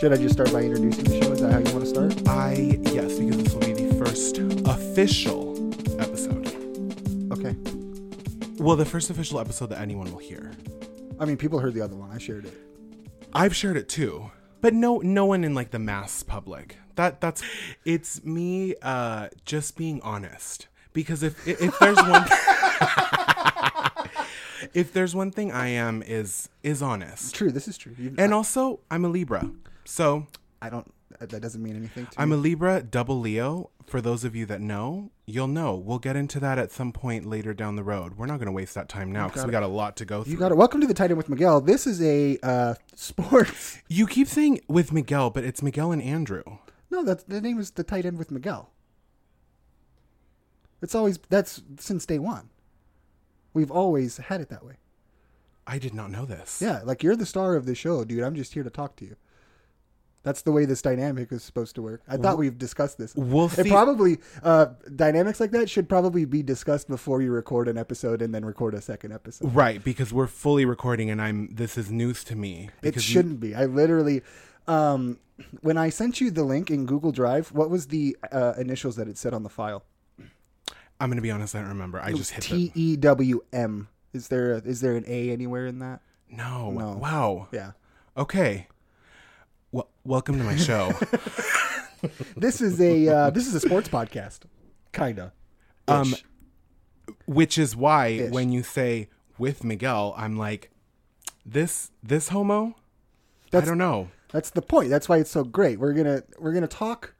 Should I just start by introducing the show? Is that how you want to start? I yes, because this will be the first official episode. Okay. Well, the first official episode that anyone will hear. I mean, people heard the other one. I shared it. I've shared it too, but no, no one in like the mass public. That that's it's me uh, just being honest. Because if if if there's one. If there's one thing I am is is honest. True. This is true. You, And also, I'm a Libra. So, I don't. That doesn't mean anything to I'm me. a Libra, double Leo. For those of you that know, you'll know. We'll get into that at some point later down the road. We're not going to waste that time now because we got a lot to go through. You got it. Welcome to the Titan with Miguel. This is a uh, sports. You keep saying with Miguel, but it's Miguel and Andrew. No, that's the name is the tight end with Miguel. It's always that's since day one. We've always had it that way. I did not know this. Yeah, like you're the star of the show, dude. I'm just here to talk to you. That's the way this dynamic is supposed to work. I thought we've discussed this. We'll It see. probably uh, dynamics like that should probably be discussed before you record an episode and then record a second episode. right, because we're fully recording and I'm this is news to me. It Because shouldn't be. I literally, um, when I sent you the link in Google Drive, what was the uh, initials that it said on the file? I'm going to be honest, I don't remember. I just hit T E W M. Is there a, is there an A anywhere in that? the No. Wow. Yeah. Okay. Well, welcome to my show. This is a uh, this is a sports podcast, kinda. Um, Ish. which is why when you say with Miguel, I'm like this this homo? I That's- don't know. That's the point. That's why it's so great. We're gonna we're gonna talk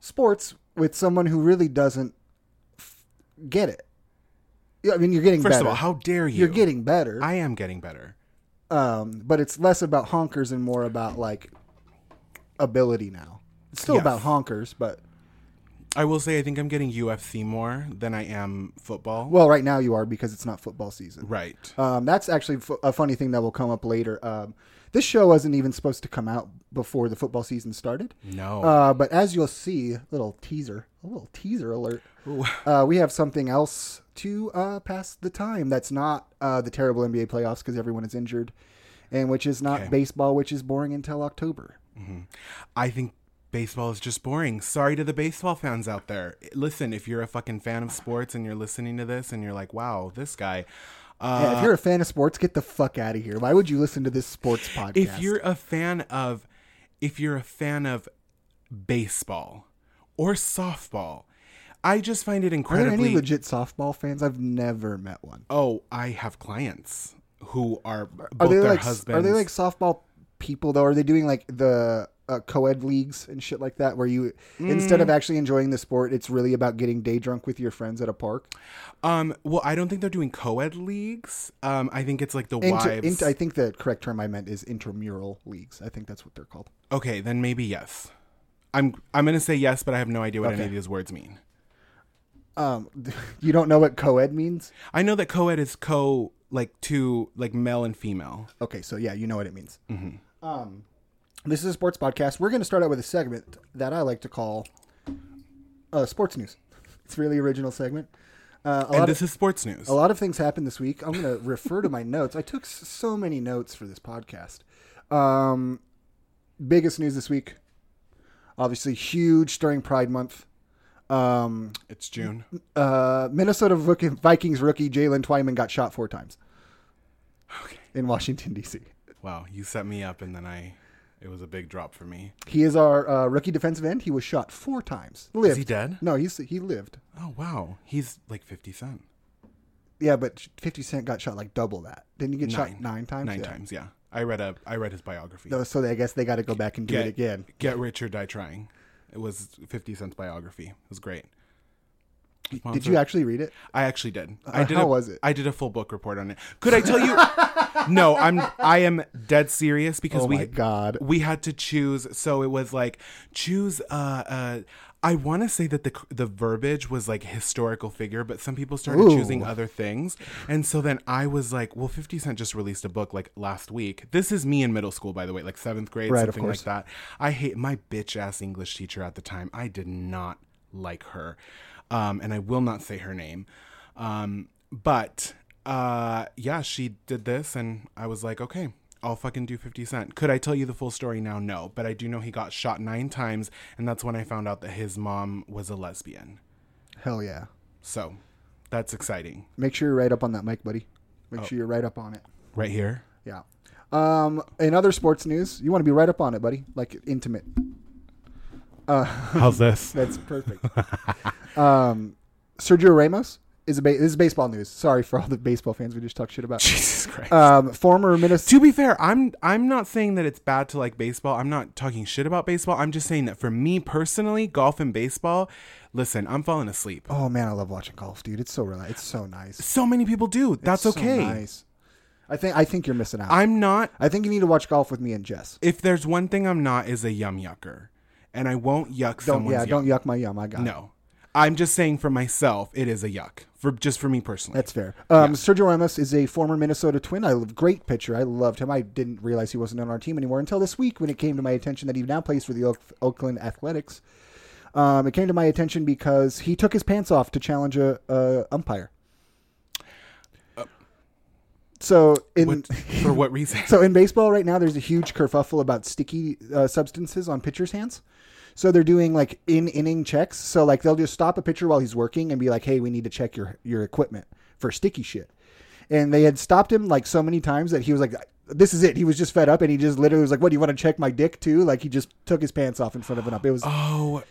sports with someone who really doesn't f- get it. Yeah, I mean, you're getting First better. of all, how dare you? you're getting better, I am getting better. um, but it's less about honkers and more about like ability now. It's still Yes. about honkers, but I will say I think I'm getting UFC more than I am football. well, right now you are because it's not football season. right. Um, that's actually f- a funny thing that will come up later. Um, this show wasn't even supposed to come out before the football season started. No. Uh, but as you'll see, little teaser, a little teaser alert. Uh, we have something else to uh, pass the time. That's not uh, the terrible NBA playoffs because everyone is injured, and which is not baseball, which is boring until October. I think baseball is just boring. Sorry to the baseball fans out there. Listen, if you're a fucking fan of sports and you're listening to this and you're like, wow, this guy. Uh, yeah, if you're a fan of sports, get the fuck out of here. Why would you listen to this sports podcast? if you're a fan of, if you're a fan of baseball or softball, I just find it are there incredibly. any legit softball fans? I've never met one. oh, I have clients who are both Are they their like husbands. are they like softball people though? Are they doing like the uh, co-ed leagues and shit like that where you Mm. instead of actually enjoying the sport, it's really about getting day drunk with your friends at a park? Um, well, I don't think they're doing co-ed leagues. Um, I think it's like the Inter- wives. int- I think the correct term I meant is intramural leagues. I think that's what they're called. okay, then maybe yes. I'm I'm gonna say yes, but I have no idea what any of these words mean. Um, you don't know what co-ed means? I know that co-ed is co like two like male and female. Okay, so yeah, you know what it means. Um, Mm-hmm. this is a sports podcast. We're going to start out with a segment that I like to call uh, sports news. It's a really original segment. Uh, a, And lot of, this is sports news. a lot of things happened this week. I'm going to refer to my notes. I took s- so many notes for this podcast. Um, biggest news this week, obviously huge during Pride Month. Um, It's June. uh, Minnesota rookie, Vikings rookie Jalen Twyman got shot four times Okay. in Washington D.C. Wow, you set me up, and then I, it was a big drop for me. He is our uh, rookie defensive end. He was shot four times. Lived. he dead? No, he's he lived. Oh wow, he's like Fifty Cent. Yeah, but Fifty Cent got shot like double that. Didn't he get shot Nine. nine times? Nine Yeah. times, yeah. I read a I read his biography. No, So they, I guess they got to go back and do get, it again. Get rich or die trying. It was Fifty Cent's biography. It was great. Did you actually read it? I actually did. I did. Uh, how a, was it? I did a full book report on it. Could I tell you? no, I'm. I am dead serious because Oh we my God. we had to choose. So it was like choose. Uh, uh, I want to say that the the verbiage was like historical figure, but some people started choosing other things, and so then I was like, well, Fifty Cent just released a book like last week. This is me in middle school, by the way, like seventh grade, Right, of something like course. that. I hate my bitch ass English teacher at the time. I did not like her, um, and I will not say her name. Um, but uh, yeah, she did this, and I was like, okay, I'll fucking do 50 Cent. Could I tell you the full story now? No, but I do know he got shot nine times, and that's when I found out that his mom was a lesbian. Hell yeah. So that's exciting. Make sure you're right up on that mic, buddy. Make sure you're right up on it. Right here? Yeah. Um, in other sports news, you want to be right up on it, buddy. Like intimate. How's this? That's perfect. um, Sergio Ramos is a ba- this is baseball news. Sorry for all the baseball fans we just talked shit about. Jesus Christ. Um, former Minnesota. to be fair, I'm I'm not saying that it's bad to like baseball. I'm not talking shit about baseball. I'm just saying that for me personally, golf and baseball, listen, I'm falling asleep. Oh man, I love watching golf, dude. It's so relaxing. It's so nice. So many people do. That's So okay. nice. I think I think you're missing out. I, I'm not think you need to watch golf with me and Jess. if there's one thing I'm not is a yum yucker. And I won't yuck Don't someone's yeah, don't yum. yuck my yum. I got it. No. I'm just saying for myself, it is a yuck. For just for me personally. That's fair. Um, Sergio Ramos is a former Minnesota Twin. I love great pitcher. I loved him. I didn't realize he wasn't on our team anymore until this week when it came to my attention that he now plays for the Oak- Oakland Athletics. Um, it came to my attention because he took his pants off to challenge a uh, umpire. So in What- for what reason? so in baseball right now, there's a huge kerfuffle about sticky uh, substances on pitchers' hands. So they're doing like in inning checks. So like they'll just stop a pitcher while he's working and be like, "Hey, we need to check your your equipment for sticky shit." And they had stopped him like so many times that he was like, "This is it." He was just fed up and he just literally was like, "What do you want to check my dick too?" Like he just took his pants off in front of an up. It was Oh,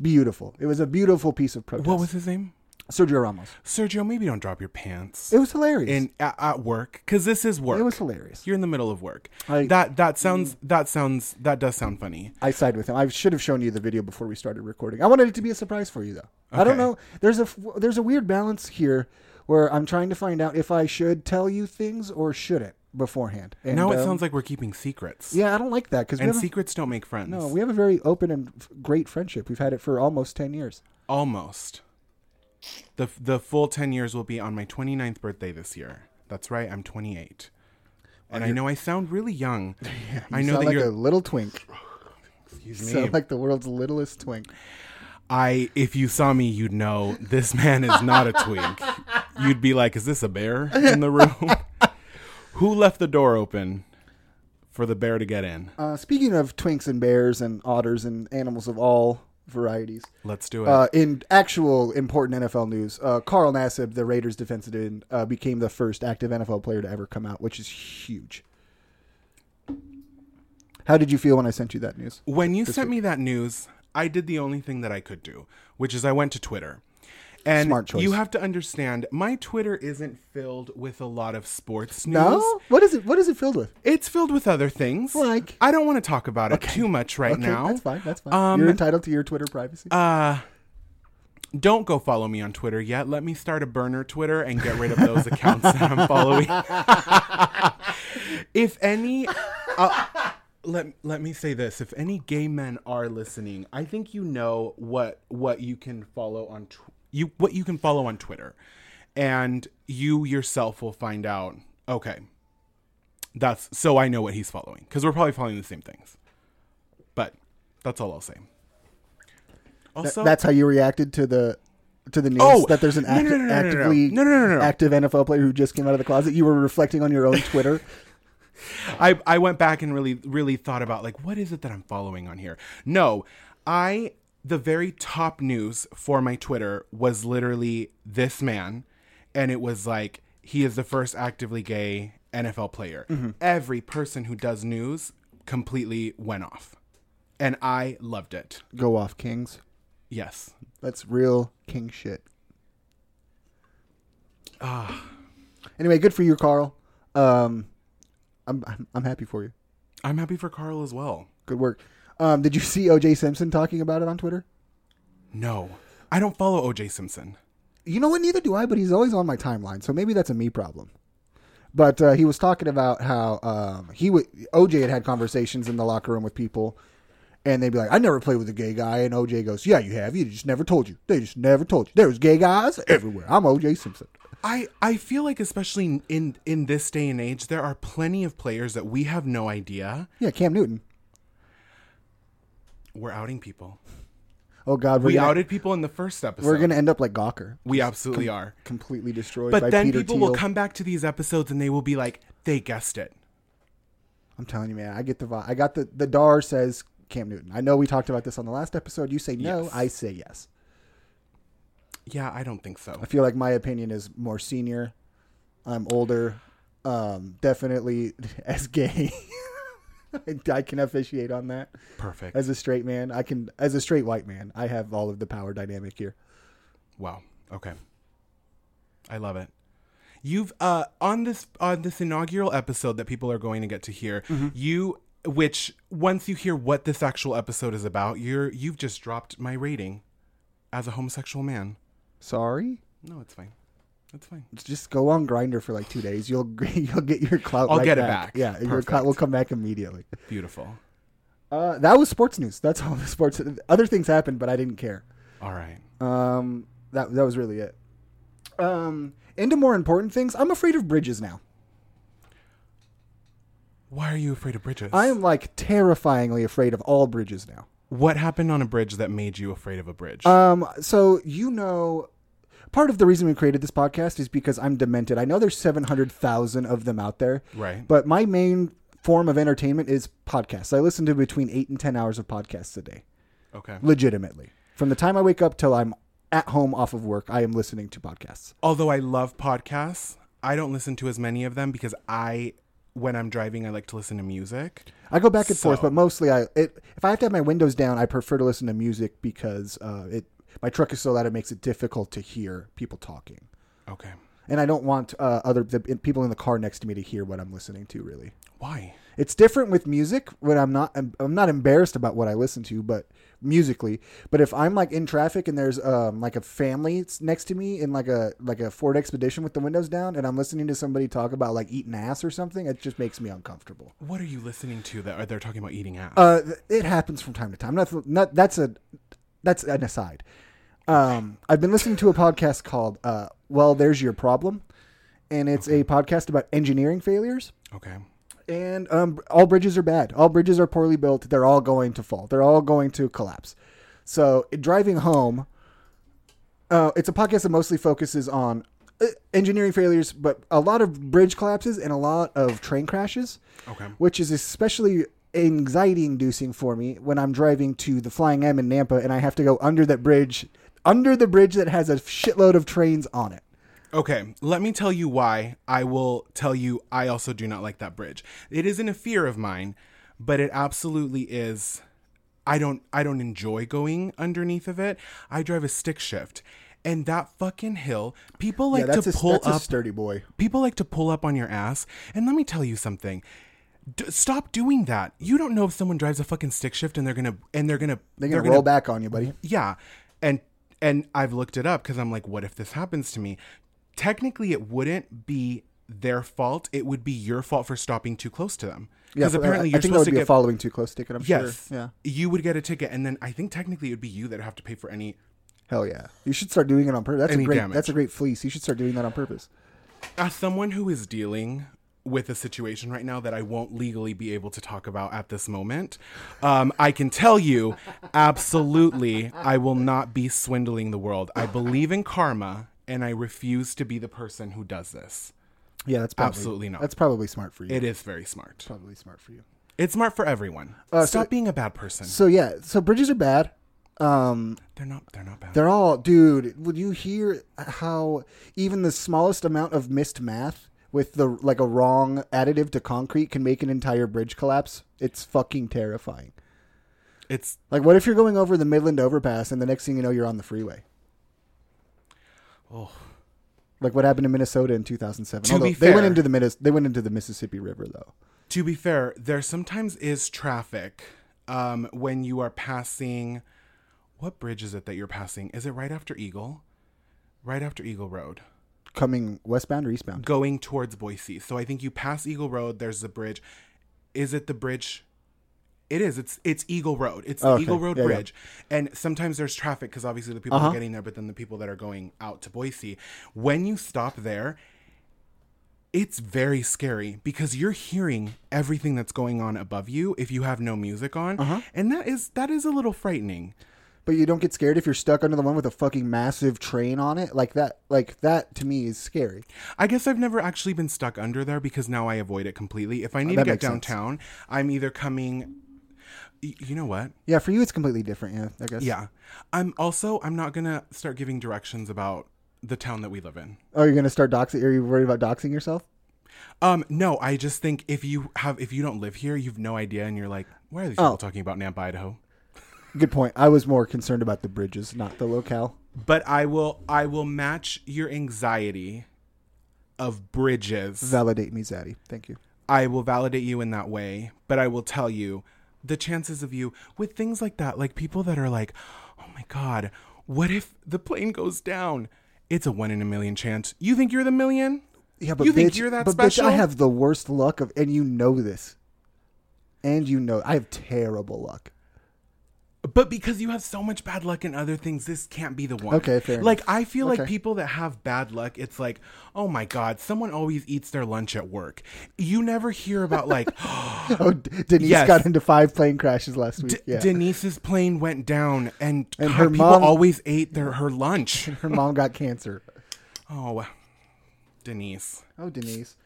beautiful. It was a beautiful piece of protest. what was his name? Sergio Ramos? Sergio, maybe don't drop your pants. It was hilarious. in at, at work because this is work. it was hilarious. You're in the middle of work. I- Mm. that that sounds that sounds that does sound funny. I side with him. I should have shown you the video before we started recording. I wanted it to be a surprise for you, though. I don't Okay. know. There's a there's a weird balance here where I'm trying to find out if I should tell you things or shouldn't beforehand. And, now it um, sounds like we're keeping secrets. yeah, I don't like that because we and have secrets don't make friends. a, no, we have a very open and f- great friendship. We've had it for almost ten years. Almost. The the full 10 years will be on my 29th birthday this year. That's right, I'm 28. And I know I sound really young. I You know sound that like you're a little twink. excuse You me. sound like the world's littlest twink. I if you saw me, you'd know this man is not a twink. You'd be like, is this a bear in the room? Who left the door open for the bear to get in? Uh, speaking of twinks and bears and otters and animals of all varieties, Let's do it. Uh, in actual important NFL news, uh, Carl Nassib, the Raiders defensive end, uh, became the first active NFL player to ever come out, which is huge. How did you feel when I sent you that news? when you sent me that news, I did the only thing that I could do, which is I went to Twitter. And Smart choice. you have to understand, my Twitter isn't filled with a lot of sports news. No, what is it? What is it filled with? It's filled with other things. Like? I don't want to talk about it too much right Okay, now. that's fine. That's fine. Um, You're entitled to your Twitter privacy. Uh don't go follow me on Twitter yet. Let me start a burner Twitter and get rid of those accounts that I'm following. if any uh, let let me say this, if any gay men are listening, I think you know what what you can follow on tw- you what you can follow on Twitter. And you yourself will find out. Okay. That's so I know what he's following cuz we're probably following the same things. But that's all I'll say. Also, that's how you reacted to the to the news Oh, that there's an no, no, active, no, no, no, no. actively No, no, no, no, no. active NFL player who just came out of the closet. You were reflecting on your own Twitter. I, I went back and really really thought about like what is it that I'm following on here? No, I the very top news for my Twitter was literally this man, and it was like he is the first actively gay NFL player. Every person who does news completely went off, and I loved it. Go off, Kings. Yes, That's real king shit. Ah. Anyway, good for you, Carl. Um, I'm, I'm I'm happy for you. I'm happy for Carl as well. Good work. Um, did you see O.J. Simpson talking about it on Twitter? No, I don't follow O.J. Simpson. You know what? Neither do I. But he's always on my timeline, so maybe that's a me problem. But uh, he was talking about how um, he would OJ had had conversations in the locker room with people, and they'd be like, "I never played with a gay guy," and OJ goes, "Yeah, you have. You just never told you. They just never told you. There was gay guys everywhere. I'm OJ Simpson." I I feel like especially in in this day and age, there are plenty of players that we have no idea Yeah, Cam Newton. we're outing people. Oh God, we're We gonna- outed people in the first episode. We're gonna end up like Gawker, we absolutely are. completely destroyed. by But then Peter people Thiel. will come back to these episodes and they will be like, they guessed it. I'm telling you, man, I get the vibe. I got the the Dar says Cam Newton. I know we talked about this on the last episode. You say no, Yes. I say yes. Yeah, I don't think so. I feel like my opinion is more senior. I'm older. Um, definitely as gay. I- I can officiate on that. Perfect. As a straight man, I can. As a straight white man, I have all of the power dynamic here. Wow. Okay. I love it. You've uh on this on this inaugural episode that people are going to get to hear, you which once you hear what this actual episode is about, you're you've just dropped my rating as a homosexual man. Sorry, No, it's fine. It's fine. just go on Grinder for like two days. You'll you'll get your clout. I'll right get it back. Yeah, your clout Perfect. will come back immediately. Beautiful. Uh, that was sports news. That's all the sports. Other things happened, but I didn't care. All right. Um, that that was really it. Um, into more important things. I'm afraid of bridges now. Why are you afraid of bridges? I am like terrifyingly afraid of all bridges now. What happened on a bridge that made you afraid of a bridge? Um, so you know, part of the reason we created this podcast is because I'm demented. I know there's 700,000 of them out there, right. but my main form of entertainment is podcasts. I listen to between eight and 10 hours of podcasts a day, okay. legitimately. From the time I wake up till I'm at home off of work, I am listening to podcasts. although I love podcasts, I don't listen to as many of them because I, when I'm driving, I like to listen to music. I go back and forth, So- but mostly I it, if I have to have my windows down, I prefer to listen to music because uh, it my truck is so loud it makes it difficult to hear people talking. Okay. and I don't want uh, other the people in the car next to me to hear what I'm listening to. Really, Why? it's different with music when I'm not I'm, I'm not embarrassed about what I listen to, but musically. But if I'm like in traffic and there's um like a family s- next to me in like a like a Ford Expedition with the windows down, and I'm listening to somebody talk about like eating ass or something, it just makes me uncomfortable. What are you listening to that are they talking about eating ass? Uh, th- it happens from time to time. Not, not that's a that's an aside. Um, I've been listening to a podcast called uh, "Well, There's Your Problem," and it's a podcast about engineering failures. okay. And um, all bridges are bad. All bridges are poorly built. They're all going to fall. They're all going to collapse. So driving home, uh, it's a podcast that mostly focuses on uh, engineering failures, but a lot of bridge collapses and a lot of train crashes Okay. which is especially anxiety inducing for me when I'm driving to the Flying M in Nampa and I have to go under that bridge, under the bridge that has a shitload of trains on it. Okay. Let me tell you why. I will tell you I also do not like that bridge. It isn't a fear of mine, but it absolutely is I don't I don't enjoy going underneath of it. I drive a stick shift. And that fucking hill, people like to pull up sturdy boy. People like to pull up on your ass. And let me tell you something. D- stop doing that. You don't know if someone drives a fucking stick shift and they're going to and they're going to They're gonna roll back on you, buddy. yeah. And and I've looked it up cuz I'm like what if this happens to me? Technically it wouldn't be their fault. It would be your fault for stopping too close to them. Yeah, Cuz apparently I, you're I think that supposed would to be get a following too close ticket. I'm yes. sure. Yeah, You would get a ticket and then I think technically it would be you that would have to pay for any hell yeah. You should start doing it on purpose. That's Any a great. damage. That's a great fleece. You should start doing that on purpose. as someone who is dealing with a situation right now that I won't legally be able to talk about at this moment, um, I can tell you absolutely I will not be swindling the world. I believe in karma and I refuse to be the person who does this. Yeah, that's probably, Absolutely not. That's probably smart for you. It is very smart. probably smart for you. It's smart for everyone. Stop being a bad person. So yeah, so bridges are bad. Um, They're not they're not bad. They're all, dude. Would you hear how even the smallest amount of missed math with the like a wrong additive to concrete can make an entire bridge collapse? It's fucking terrifying. It's Like, what if you're going over the Midland Overpass and the next thing you know, you're on the freeway? oh Like what happened in Minnesota in 2007? To be they went fair- into the Minis- they went into the Mississippi River though. to be fair, there sometimes is traffic um, when you are passing. What bridge is it that you're passing? Is it right after Eagle? Right after Eagle Road, Coming westbound or eastbound? going towards Boise. So I think you pass Eagle Road. There's the bridge. Is it the bridge? It is. It's it's Eagle Road. It's the Oh, Okay. Eagle Road Yeah, yeah. Uh-huh. Bridge. And sometimes there's traffic because obviously the people are getting there, but then the people that are going out to Boise. When you stop there, it's very scary because you're hearing Uh-huh. everything that's going on above you if you have no music on and that is that is a little frightening but you don't get scared if you're stuck under the one with a fucking massive train on it. Like that, like that to me is scary. I guess I've never actually been stuck under there because now I avoid it completely. If I need that to get makes sense. downtown, I'm either coming. y- You know what? Yeah, for you it's completely different. Yeah, I guess. Yeah. I'm also I'm not gonna start giving directions about the town that we live in. Oh, you're gonna start doxing? Are you worried about doxing yourself? Um, no, I just think if you have if you don't live here, you've no idea, and you're like, why Oh. are these people talking about Nampa, Idaho? Good point. I was more concerned about the bridges, not the locale. But I will I will match your anxiety of bridges. Validate me, Zaddy. Thank you. I will validate you in that way, but I will tell you the chances of you with things like that, like people that are like, oh my God, what if the plane goes down? It's a one in a million chance. You think you're the million? Yeah, but you bitch, think you're that but special? bitch, I have the worst luck of, and you know this, and you know I have terrible luck. But because you have so much bad luck in other things, this can't be the one. Okay, fair Like I feel like Okay. people that have bad luck, it's like, oh my god, someone always eats their lunch at work. You never hear about like Oh, D- Denise Yes. got into five plane crashes last week. D- yeah, Denise's plane went down, and, And God, her people mom- always ate their her lunch. her mom got cancer. Oh, Denise. Oh, Denise.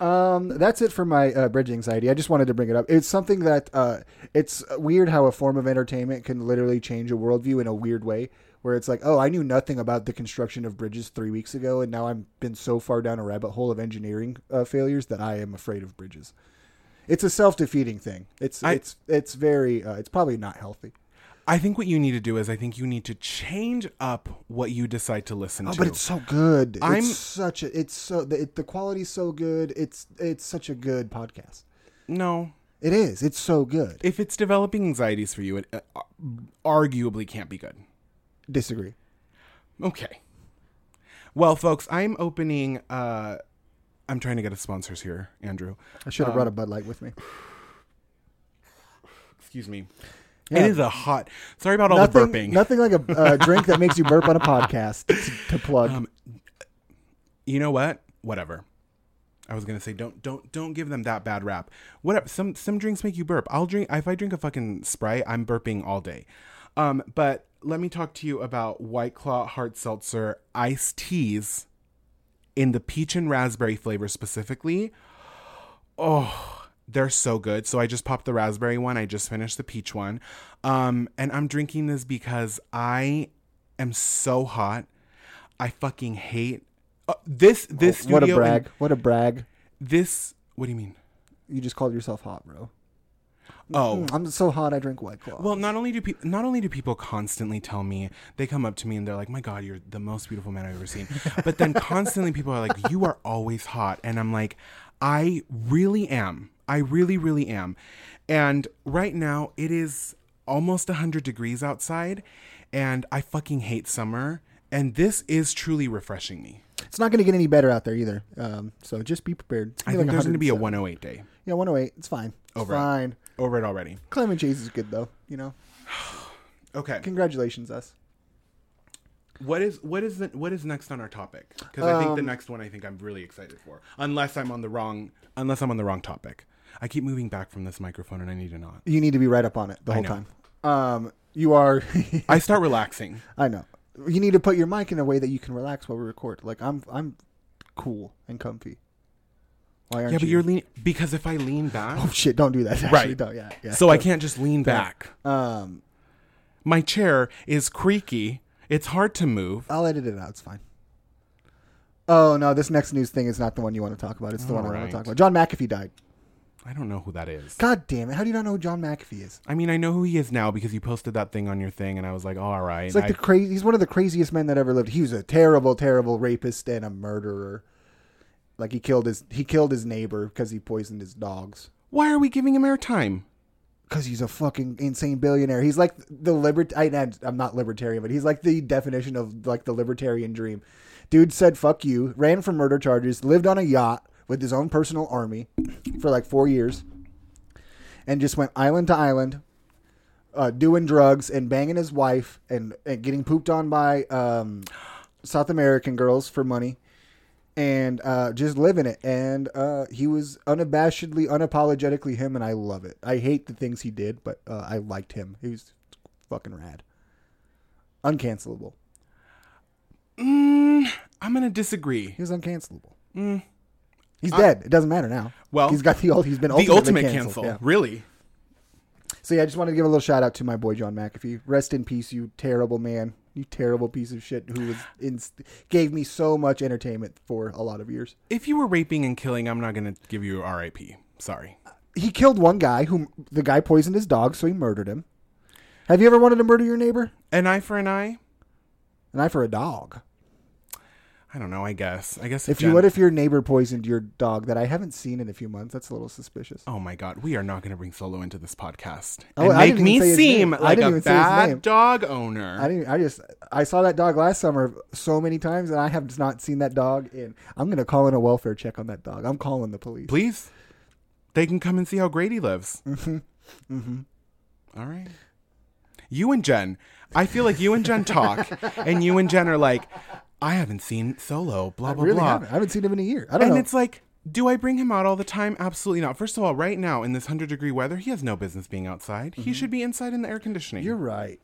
Um, that's it for my uh, bridge anxiety. I just wanted to bring it up. It's something that uh, it's weird how a form of entertainment can literally change a worldview in a weird way. Where it's like, oh, I knew nothing about the construction of bridges three weeks ago, and now I've been so far down a rabbit hole of engineering uh, failures that I am afraid of bridges. It's a self defeating thing. It's I- it's it's very uh, it's probably not healthy. I think what you need to do is I think you need to change up what you decide to listen Oh, to. but it's so good. I'm- it's such a it's so the, it, the quality's so good. It's it's such a good podcast. no. It is. It's so good. If it's developing anxieties for you, it uh, arguably can't be good. Disagree. Okay. Well, folks, I'm opening. Uh, I'm trying to get us sponsors here, Andrew. I should have brought a Bud Light with me. Excuse me. Yeah. It is a hot. Sorry about all the burping. Nothing, nothing like a uh, drink that makes you burp on a podcast to, to plug. Um, you know what? Whatever. I was gonna say don't don't don't give them that bad rap. Whatever. Some some drinks make you burp. I'll drink if I drink a fucking Sprite, I'm burping all day. Um, but let me talk to you about White Claw Hard Seltzer iced teas in the peach and raspberry flavor specifically. Oh, they're so good. So I just popped the raspberry one. I just finished the peach one. Um, and I'm drinking this because I am so hot. I fucking hate uh, this. This Oh, what a studio and brag. What a brag. this. What do you mean? You just called yourself hot, bro. Oh, Mm, I'm so hot I drink White Claw. Well, not only do people not only do people constantly tell me they come up to me and they're like, "My God, you're the most beautiful man I've ever seen," but then constantly people are like, "You are always hot," and I'm like, "I really am. I really, really am." And right now, it is almost hundred degrees outside, and I fucking hate summer. And this is truly refreshing me. it's not going to get any better out there either. Um, so just be prepared. It's I gonna think be like there's going to be a 107. 108 day Yeah, 108. It's fine. It's Over it. fine. over it already. Climate change is good though. You know. Okay, Congratulations us. what is what is the, what is next on our topic because i Um, think the next one i think i'm really excited for unless i'm on the wrong unless i'm on the wrong topic i keep moving back from this microphone and i need to not You need to be right up on it the whole know. time. Um, you are. i start relaxing I know. You need to put your mic in a way that you can relax while we record. Like I'm, I'm cool and comfy. Why aren't yeah but you? you're leaning because if i lean back Oh shit! Don't do that. Actually, Right. Don't. Yeah. Yeah. so i can't just lean back um, my chair is creaky it's hard to move I'll edit it out. It's fine. Oh no! This next news thing is not the one you want to talk about. It's the one I want Alright. to talk about. John McAfee died. i don't know who that is God damn it! How do you not know who John McAfee is? i mean i know who he is now because you posted that thing on your thing and i was like all right It's like I- the crazy. He's one of the craziest men that ever lived. He was a terrible, terrible rapist and a murderer. Like he killed his he killed his neighbor because he poisoned his dogs. why are we giving him airtime because he's a fucking insane billionaire. He's like the libert. I, I'm not libertarian, but he's like the definition of like the libertarian dream. Dude said "fuck you," ran from murder charges, lived on a yacht with his own personal army for like four years, and just went island to island, uh, doing drugs and banging his wife and, and getting pooped on by um, South American girls for money and uh, just living it. And uh, he was unabashedly, unapologetically him, and I love it. I hate the things he did, but uh, I liked him. He was fucking rad. Uncancelable. Mm, I'm gonna disagree. He was uncancelable. He's dead. It doesn't matter now. Mm. Well, he's got the ult. He's been The ultimately ultimate canceled. cancel, Yeah. really. So yeah, I just wanted to give a little shout out to my boy John McAfee. Rest in peace, you terrible man. You terrible piece of shit who was in, gave me so much entertainment for a lot of years. If you were raping and killing, I'm not gonna give you R.I.P. Sorry. He killed one guy who the guy poisoned his dog, so he murdered him. Have you ever wanted to murder your neighbor? An eye for an eye. An eye for a dog. I don't know. I guess. I guess If Jen- you what if your neighbor poisoned your dog that I haven't seen in a few months? That's a little suspicious. Oh my God, we are not going to bring Solo into this podcast Oh, and I make didn't even me say his seem name. I like didn't a even say his name. bad dog owner. I didn't. I just I saw that dog last summer so many times, and I have just not seen that dog. in I'm gonna call in a welfare check on that dog. I'm calling the police. Please, they can come and see how great he lives. Mm-hmm. Mm-hmm. right. You and Jen, I feel like you and Jen talk, and you and Jen are like, I haven't seen Solo. Blah blah really blah. haven't. I haven't seen him in a year. I don't And know. it's like, do I bring him out all the time? Absolutely not. First of all, right now in this 100 degree weather, he has no business being outside. He should be inside in the air conditioning. Mm-hmm. You're right.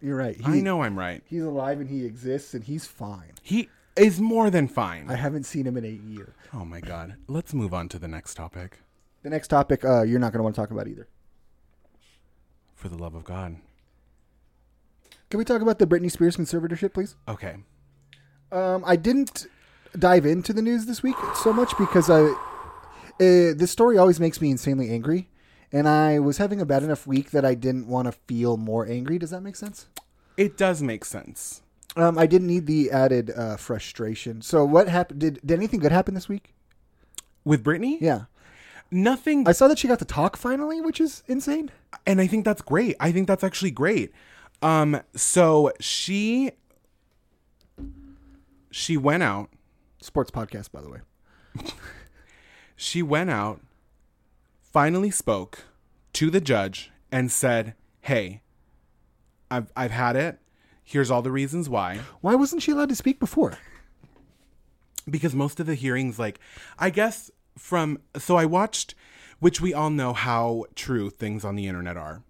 You're right. He, I know I'm right. he's alive and he exists and he's fine. He is more than fine. I haven't seen him in a year. oh my God. Let's move on to the next topic. The next topic, uh, you're not gonna want to talk about either. For the love of God. Can we talk about the Britney Spears conservatorship, please? Okay. Um, I didn't dive into the news this week so much because I, uh, this story always makes me insanely angry, and I was having a bad enough week that I didn't want to feel more angry. Does that make sense? It does make sense. Um, I didn't need the added uh, frustration. So what happened? Did, did anything good happen this week? With Brittany? Yeah, Nothing. I saw that she got to talk finally, which is insane. and I think that's great. I think that's actually great. Um, so she she went out. Sports podcast, by the way. She went out, finally spoke to the judge and said, Hey, I've I've had it. Here's all the reasons why. Why wasn't she allowed to speak before? because most of the hearings like i guess from so i watched which we all know how true things on the internet are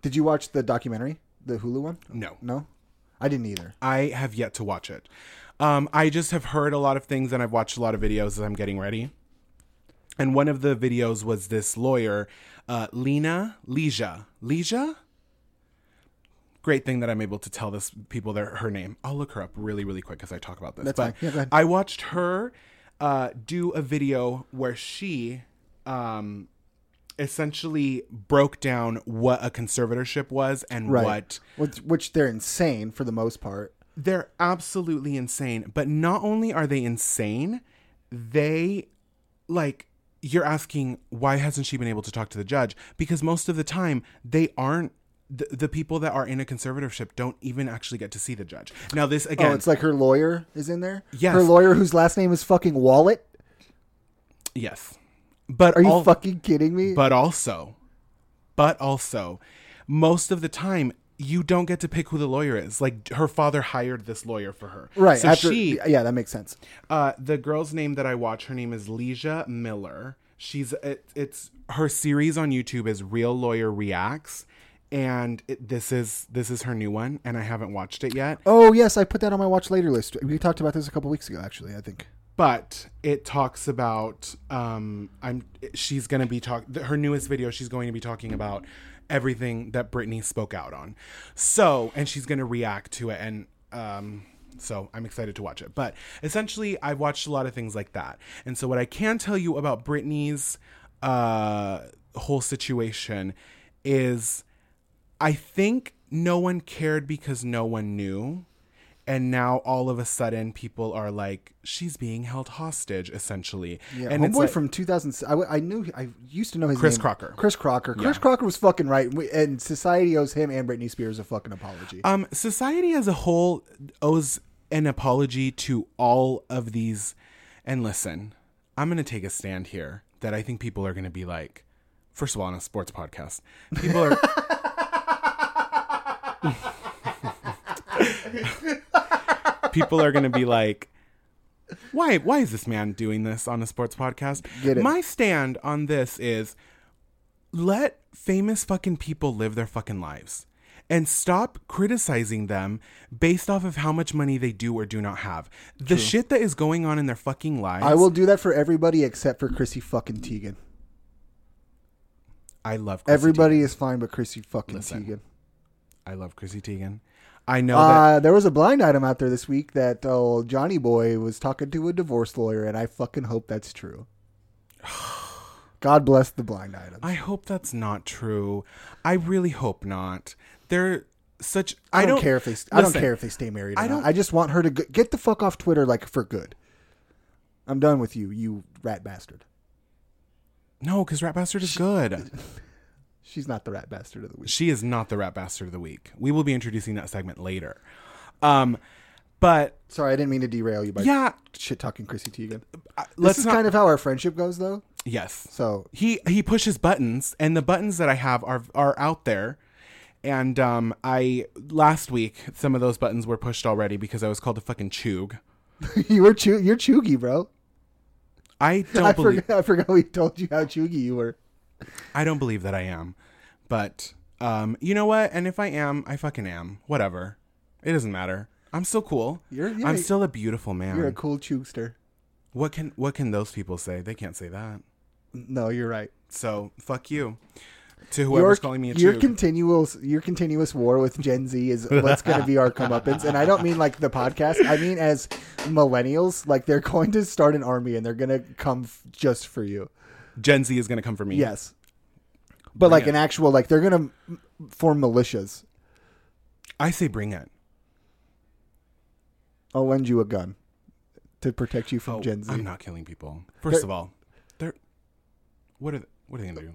Did you watch the documentary, the Hulu one? no No, I didn't either. i have yet to watch it um, i just have heard a lot of things and i've watched a lot of videos as i'm getting ready and one of the videos was this lawyer uh, lena leisha leisha great thing that i'm able to tell this people their, her name i'll look her up really really quick as i talk about this That's but fine. Yeah, go ahead. i watched her uh, do a video where she um, essentially broke down what a conservatorship was and Right. what Which, which they're insane for the most part. they're absolutely insane. But not only are they insane, they like you're asking why hasn't she been able to talk to the judge? Because most of the time they aren't the, the people that are in a conservatorship don't even actually get to see the judge. Now this Oh, again, it's like her lawyer is in there. Yes. her lawyer whose last name is fucking Wallet. yes, but Are you all- fucking kidding me? but also, but also, most of the time you don't get to pick who the lawyer is. Like her father hired this lawyer for her, right So after, she yeah, that makes sense. Uh, the girl's name that I watch, her name is Leisha Miller. She's it, it's her series on YouTube is Real Lawyer Reacts, and it, this is this is her new one, and I haven't watched it yet. Oh yes, I put that on my watch later list. We talked about this a couple weeks ago, actually. I think. But it talks about um, I'm she's gonna be talk her newest video. She's going to be talking about everything that Britney spoke out on. So and she's gonna react to it and. Um, so I'm excited to watch it. But essentially, I've watched a lot of things like that. And so, what I can tell you about Britney's uh, whole situation is I think no one cared because no one knew. And now all of a sudden, people are like, she's being held hostage, essentially. Yeah, and homeboy from 2000. I, w- I knew I used to know his Chris name. Crocker. Chris Crocker. Chris Crocker was fucking right, We- and society owes him and Britney Spears a fucking apology. Um, society as a whole owes an apology to all of these. And listen, I'm going to take a stand here that I think people are going to be like, first of all, on a sports podcast, people are. people are going to be like, why, why is this man doing this on a sports podcast? Get it. My stand on this is let famous fucking people live their fucking lives. and stop criticizing them based off of how much money they do or do not have. The shit that is going on in their fucking lives. I will do that for everybody except for Chrissy fucking Teigen. I love Chrissy Everybody is fine but Chrissy fucking Teigen. Teigen. I love Chrissy Teigen. I know that Uh, there was a blind item out there this week that oh, Johnny Boy was talking to a divorce lawyer, and I fucking hope that's true. God bless the blind item. I hope that's not true. I really hope not. They're such. I, I don't, care if they. I don't listen, care if they stay married. Or I I don't- Not. I just want her to g- get the fuck off Twitter like for good. I'm done with you, you rat bastard. No, because Rat Bastard is good. She's not the rat bastard of the week. She is not the Rat Bastard of the week. We will be introducing that segment later. Um, but Sorry, I didn't mean to derail you by yeah, shit talking Chrissy Teigen. This I- let's is not. kind of how our friendship goes, though. yes, So he he pushes buttons, and the buttons that I have are are out there. And um, I last week some of those buttons were pushed already because I was called a fucking chug. you were chew- you're chuggy, bro. I don't I believe forgot. I forgot we told you how chuggy you were. I don't believe that I am. But um, you know what? And if I am, I fucking am. Whatever. It doesn't matter. I'm still cool. You're- yeah, I'm still a beautiful man. You're a cool chugster. what can what can those people say? They can't say that. No, you're right. So fuck you. To whoever's calling me a your chug. continual your continuous war with Gen Z is what's going to be our comeuppance, and I don't mean like the podcast. I mean as millennials, like they're going to start an army and they're going to come f- just for you. Gen Z is gonna come for me. Yes, but like it. an actual like they're going to form militias. I say bring it. I'll lend you a gun to protect you from Oh, Gen Z. I'm not killing people. 1st of all, they're what are they, what are they gonna do?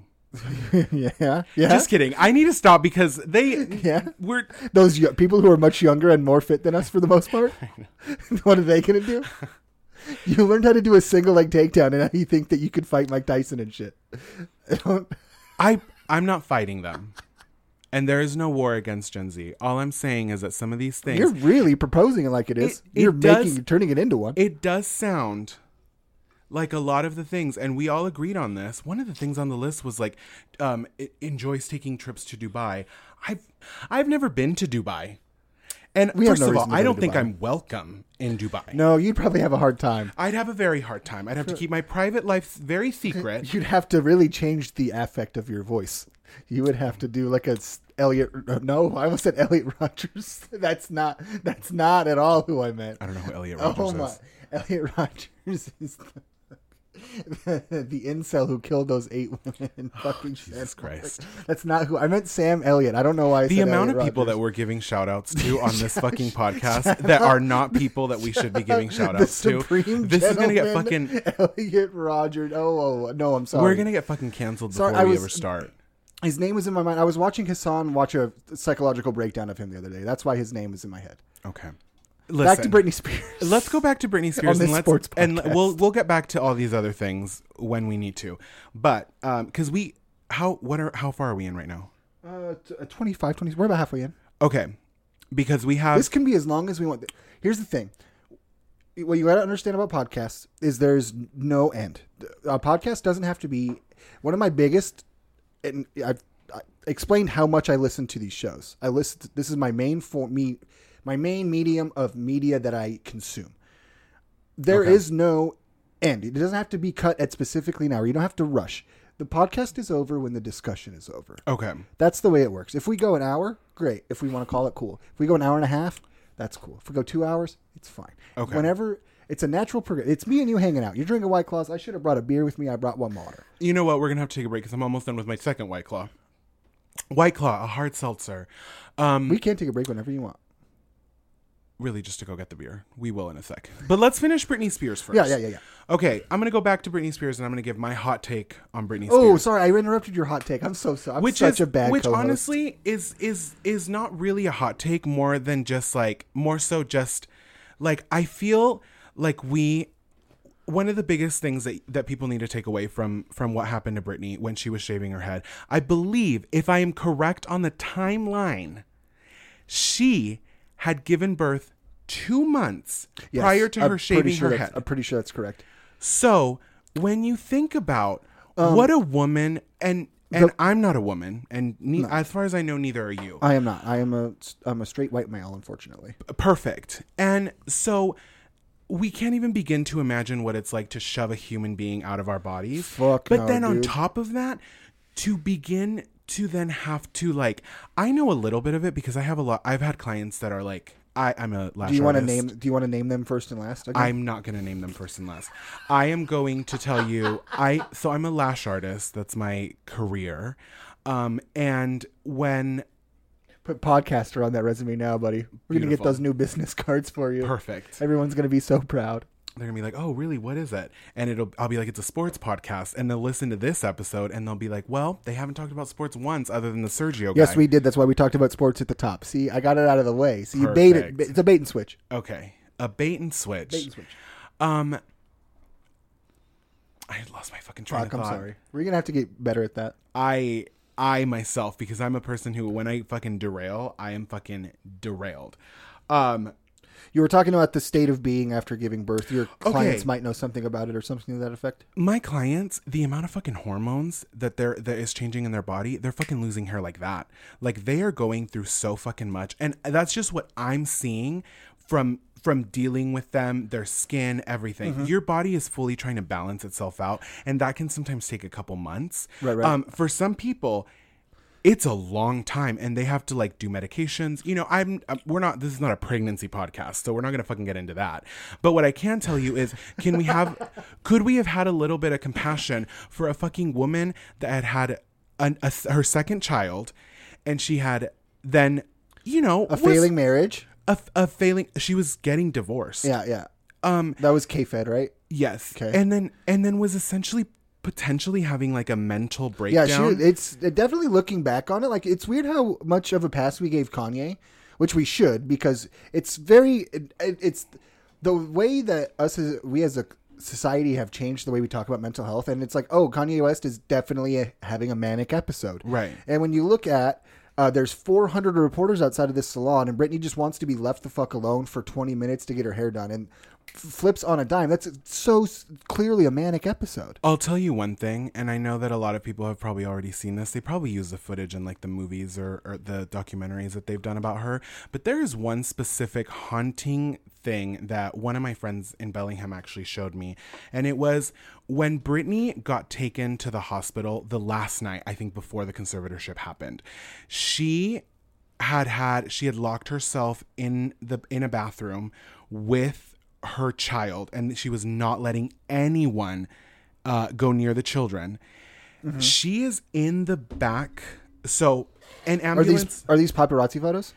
yeah, yeah, Just kidding. I need to stop because they yeah. we're Those yo- people who are much younger and more fit than us for the most part. what are they going to do? You learned how to do a single leg takedown, and now you think that you could fight Mike Tyson and shit. I I'm not fighting them. And there is no war against Gen Z. All I'm saying is that some of these things You're really proposing it like it is. It- it You're does- making, turning it into one. it does sound like a lot of the things and we all agreed on this. One of the things on the list was like um it enjoys taking trips to Dubai. I've I've never been to Dubai. And We have first no of all, reason to I go to don't think Dubai. I'm welcome in Dubai. no, you'd probably have a hard time. I'd have a very hard time. I'd have to keep my private life very secret. You'd have to really change the affect of your voice. You would have to do like a s- Elliot. uh, No, I almost said Elliot Rogers. That's not. That's not at all who I meant. I don't know who Elliot Rodgers Oh my! is. Elliot Rogers is the, the, incel who killed those eight women. in fucking Oh, Jesus Christ. That's not who I meant. Sam Elliott. I don't know why. I the said amount Elliot of people Rodgers. that we're giving shout outs to on this fucking podcast that are not people that we should be giving shout outs the to. Supreme This is gonna get gentleman, fucking Elliot Rogers. Oh, oh, no, I'm sorry. we're gonna get fucking canceled before Sorry, I we was- ever start. His name was in my mind. I was watching Hassan watch a psychological breakdown of him the other day. That's why his name was in my head. Okay. Back to Listen, Britney Spears. Let's go back to Britney Spears this and let's sports and podcast. we'll we'll get back to all these other things when we need to. But um cuz we how what are how far are we in right now? Uh, t- uh, 25, 20. We're about halfway in. Okay. Because we have this can be as long as we want. Here's the thing. What you got to understand about podcasts is there's no end. A podcast doesn't have to be one of my biggest. And I've I explained how much I listen to these shows. I listen. This is my main for me, my main medium of media that I consume. There is no end. It doesn't have to be cut at specifically an hour. You don't have to rush. The podcast is over when the discussion is over. Okay. That's the way it works. If we go an hour, great. If we want to call it cool. If we go an hour and a half, that's cool. If we go two hours, it's fine. Okay. Whenever it's a natural progression. It's me and you hanging out. You're drinking White Claws. I should have brought a beer with me. I brought one water. You know what? We're gonna have to take a break because I'm almost done with my second White Claw. White Claw, a hard seltzer. Um, We can take a break whenever you want. really, just to go get the beer. We will in a sec. But let's finish Britney Spears first. Yeah, yeah, yeah, yeah. Okay, I'm gonna go back to Britney Spears and I'm gonna give my hot take on Britney Spears. Oh, sorry. I interrupted your hot take. I'm so sorry. I'm which such is a bad which co-host. honestly is is is not really a hot take more than just like more so just like I feel like we one of the biggest things that, that people need to take away from from what happened to Britney when she was shaving her head. I believe if I am correct on the timeline, she had given birth 2 months Yes, prior to I'm her pretty shaving sure her that's- head. I'm pretty sure that's correct. Um, So when you think about what a woman and And I'm not a woman, and ne- as far as I know, neither are you. I am not. I am a I'm a straight white male, unfortunately. Perfect. And so we can't even begin to imagine what it's like to shove a human being out of our bodies. Fuck But no, then on dude. top of that, to begin to then have to like I know a little bit of it because I have a lot I've had clients that are like I, I'm a lash Do you want to artist. name Do you want to name them first and last? Again? I'm not going to name them first and last. I am going to tell you I so I'm a lash artist, that's my career. Um and when Put podcaster on that resume now, buddy. We're gonna get Beautiful. those new business cards for you. perfect. Everyone's gonna be so proud. they're gonna be like, "Oh, really? What is it?" And it'll I'll be like, "It's a sports podcast," and they'll listen to this episode and they'll be like, "Well, they haven't talked about sports once other than the Sergio guy." Yes, we did. That's why we talked about sports at the top. See, I got it out of the way. See, you bait it. Perfect. It's a bait and switch. okay, a bait and switch. Bait and switch. Um, I had lost my fucking train Fuck, of I'm thought. sorry. We're gonna have to get better at that. I I myself because I'm a person who when I fucking derail, I am fucking derailed. Um, You were talking about the state of being after giving birth. Your clients might know something about it or something to that effect. my clients, the amount of fucking hormones that they're that is changing in their body, they're fucking losing hair like that. Like they are going through so fucking much, and that's just what I'm seeing from from dealing with them, their skin, everything. Mm-hmm. Your body is fully trying to balance itself out, and that can sometimes take a couple months. Right, right. Um, for some people. It's a long time, and they have to like do medications. You know, I'm uh, we're not. This is not a pregnancy podcast, so we're not gonna fucking get into that. But what I can tell you is, can we have? could we have had a little bit of compassion for a fucking woman that had had an, a, her second child, and she had then, you know, A failing marriage. a, a failing. She was getting divorced. Yeah, yeah. Um, That was K-Fed, right? Yes. Okay. And then and then was essentially potentially having like a mental Yeah, breakdown. she, it's uh, definitely looking back on it. Like it's weird how much of a pass we gave Kanye, which we should because it's very it, it's the way that us as, we as a society have changed the way we talk about mental health, and it's like oh, Kanye West is definitely uh, having a manic episode, Right. And when you look at uh, there's 400 reporters outside of this salon, and Brittany just wants to be left the fuck alone for 20 minutes to get her hair done, and f- flips on a dime. That's so s- clearly a manic episode. I'll tell you one thing, and I know that a lot of people have probably already seen this. They probably use the footage in like the movies or, or the documentaries that they've done about her. But there is one specific haunting thing that one of my friends in Bellingham actually showed me. And it was when Brittany got taken to the hospital the last night, I think before the conservatorship happened. She had had she had locked herself in the in a bathroom with her child and she was not letting anyone uh, go near the children Mm-hmm. she is in the back so an Are ambulance these are these paparazzi photos?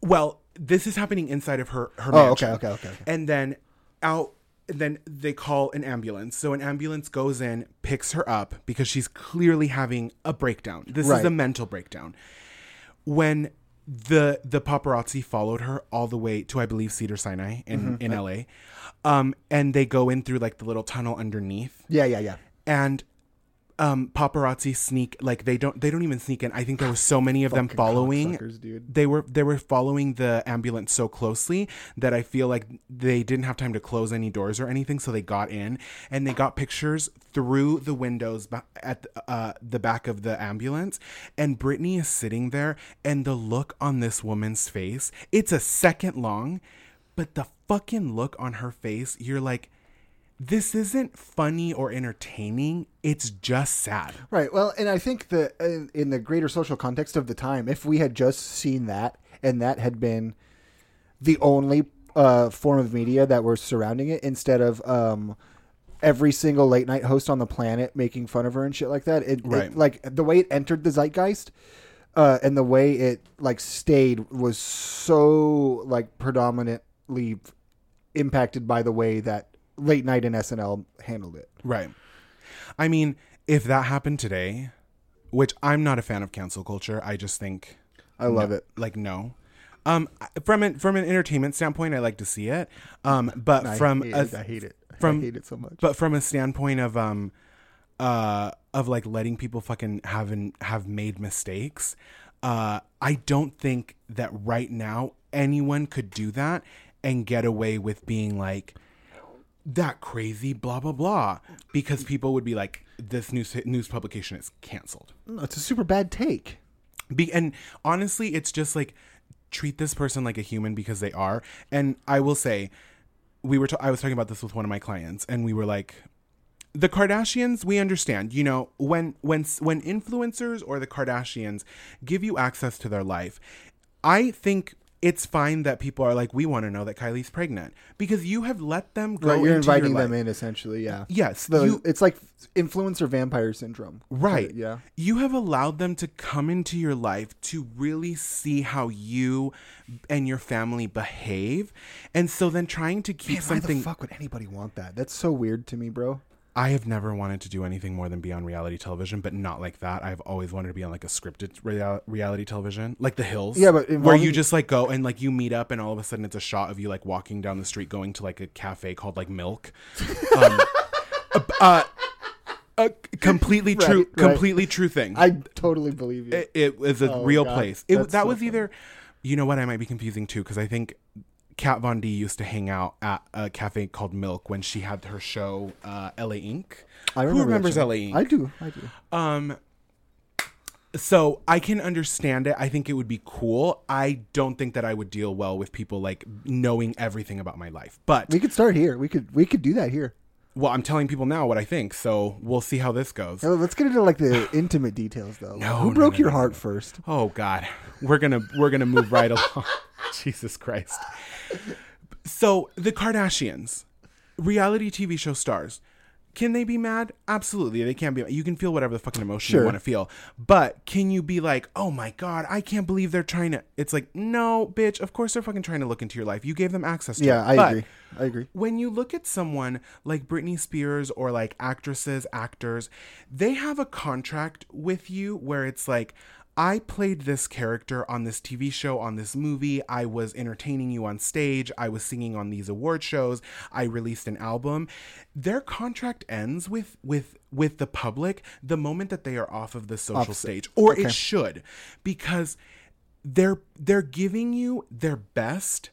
well this is happening inside of her her Oh, mansion. okay, okay, okay, okay. and then out and then they call an ambulance so an ambulance goes in picks her up because she's clearly having a breakdown this Right. is a mental breakdown when the the paparazzi followed her all the way to I believe Cedar Sinai Mm-hmm. in in LA um and they go in through like the little tunnel underneath Yeah, yeah, yeah. and um paparazzi sneak like they don't they don't even sneak in i think there were so many of them following cocksuckers, dude. they were they were following the ambulance so closely that i feel like they didn't have time to close any doors or anything so they got in and they got pictures through the windows ba- at uh, the back of the ambulance and brittany is sitting there and the look on this woman's face it's a second long but the fucking look on her face you're like this isn't funny or entertaining. It's just sad. Right. Well, and I think the in, in the greater social context of the time, if we had just seen that and that had been the only uh, form of media that were surrounding it, instead of um, every single late night host on the planet making fun of her and shit like that, it, it- Right. like the way it entered the zeitgeist. Uh, and the way it like stayed was so like predominantly impacted by the way that late night and SNL handled it. Right. I mean, if that happened today, which I'm not a fan of cancel culture, I just think I love it. like no. Um, from an from an entertainment standpoint, I like to see it. Um, but from hate a, it. I hate it. from- I hate it so much. but from a standpoint of um, uh, of like letting people fucking have and have made mistakes, uh, I don't think that right now anyone could do that and get away with being like that crazy blah blah blah because people would be like this news news publication is canceled No, It's a super bad take. be, and honestly it's just like treat this person like a human because they are and i will say we were ta- i was talking about this with one of my clients and we were like the kardashians we understand you know when when when influencers or the kardashians give you access to their life i think it's fine that people are like we want to know that kylie's pregnant because you have let them go Right, you're into your inviting life. them in essentially. Yeah. yes The- you, it's like influencer vampire syndrome. Right. Yeah. You have allowed them to come into your life to really see how you and your family behave. And so then trying to keep Man, Why something the fuck would anybody want that? Mm. That's so weird to me, bro. I have never wanted to do anything more than be on reality television, but not like that. I've always wanted to be on like a scripted real- reality television, like The Hills. Yeah, but where involving- you just like go and like you meet up and all of a sudden it's a shot of you like walking down the street going to like a cafe called like Milk. Um, uh, uh, uh, completely true, Right, right. completely true thing. I totally believe you. it, it was a Oh, real God. place. It, That's that so was funny. either, you know what, I might be confusing too, because I think Kat Von D used to hang out at a cafe called Milk when she had her show uh, LA Inc. I Who remember that remembers LA channel. I Inc? do. I do. um, so I can understand it. I think it would be cool. I don't think that I would deal well with people like knowing everything about my life. But We could start here. We could we could do that here. well, I'm telling people now what I think, so we'll see how this goes. Now, let's get into like the intimate details though. No, Who no, broke no, your no, heart first? Oh God, we're gonna we're gonna move right along. Jesus Christ. So the Kardashians, reality TV show stars, can they be mad? Absolutely, they can be. You can feel whatever the fucking emotion Sure. you want to feel, but can you be like, oh my God, I can't believe they're trying to? It's like, no, bitch. Of course they're fucking trying to look into your life. You gave them access. to Yeah, it. I But agree. I agree. when you look at someone like Britney Spears or like actresses, actors, they have a contract with you where it's like, I played this character on this TV show, on this movie. I was entertaining you on stage. I was singing on these award shows. I released an album. Their contract ends with with with the public the moment that they are off of the social stage, or it should, because they're they're giving you their best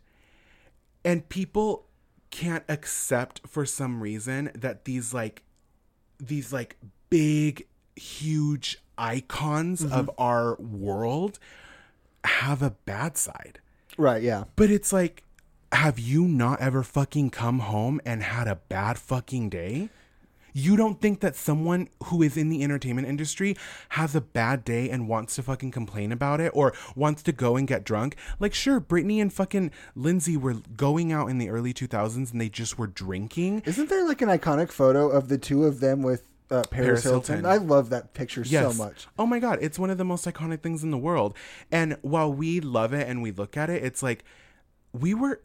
and people can't accept for some reason that these like these like big huge icons of our world have a bad side Right, yeah. but it's like have you not ever fucking come home and had a bad fucking day you don't think that someone who is in the entertainment industry has a bad day and wants to fucking complain about it or wants to go and get drunk? Like, sure, Britney and fucking Lindsay were going out in the early 2000s and they just were drinking. Isn't there like an iconic photo of the two of them with uh, Paris, Paris Hilton? Hilton. I love that picture so Yes. much. Oh my God. It's one of the most iconic things in the world. And while we love it and we look at it, it's like we were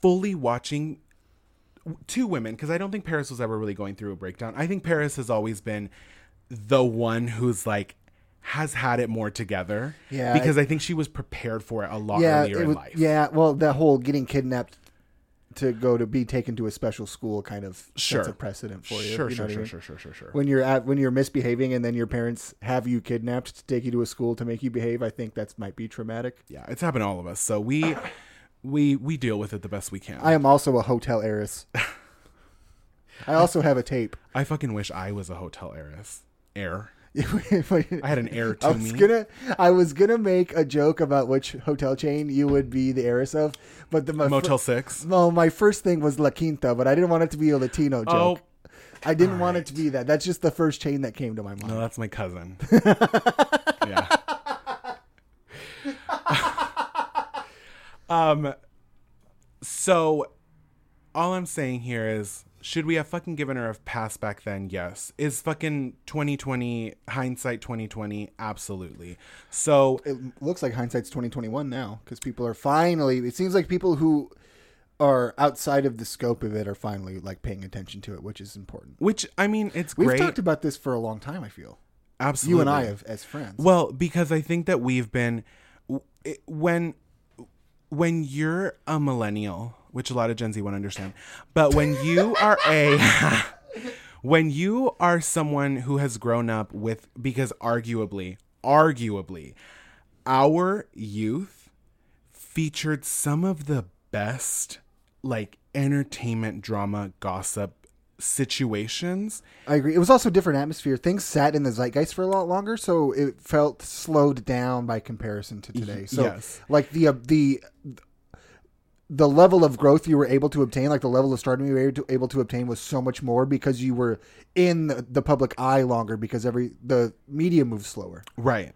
fully watching two women because I don't think Paris was ever really going through a breakdown. I think Paris has always been the one who's like, has had it more together. Yeah, Because I, think she was prepared for it a lot Yeah, earlier it in was, life. yeah. Well, that whole getting kidnapped to go to be taken to a special school kind of Sure. sets a precedent for you. Sure, you know sure, what I sure, mean? sure, sure, sure, sure. When you're at when you're misbehaving and then your parents have you kidnapped to take you to a school to make you behave, I think that's might be traumatic. Yeah, it's happened to all of us. So we we we deal with it the best we can. I am also a hotel heiress. I also have a tape. I fucking wish I was a hotel heiress. Heir. I I had an heir to was me. gonna, I was gonna make a joke about which hotel chain you would be the heiress of, but the my fir- Motel Six. Well, my first thing was La Quinta, but I didn't want it to be a Latino Oh. joke. I didn't want it to be that. That's just the first chain that came to my mind. No, that's my cousin. yeah. um. So, all I'm saying here is, should we have fucking given her a pass back then? Yes. Is fucking 2020 hindsight 2020? Absolutely. So It looks like hindsight's twenty twenty one now because people are finally. It seems like people who are outside of the scope of it are finally like paying attention to it, which is important. Which I mean, it's We've great. talked about this for a long time. I feel Absolutely, you and I have as friends. Well, because I think that we've been w- it- when when you're a millennial, which a lot of Gen Z won't understand, but when you are a when you are someone who has grown up with because arguably, arguably, our youth featured some of the best like entertainment, drama, gossip situations. I agree. It was also a different atmosphere. Things sat in the zeitgeist for a lot longer, so it felt slowed down by comparison to today. So, yes. like the uh, the the level of growth you were able to obtain, like the level of stardom you were able to, able to obtain, was so much more because you were in the, the public eye longer because every the media moves slower. Right.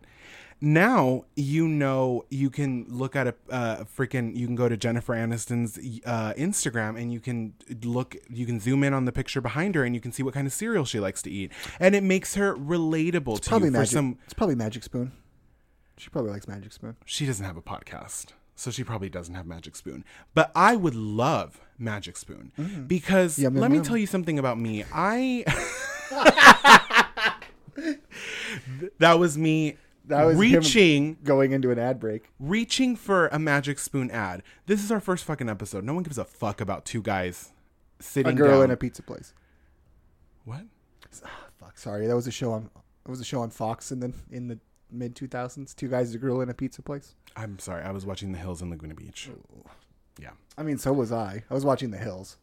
Now you know you can look at a uh, freaking. You can go to Jennifer Aniston's uh, Instagram and you can look. You can zoom in on the picture behind her and you can see what kind of cereal she likes to eat, and it makes her relatable to Probably you magic. for some. It's probably Magic Spoon. She probably likes Magic Spoon. She doesn't have a podcast, so she probably doesn't have Magic Spoon. But I would love Magic Spoon Mm-hmm. because Yum, yum, let me yum. tell you something about me. I that was me That was him- reaching Going into an ad break. reaching for a magic spoon ad. This is our first fucking episode. No one gives a fuck about two guys sitting A girl down. in a pizza place. what? Ah, Fuck, sorry. That was a show on. That was a show on Fox, and then in the mid two thousands, two guys, a girl in a pizza place. I'm sorry. I was watching The Hills in Laguna Beach. Yeah. I mean, so was I. I was watching The Hills.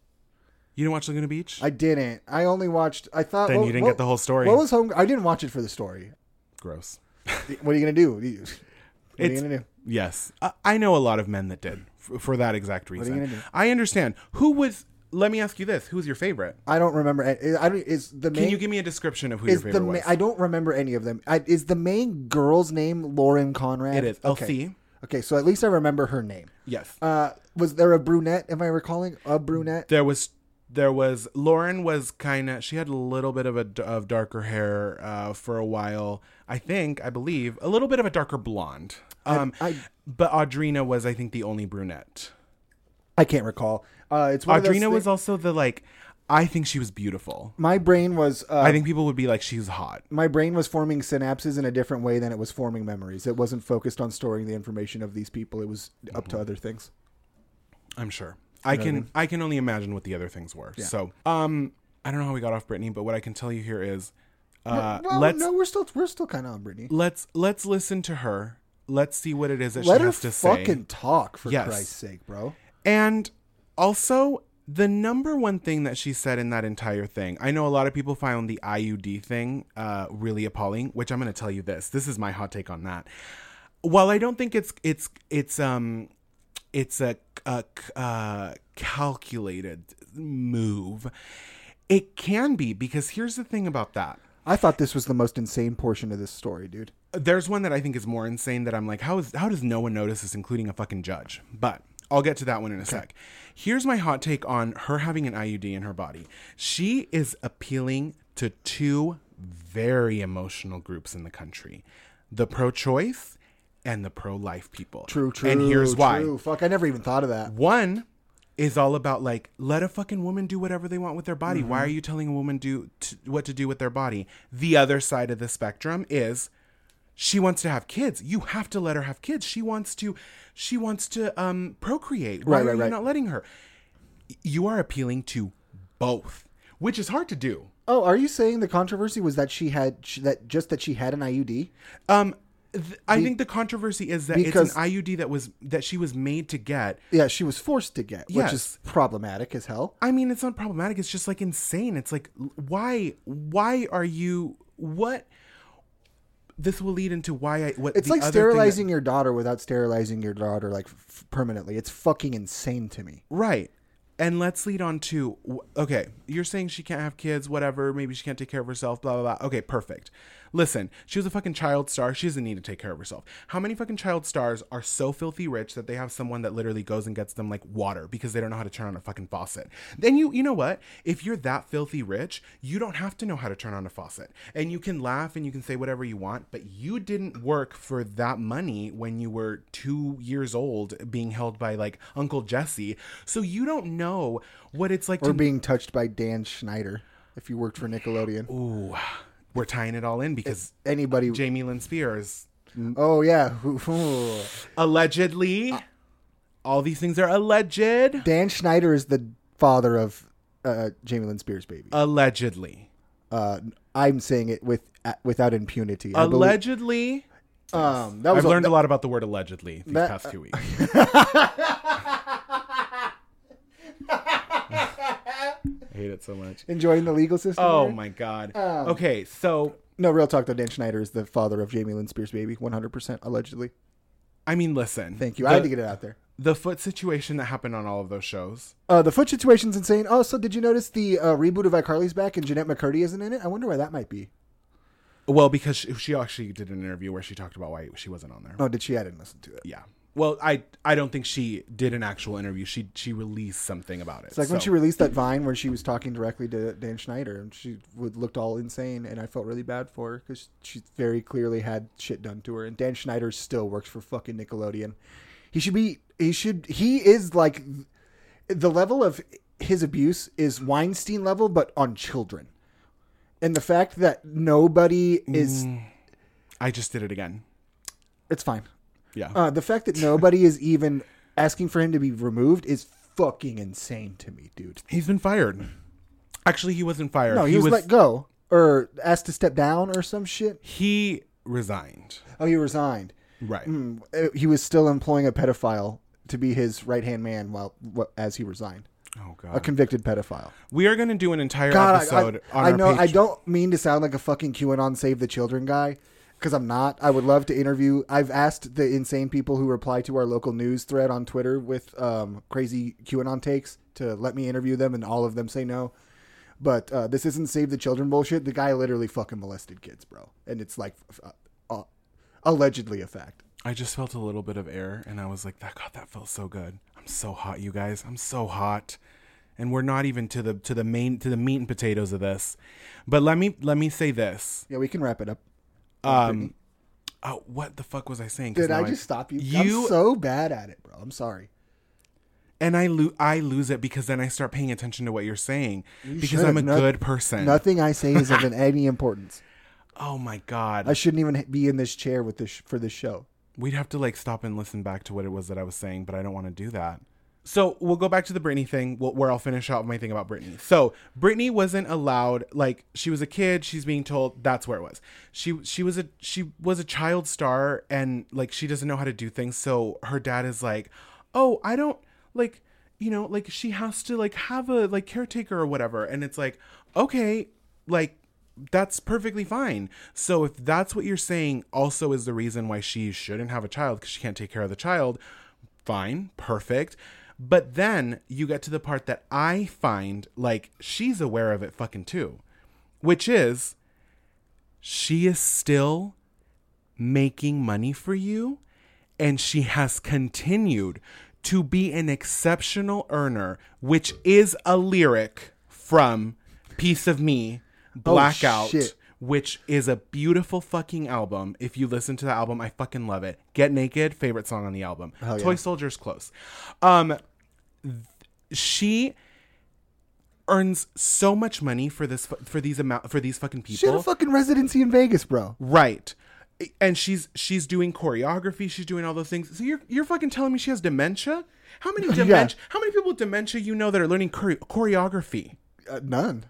You didn't watch Laguna Beach? I didn't. I only watched. I thought. then what- you didn't what- get the whole story. What was home? I didn't watch it for the story. Gross. What are you gonna do? What are you, what are you It's- gonna do? Yes. I, I know a lot of men that did f- for that exact reason. gonna do? I understand. Who was. Let me ask you this. Who was your favorite? I don't remember. a- I don't. Is the main? Can you give me a description of who your is the favorite ma- was? I don't remember any of them. I, is the main girl's name Lauren Conrad? It is. Okay. LC. Okay, so at least I remember her name. yes. Uh, was there a brunette? Am I recalling a brunette? there was there was Lauren was kind of she had a little bit of a d- of darker hair uh, for a while. I think I believe a little bit of a darker blonde. Um, I- but Audrina was I think the only brunette. I can't recall. Uh, it's one of those Audrina was thi- also the like I think she was beautiful. my brain was. Uh, I think people would be like she's hot. my brain was forming synapses in a different way than it was forming memories. It wasn't focused on storing the information of these people. It was up Mm-hmm. to other things. I'm sure. I can I, can only imagine what the other things were. So um I don't know how we got off Brittany, but what I can tell you here is uh well, let's no, we're still we're still kind of on Brittany. let's let's listen to her. Let's see what it is that Let she her has to say. fucking talk for Yes. Christ's sake, bro. And also, the number one thing that she said in that entire thing, I know a lot of people found the IUD thing uh, really appalling, which I'm going to tell you this. This is my hot take on that. While I don't think it's it's it's um it's a, a uh, calculated move, it can be because here's the thing about that. I thought this was the most insane portion of this story, dude. There's one that I think is more insane that I'm like, how is how does no one notice this, including a fucking judge? But I'll get to that one in a sec. Here's my hot take on her having an IUD in her body. She is appealing to two very emotional groups in the country. The pro-choice and the pro-life people. True, true. And here's why. True. Fuck, I never even thought of that. One is all about like let a fucking woman do whatever they want with their body. Mm-hmm. Why are you telling a woman do t- what to do with their body? The other side of the spectrum is she wants to have kids. You have to let her have kids. She wants to she wants to um procreate. Why Right, right, are you right. not letting her? You are appealing to both, which is hard to do. Oh, are you saying the controversy was that she had sh that just that she had an IUD? Um th- I think the controversy is that it's an because- IUD that was that she was made to get Yeah, she was forced to get, which Yes. is problematic as hell. I mean, it's not problematic. It's just like insane. It's like, l- why? Why are you? What? This will lead into why I. What? It's the like other thing that- sterilizing your daughter without sterilizing your daughter like f- permanently. It's fucking insane to me. right. And let's lead on to wh- okay. You're saying she can't have kids, whatever. Maybe she can't take care of herself. Blah blah blah. Okay, perfect. Listen, she was a fucking child star. She doesn't need to take care of herself. How many fucking child stars are so filthy rich that they have someone that literally goes and gets them like water because they don't know how to turn on a fucking faucet? Then you you know what? If you're that filthy rich, you don't have to know how to turn on a faucet. And you can laugh and you can say whatever you want, but you didn't work for that money when you were 2 years old being held by like Uncle Jesse. So you don't know what it's like Or to being touched by Dan Schneider if you worked for Nickelodeon. Ooh, we're tying it all in because Anybody? Jamie Lynn Spears Oh yeah, who- who- allegedly all these things are alleged. Dan Schneider is the father of uh, Jamie Lynn Spears' baby. Allegedly. Uh, I'm saying it with uh, without impunity. I believe- Allegedly. um, that uh, was I've learned a lot about the word allegedly these that- past two weeks. it so much. Enjoying the legal system. Oh there? my god. Um, okay, so No, real talk though. Dan Schneider is the father of Jamie Lynn Spears' baby, 100% allegedly. I mean, listen. Thank you. The, I had to get it out there. the foot situation that happened on all of those shows. Uh, the foot situation's insane. Also, did you notice the uh, reboot of iCarly's back and Jeanette McCurdy isn't in it? I wonder why that might be. Well, because she, she actually did an interview where she talked about why she wasn't on there. Oh, did she? I didn't listen to it. Yeah. Well, I I don't think she did an actual interview. She she released something about it. It's like when so- she released that Vine where she was talking directly to Dan Schneider, and she would, looked all insane, and I felt really bad for her because she very clearly had shit done to her. And Dan Schneider still works for fucking Nickelodeon. He should be. He should. He is like the level of his abuse is Weinstein level, but on children. And the fact that nobody is. I just did it again. It's fine. Yeah. Uh, the fact that nobody is even asking for him to be removed is fucking insane to me, dude. He's been fired. Actually, he wasn't fired. No, he, was, let go or asked to step down or some shit. he resigned. Oh, he resigned. Right. Mm, uh, He was still employing a pedophile to be his right hand man while wh- as he resigned. Oh god. A convicted pedophile. We are going to do an entire Uh, God, I- episode I, on I our know. I Patreon. don't mean to sound like a fucking QAnon save the children guy because I'm not. I would love to interview. I've asked the insane people who reply to our local news thread on Twitter with um, crazy QAnon takes to let me interview them, and all of them say no. But uh, this isn't save the children bullshit. The guy literally fucking molested kids, bro, and it's like uh, uh, allegedly a fact. I just felt a little bit of air and I was like, that God, that felt so good. I'm so hot, you guys. I'm so hot. And we're not even to the to the main to the meat and potatoes of this. But let me let me say this. Yeah, we can wrap it up. Um Oh, what the fuck was I saying? 'Cause Did I now just stop you? You I'm so bad at it, bro. I'm sorry. and I lose I lose it because then I start paying attention to what you're saying because should've. I'm a Noth- good person. Nothing I say is of any importance. oh my god, I shouldn't even be in this chair with this for this show. we'd have to like stop and listen back to what it was that I was saying, but I don't want to do that. So we'll go back to the Britney thing, wh- where I'll finish out my thing about Britney. So Britney wasn't allowed, like she was a kid. She's being told that's where it was. She she was a she was a child star, and like she doesn't know how to do things. So her dad is like, oh, I don't like you know like she has to like have a like caretaker or whatever. And it's like okay, like that's perfectly fine. So if that's what you're saying also is the reason why she shouldn't have a child because she can't take care of the child, fine, perfect. But then you get to the part that I find like she's aware of it fucking too, which is she is still making money for you and she has continued to be an exceptional earner, which is a lyric from Piece of Me Blackout shit. which is a beautiful fucking album. If you listen to the album, I fucking love it. Get Naked, favorite song on the album. Toy Soldier's close. Um th- she earns so much money for this fu- for these amount for these fucking people. She had a fucking residency in Vegas, bro. Right. And she's she's doing choreography, she's doing all those things. So you're you're fucking telling me she has dementia? How many dementia how many people with dementia you know that are learning chore- choreography? Uh, none.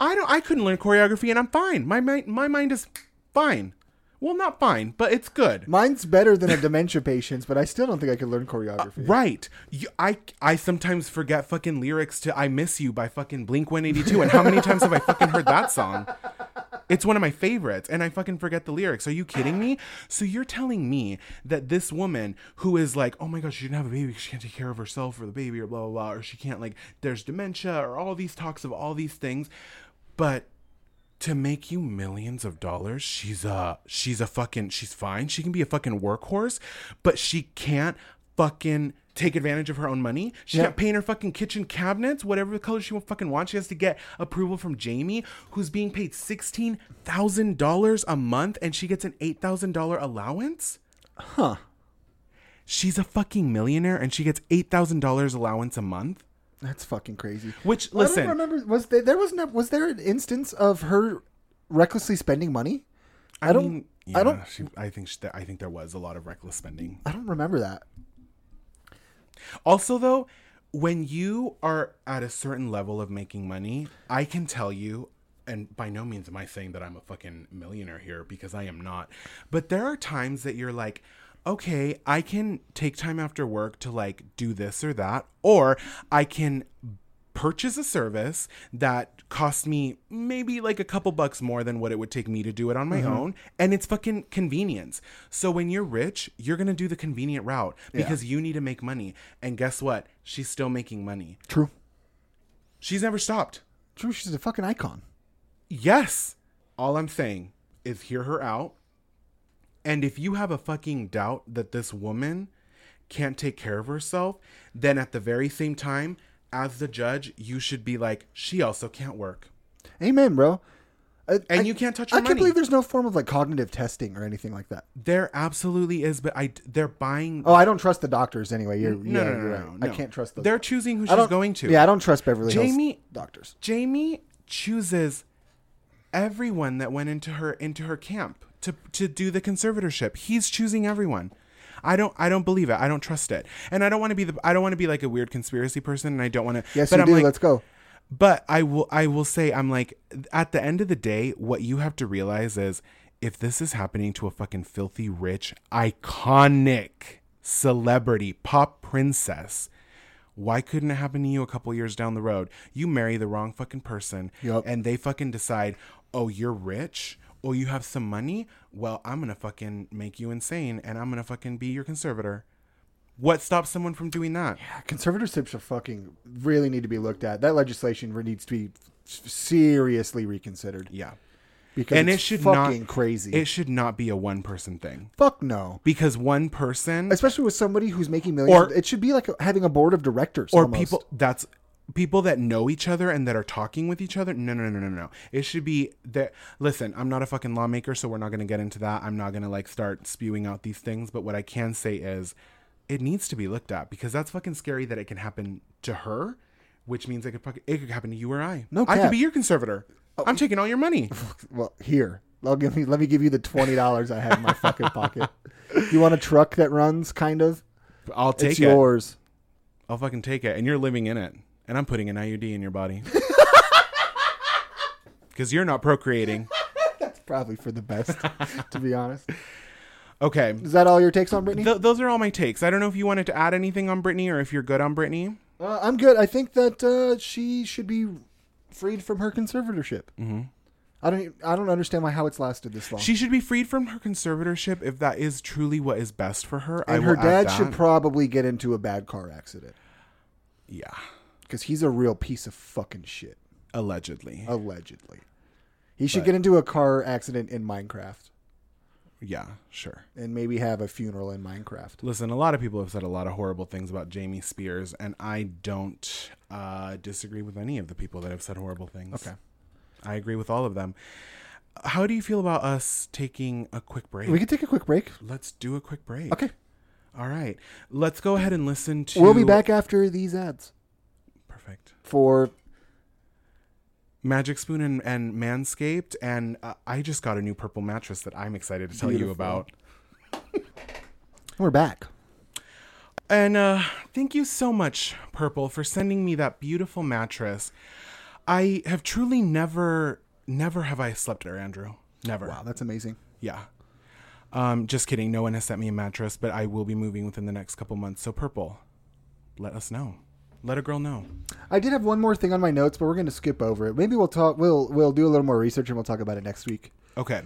I don't I couldn't learn choreography and I'm fine. My mind my mind is fine. Well, not fine, but it's good. Mine's better than a dementia patient's, but I still don't think I could learn choreography. Right. You, I I sometimes forget fucking lyrics to I Miss You by fucking Blink 182 and how many times have I fucking heard that song? It's one of my favorites and I fucking forget the lyrics. Are you kidding me? So you're telling me that this woman who is like, "Oh my gosh, she didn't have a baby, 'cause she can't take care of herself or the baby or blah blah blah or she can't like there's dementia or all these talks of all these things." But to make you millions of dollars she's a she's a fucking she's fine she can be a fucking workhorse but she can't fucking take advantage of her own money she can't paint her fucking kitchen cabinets whatever color she wa- fucking wants she has to get approval from jamie who's being paid $16000 a month and she gets an $8000 allowance she's a fucking millionaire and she gets $8000 allowance a month That's fucking crazy. which I listen don't remember. Was there, there was no, was there an instance of her recklessly spending money? I don't- I don't- she, i think she, i think there was a lot of reckless spending I don't remember that. Also, though, when you are at a certain level of making money, I can tell you, and by no means am I saying that I'm a fucking millionaire here because I am not, but there are times that you're like, okay, I can take time after work to like do this or that, or I can purchase a service that cost me maybe like a couple bucks more than what it would take me to do it on my own. And it's fucking convenience. So when you're rich, you're going to do the convenient route because you need to make money. And guess what? She's still making money. True. She's never stopped. True. She's a fucking icon. Yes. All I'm saying is hear her out. And if you have a fucking doubt that this woman can't take care of herself, then at the very same time, as the judge, you should be like, she also can't work. Amen, bro. I, I- And you can't touch I her can't money. believe there's no form of like cognitive testing or anything like that. there absolutely is, but I they're buying. Oh, I don't trust the doctors anyway. You're, no, yeah, no, no, you're no, right. no. I can't trust those. They're choosing who I she's don't- going to. Yeah, I don't trust Beverly Hills Jamie- doctors. Jamie chooses everyone that went into her into her camp to to do the conservatorship. He's choosing everyone. I don't I don't believe it. I don't trust it. And I don't want to be the I don't want to be like a weird conspiracy person and I don't want to Yes, but you I'm do. like Let's go. but I will I will say I'm like at the end of the day what you have to realize is if this is happening to a fucking filthy rich iconic celebrity pop princess why couldn't it happen to you a couple years down the road you marry the wrong fucking person Yup. and they fucking decide oh you're rich or you have some money well I'm going to fucking make you insane and I'm going to fucking be your conservator what stops someone from doing that "Ah, Conservatorships are fucking really need to be looked at. That legislation re- needs to be s- seriously reconsidered yeah because and it's it should fucking not crazy. It should not be a one person thing Fuck no. because one person Especially with somebody who's making millions, Or- it should be like having a board of directors. or almost. people that's people that know each other and that are talking with each other. No, no, no, no, no. It should be that. Listen, I'm not a fucking lawmaker, so we're not going to get into that. I'm not going to like start spewing out these things. But what I can say is, it needs to be looked at because that's fucking scary that it can happen to her, which means it could fucking, it could happen to you or I. No I cap. Oh. could be your conservator. I'm taking all your money. Well, here, I'll give me. Let me give you the twenty dollars I have in my fucking pocket. You want a truck that runs? Kind of. I'll take it's it. yours. I'll fucking take it. And you're living in it. And I'm putting an IUD in your body. Because you're not procreating. That's probably for the best, to be honest. Okay. Is that all your takes on Brittany? Th- those are all my takes. I don't know if you wanted to add anything on Brittany or if you're good on Brittany. Uh, I'm good. I think that uh, she should be freed from her conservatorship. Mm-hmm. I don't. I don't understand why how it's lasted this long. She should be freed from her conservatorship if that is truly what is best for her. I and her will add dad should that. probably get into a bad car accident yeah. because he's a real piece of fucking shit. Allegedly. Uh, Allegedly, he should get into a car accident in Minecraft yeah, sure. and maybe have a funeral in Minecraft. Listen, a lot of people have said a lot of horrible things about Jamie Spears, and I don't uh, disagree with any of the people that have said horrible things. Okay. I agree with all of them. How do you feel about us taking a quick break? We can take a quick break. Let's do a quick break. Okay. All right. Let's go ahead and listen to. We'll be back after these ads Perfect. for Magic Spoon and, and Manscaped, and uh, I just got a new purple mattress that I'm excited to tell you Beautiful. about. we're back. And uh, thank you so much, Purple, for sending me that beautiful mattress. I have truly never, never have I slept there, Andrew. Never. Wow, that's amazing. Yeah. Um, just kidding. No one has sent me a mattress, but I will be moving within the next couple months. So, Purple, let us know. Let a girl know. I did have one more thing on my notes, but we're going to skip over it. Maybe we'll talk. We'll we'll do a little more research and we'll talk about it next week. Okay.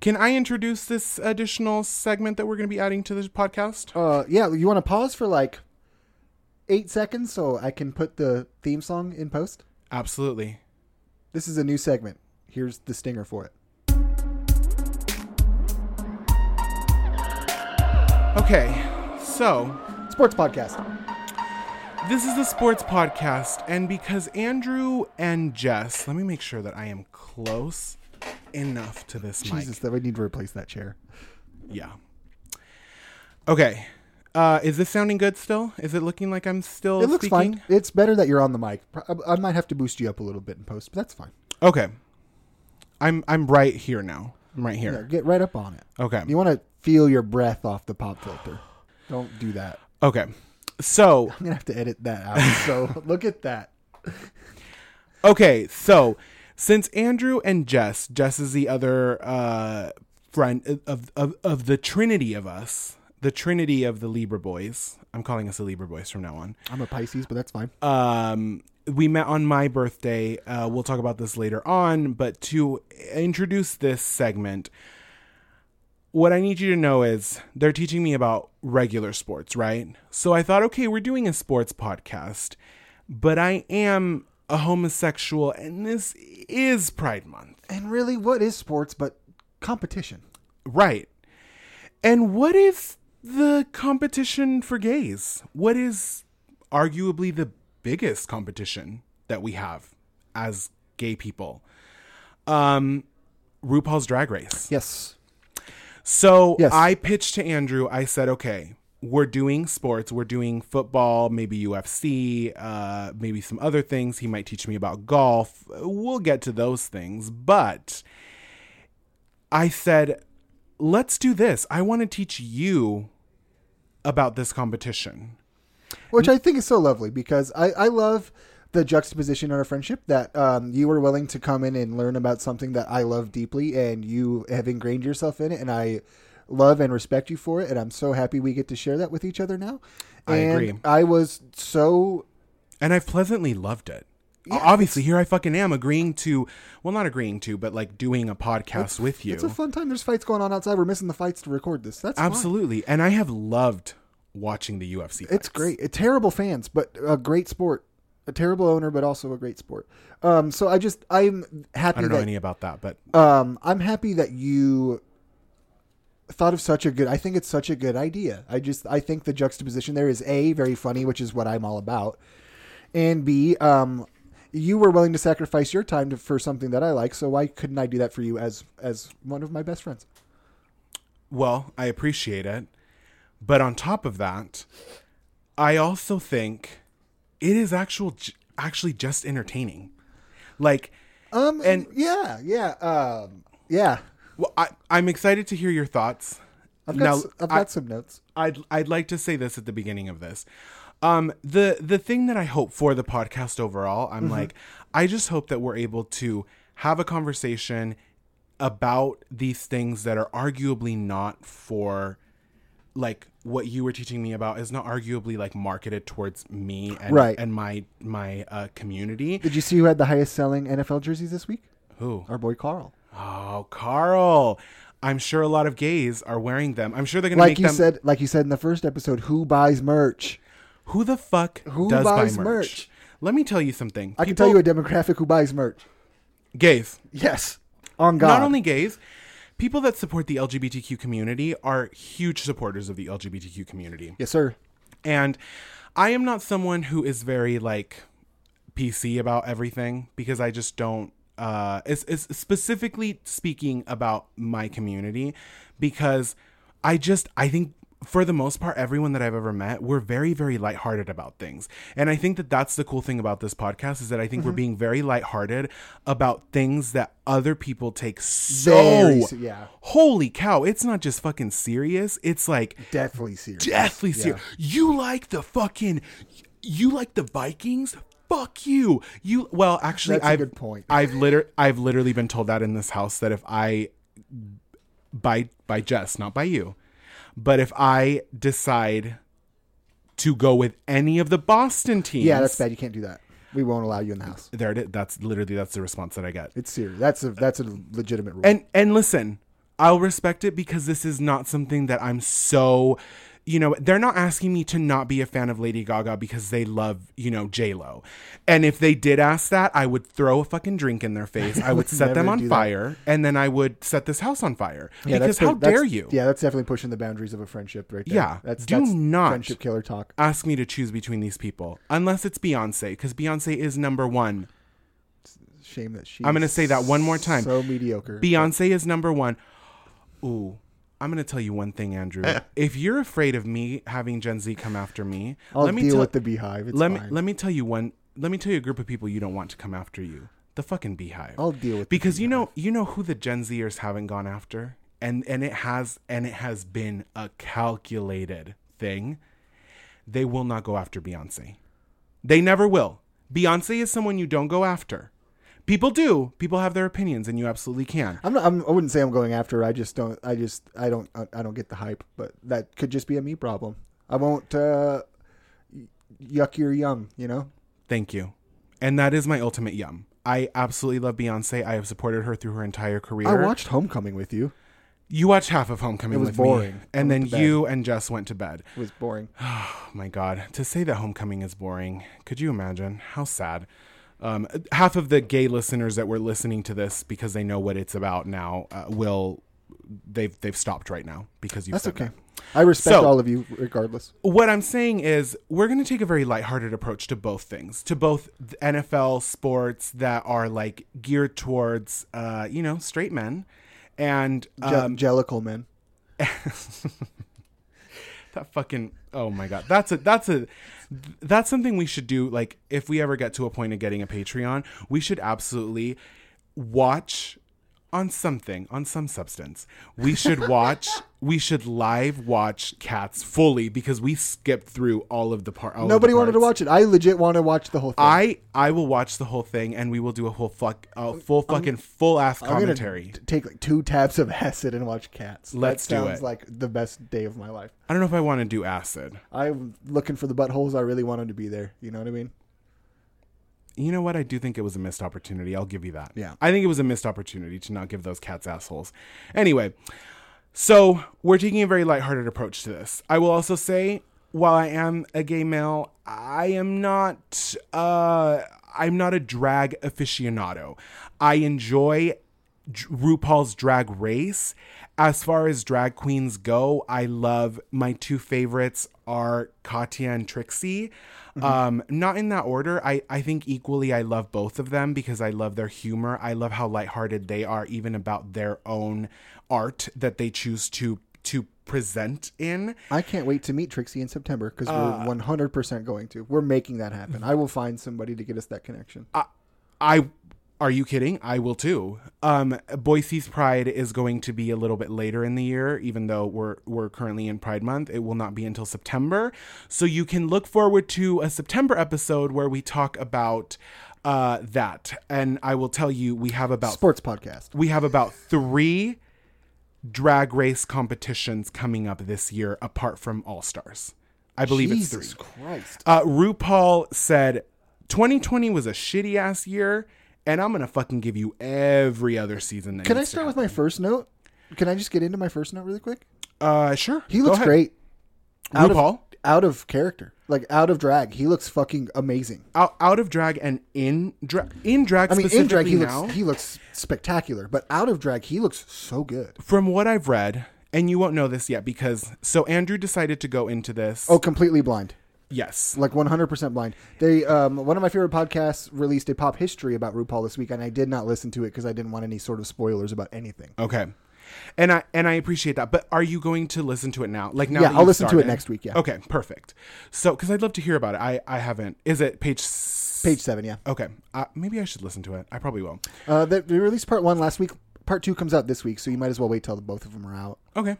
Can I introduce this additional segment that we're going to be adding to this podcast? Uh, yeah, you want to pause for like eight seconds so I can put the theme song in post. Absolutely. This is a new segment. Here's the stinger for it. Okay. So, Sports podcast. This is the sports podcast, and because Andrew and Jess, let me make sure that I am close enough to this Jesus, that we need to replace that chair. mic. Yeah. Okay. Uh, is this sounding good still? Is it looking like I'm still It looks speaking? fine. It's better that you're on the mic. Pro- I might have to boost you up a little bit in post, but that's fine. Okay. I'm I'm right here now. I'm right Yeah, here. get right up on it. Okay. You want to feel your breath off the pop filter. Don't do that. Okay. So I'm gonna have to edit that out. So look at that. Okay, so since Andrew and Jess, Jess is the other uh, friend of, of of the Trinity of us, the Trinity of the Libra boys. I'm calling us the Libra boys from now on. Uh, I'm a Pisces, but that's fine. Um, we met on my birthday. Uh, we'll talk about this later on, but to introduce this segment, what I need you to know is they're teaching me about regular sports, right? So I thought, okay, we're doing a sports podcast, but I am a homosexual, and this is Pride Month. And really, what is sports but competition? Right. And what is the competition for gays? What is arguably the biggest competition that we have as gay people? Um, RuPaul's Drag Race. Yes. So Yes. I pitched to Andrew. I said, okay, we're doing sports. We're doing football, maybe UFC, uh, maybe some other things. He might teach me about golf. We'll get to those things. But I said, let's do this. I want to teach you about this competition. Which I think is so lovely because I, I love the juxtaposition in our friendship that um, you were willing to come in and learn about something that I love deeply and you have ingrained yourself in it. And I love and respect you for it. And I'm so happy we get to share that with each other now. I and agree. I was so And I've pleasantly loved it. Obviously, here I fucking am agreeing to, well, not agreeing to, but like doing a podcast with you. It's a fun time. There's fights going on outside. We're missing the fights to record this. That's fine. Absolutely. And I have loved watching the UFC. It's great. Uh, terrible fans, but a great sport. A terrible owner, but also a great sport. Um, so I just I'm happy I don't know that any about that, but um, I'm happy that you thought of such a good. I think it's such a good idea. I just I think the juxtaposition there is a very funny, which is what I'm all about, and b um, you were willing to sacrifice your time to, for something that I like. So why couldn't I do that for you as as one of my best friends? well, I appreciate it. But on top of that, I also think it is actual actually just entertaining. Like, Um, And- yeah, yeah, um, yeah. well, I, I'm excited to hear your thoughts. I've got, now, s- I've I- got some notes. I'd I'd like to say this at the beginning of this. Um, the the thing that I hope for the podcast overall, I'm Mm-hmm. like, I just hope that we're able to have a conversation about these things that are arguably not for like what you were teaching me about is not arguably like marketed towards me and Right. and my my uh, community. Did you see who had the highest selling NFL jerseys this week? Who? Our boy Carl. Oh, Carl. I'm sure a lot of gays are wearing them. I'm sure they're gonna Like make you them. said, like you said in the first episode, who buys merch? Who the fuck Who does buys buy merch? merch? Let me tell you something. I can tell you a demographic who buys merch. gays. Yes, on God. Not only gays, people that support the LGBTQ community are huge supporters of the LGBTQ community. yes, sir. And I am not someone who is very like PC about everything because I just don't uh is is specifically speaking about my community because I just I think for the most part everyone that I've ever met we're very very lighthearted about things. And I think that that's the cool thing about this podcast is that I think Mm-hmm. we're being very lighthearted about things that other people take so Very se- yeah. Holy cow, it's not just fucking serious. It's like Deathly serious. deathly serious. You like the fucking, you like the Vikings? Fuck you. You well, actually, That's a I've good point. I've liter- I've literally been told that in this house that if I, by by Jess, not by you, but if I decide to go with any of the Boston teams, Yeah, that's bad. You can't do that. We won't allow you in the house. There it is. That's literally that's the response that I get. It's serious. That's a that's a legitimate rule. And and listen, I'll respect it because this is not something that I'm so you know, they're not asking me to not be a fan of Lady Gaga because they love, you know, J Lo. And if they did ask that, I would throw a fucking drink in their face. I would set them never on do that. fire, and then I would set this house on fire. Yeah, because that's the- how that's- dare you Yeah, that's definitely pushing the boundaries of a friendship, right there. Yeah, that's do that's not- friendship killer talk. ask me to choose between these people? Unless it's Beyonce, because Beyonce is number one. Shame that she. I'm gonna say that one more time. So mediocre. Beyonce is number one. Ooh, I'm gonna tell you one thing, Andrew. if you're afraid of me having Gen Z come after me, I'll let me deal tell, with the beehive. It's let fine. me let me tell you one. Let me tell you a group of people you don't want to come after you. The fucking beehive. I'll deal with the because you know you know who the Gen Zers haven't gone after, and and it has and it has been a calculated thing. They will not go after Beyonce. They never will. Beyonce is someone you don't go after. People do. People have their opinions, and you absolutely can. I'm not, I'm, I wouldn't say I'm going after. her. I just don't. I just. I don't. I, I don't get the hype. But that could just be a me problem. I won't uh, yuck your yum. You know. Thank you. And that is my ultimate yum. I absolutely love Beyonce. I have supported her through her entire career. I watched Homecoming with you. you watched half of Homecoming. It was with me, boring. and I went then to bed. you and Jess went to bed. It was boring. Oh my God. To say that homecoming is boring, could you imagine? How sad. Um, half of the gay listeners that were listening to this because they know what it's about now uh, will they've they've stopped right now because you That's said okay. that. I respect So- all of you regardless. What I'm saying is we're going to take a very lighthearted approach to both things, to both the NFL sports that are like geared towards uh, you know, straight men and uh, Je- Jellicle men. That fucking oh my god. That's a that's a that's something we should do. Like if we ever get to a point of getting a Patreon, we should absolutely watch on something, on some substance. We should watch we should live watch cats fully because we skipped through all of the part. all of the Nobody wanted to parts. watch it. I legit want to watch the whole thing. I I will watch the whole thing and we will do a whole fuck a full fucking full ass Um, I'm gonna commentary. t- take like two tabs of acid and watch cats. Let's that do sounds it. like the best day of my life. I don't know if I want to do acid. I'm looking for the buttholes. I really wanted to be there. You know what I mean? You know what? I do think it was a missed opportunity. I'll give you that. Yeah. I think it was a missed opportunity to not give those cats assholes. Anyway, so we're taking a very lighthearted approach to this. I will also say, while I am a gay male, I am not. Uh, I'm not a drag aficionado. I enjoy Dr- RuPaul's Drag Race. As far as drag queens go, I love my two favorites are Katya and Trixie. Um, not in that order. I, I think equally I love both of them because I love their humor. I love how lighthearted they are, even about their own art that they choose to to present in. I can't wait to meet Trixie in September because Uh, we're 100% going to. We're making that happen. I will find somebody to get us that connection. Uh, I are you kidding? I will too. Um, Boise's Pride is going to be a little bit later in the year, even though we're we're currently in Pride Month. It will not be until September, so you can look forward to a September episode where we talk about uh, that. And I will tell you, we have about Sports podcast. we have about three drag race competitions coming up this year, apart from All Stars. I believe it's Jesus three. Christ. Uh, RuPaul said 2020 was a shitty ass year, and I'm gonna fucking give you every other season. That Can I needs to start with my first note? Can I just get into my first note really quick? happen. Uh, sure. He Go looks ahead. great Out of- RuPaul out of character, like out of drag. He looks fucking amazing. out, out of drag and in drag in drag. I mean, in drag he now, looks he looks spectacular, but out of drag he looks so good. from what I've read, and you won't know this yet because so Andrew decided to go into this. Oh, completely blind. yes. like 100% blind. They um, one of my favorite podcasts released a pop history about RuPaul this week, and I did not listen to it because I didn't want any sort of spoilers about anything. Okay. And I and I appreciate that. But are you going to listen to it now? Like now? Yeah, that I'll you've listen to it started? next week, yeah. Okay. Perfect. So, because I'd love to hear about it. I I haven't. Is it page s- Page seven, yeah. Okay, uh, maybe I should listen to it. I probably will. Uh, they, they released part one last week. Part two comes out this week, so you might as well wait till the both of them are out. Okay,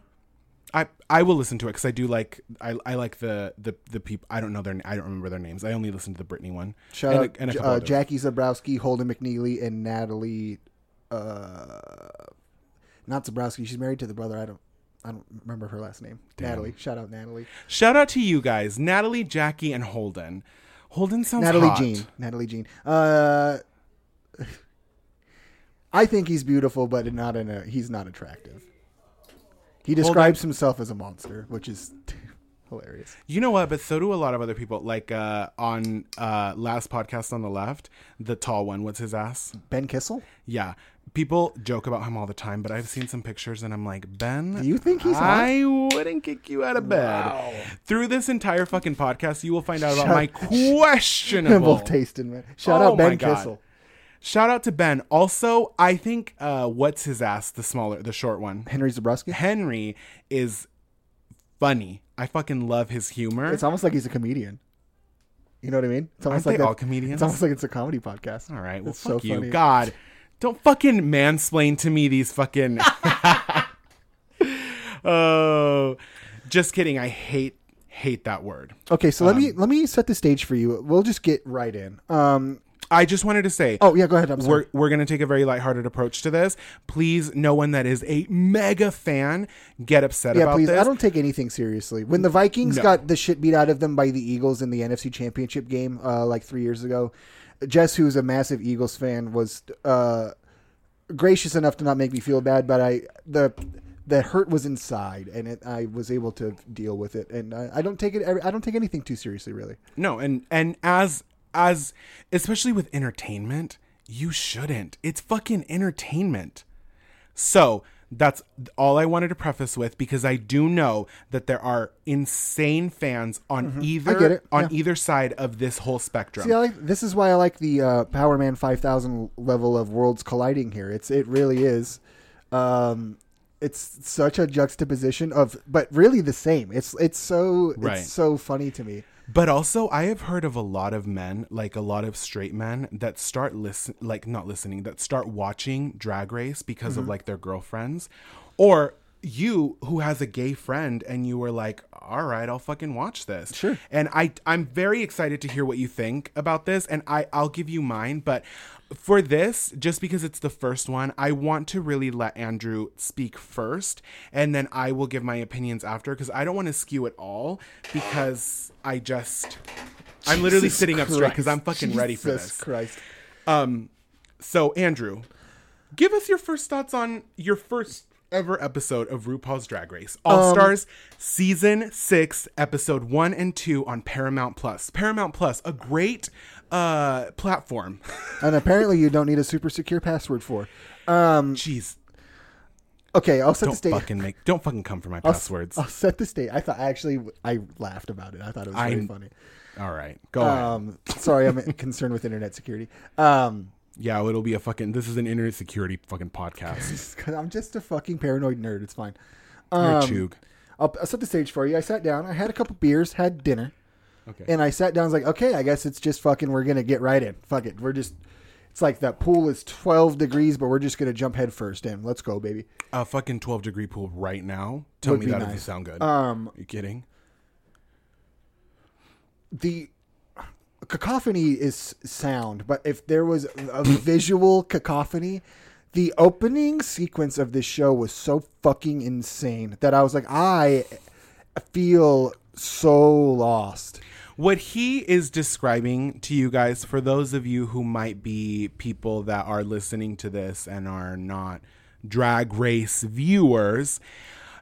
I I will listen to it because I do like I I like the the the people. I don't know their I don't remember their names. I only listened to the Britney one. Shout and out a, and a J- couple uh, others. Jackie Zabrowski, Holden McNeely, and Natalie. Uh, not Zabrowski. She's married to the brother. I don't. I don't remember her last name. Natalie. Shout out Natalie. Shout out to you guys, Natalie, Jackie, and Holden. Holden sounds Natalie hot. Jean. Natalie Jean. Uh, I think he's beautiful, but not in a. He's not attractive. He describes himself as a monster, which is hilarious. You know what? But so do a lot of other people. Like uh, on uh, last podcast on the left, the tall one. What's his ass? Ben Kissel. Yeah. People joke about him all the time, but I've seen some pictures and I'm like, Ben, Do you think he's hot? I wouldn't kick you out of bed. Through this entire fucking podcast, you will find out about Shut- my questionable Both tasting man. Shout Oh out Ben my God. Kissel. Shout out to Ben. Also, I think uh what's his ass, the smaller the short one. Henry Zabrowski. Henry is funny. I fucking love his humor. It's almost like he's a comedian. You know what I mean? It's almost Aren't they like a- all comedians? It's almost like it's a comedy podcast. All right. Well, It's so fuck you. funny. God, don't fucking mansplain to me these fucking. oh, just kidding. I hate hate that word. Okay, so let me let me set the stage for you. We'll just get right in. Um. I just wanted to say. Oh yeah, go ahead. I'm sorry. We're, we're going to take a very lighthearted approach to this. Please, no one that is a mega fan get upset Yeah, about please. this. I don't take anything seriously. When the Vikings got the shit beat out of them by the Eagles in the NFC Championship game, uh, like three years ago, Jess, who's a massive Eagles fan, was uh, gracious enough to not make me feel bad, but I the the hurt was inside, and it, I was able to deal with it. And I, I don't take it. I don't take anything too seriously, really. No, and and as as especially with entertainment, you shouldn't. It's fucking entertainment. So that's all I wanted to preface with because I do know that there are insane fans on Mm-hmm. get either it, on yeah. either side of this whole spectrum. See, I like this is why I like the uh, Power Man five thousand level of worlds colliding here. It's it really is. Um, it's such a juxtaposition of, but really the same. It's it's so Right. it's so funny to me. But also, I have heard of a lot of men, like a lot of straight men, that start listen, like not listening, that start watching Drag Race because of like their girlfriends, or you who has a gay friend and you were like, "All right, I'll fucking watch this." Sure. And I, I'm very excited to hear what you think about this, and I, I'll give you mine. But for this, just because it's the first one, I want to really let Andrew speak first, and then I will give my opinions after because I don't want to skew it all because I just I'm literally Jesus sitting up straight Christ. because I'm fucking ready for Jesus this. Christ. So Andrew, give us your first thoughts on your first ever episode of RuPaul's Drag Race All Um, Stars season 6 episode 1 and 2 on Paramount Plus. Paramount Plus, a great uh platform. And apparently, you don't need a super secure password for. Um, Jeez, okay, I'll set don't the stage. fucking make don't fucking come for my I'll s- passwords. I'll set the stage. I thought actually I laughed about it. I thought it was I- really funny. All right. Go on. Um, sorry, I'm concerned with internet security. Um, Yeah, well, it'll be a fucking this is an internet security fucking podcast. 'cause I'm just a fucking paranoid nerd. It's fine. You're Um, chug. I'll, I'll set the stage for you. I sat down. I had a couple beers, had dinner, Okay. and I sat down. I was like, okay, I guess it's just fucking. We're gonna get right in. Fuck it. We're just. It's like that pool is 12 degrees, but we're just gonna jump head first in. Let's go, baby. a fucking 12 degree pool right now. Tell Would me be that doesn't nice. sound good. Um, you kidding? the cacophony is sound, but if there was a visual cacophony, the opening sequence of this show was so fucking insane that I was like, I feel so lost. What he is describing to you guys, for those of you who might be people that are listening to this and are not drag race viewers,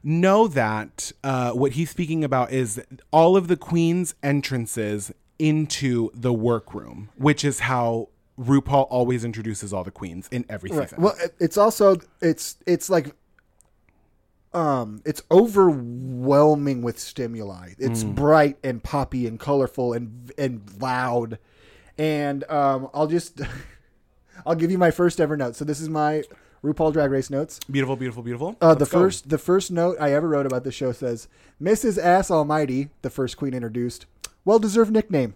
know that uh, what he's speaking about is all of the queen's entrances into the workroom, which is how RuPaul always introduces all the queens in every season. Well, it- it's also it's it's like um it's overwhelming with stimuli. It's Mm. bright and poppy and colorful and and loud. And um I'll just I'll give you my first ever note. So this is my RuPaul Drag Race notes. Beautiful, beautiful, beautiful. Uh, the Let's go. first the first note I ever wrote about this show says Mrs. Ass Almighty, the first queen introduced, well deserved nickname.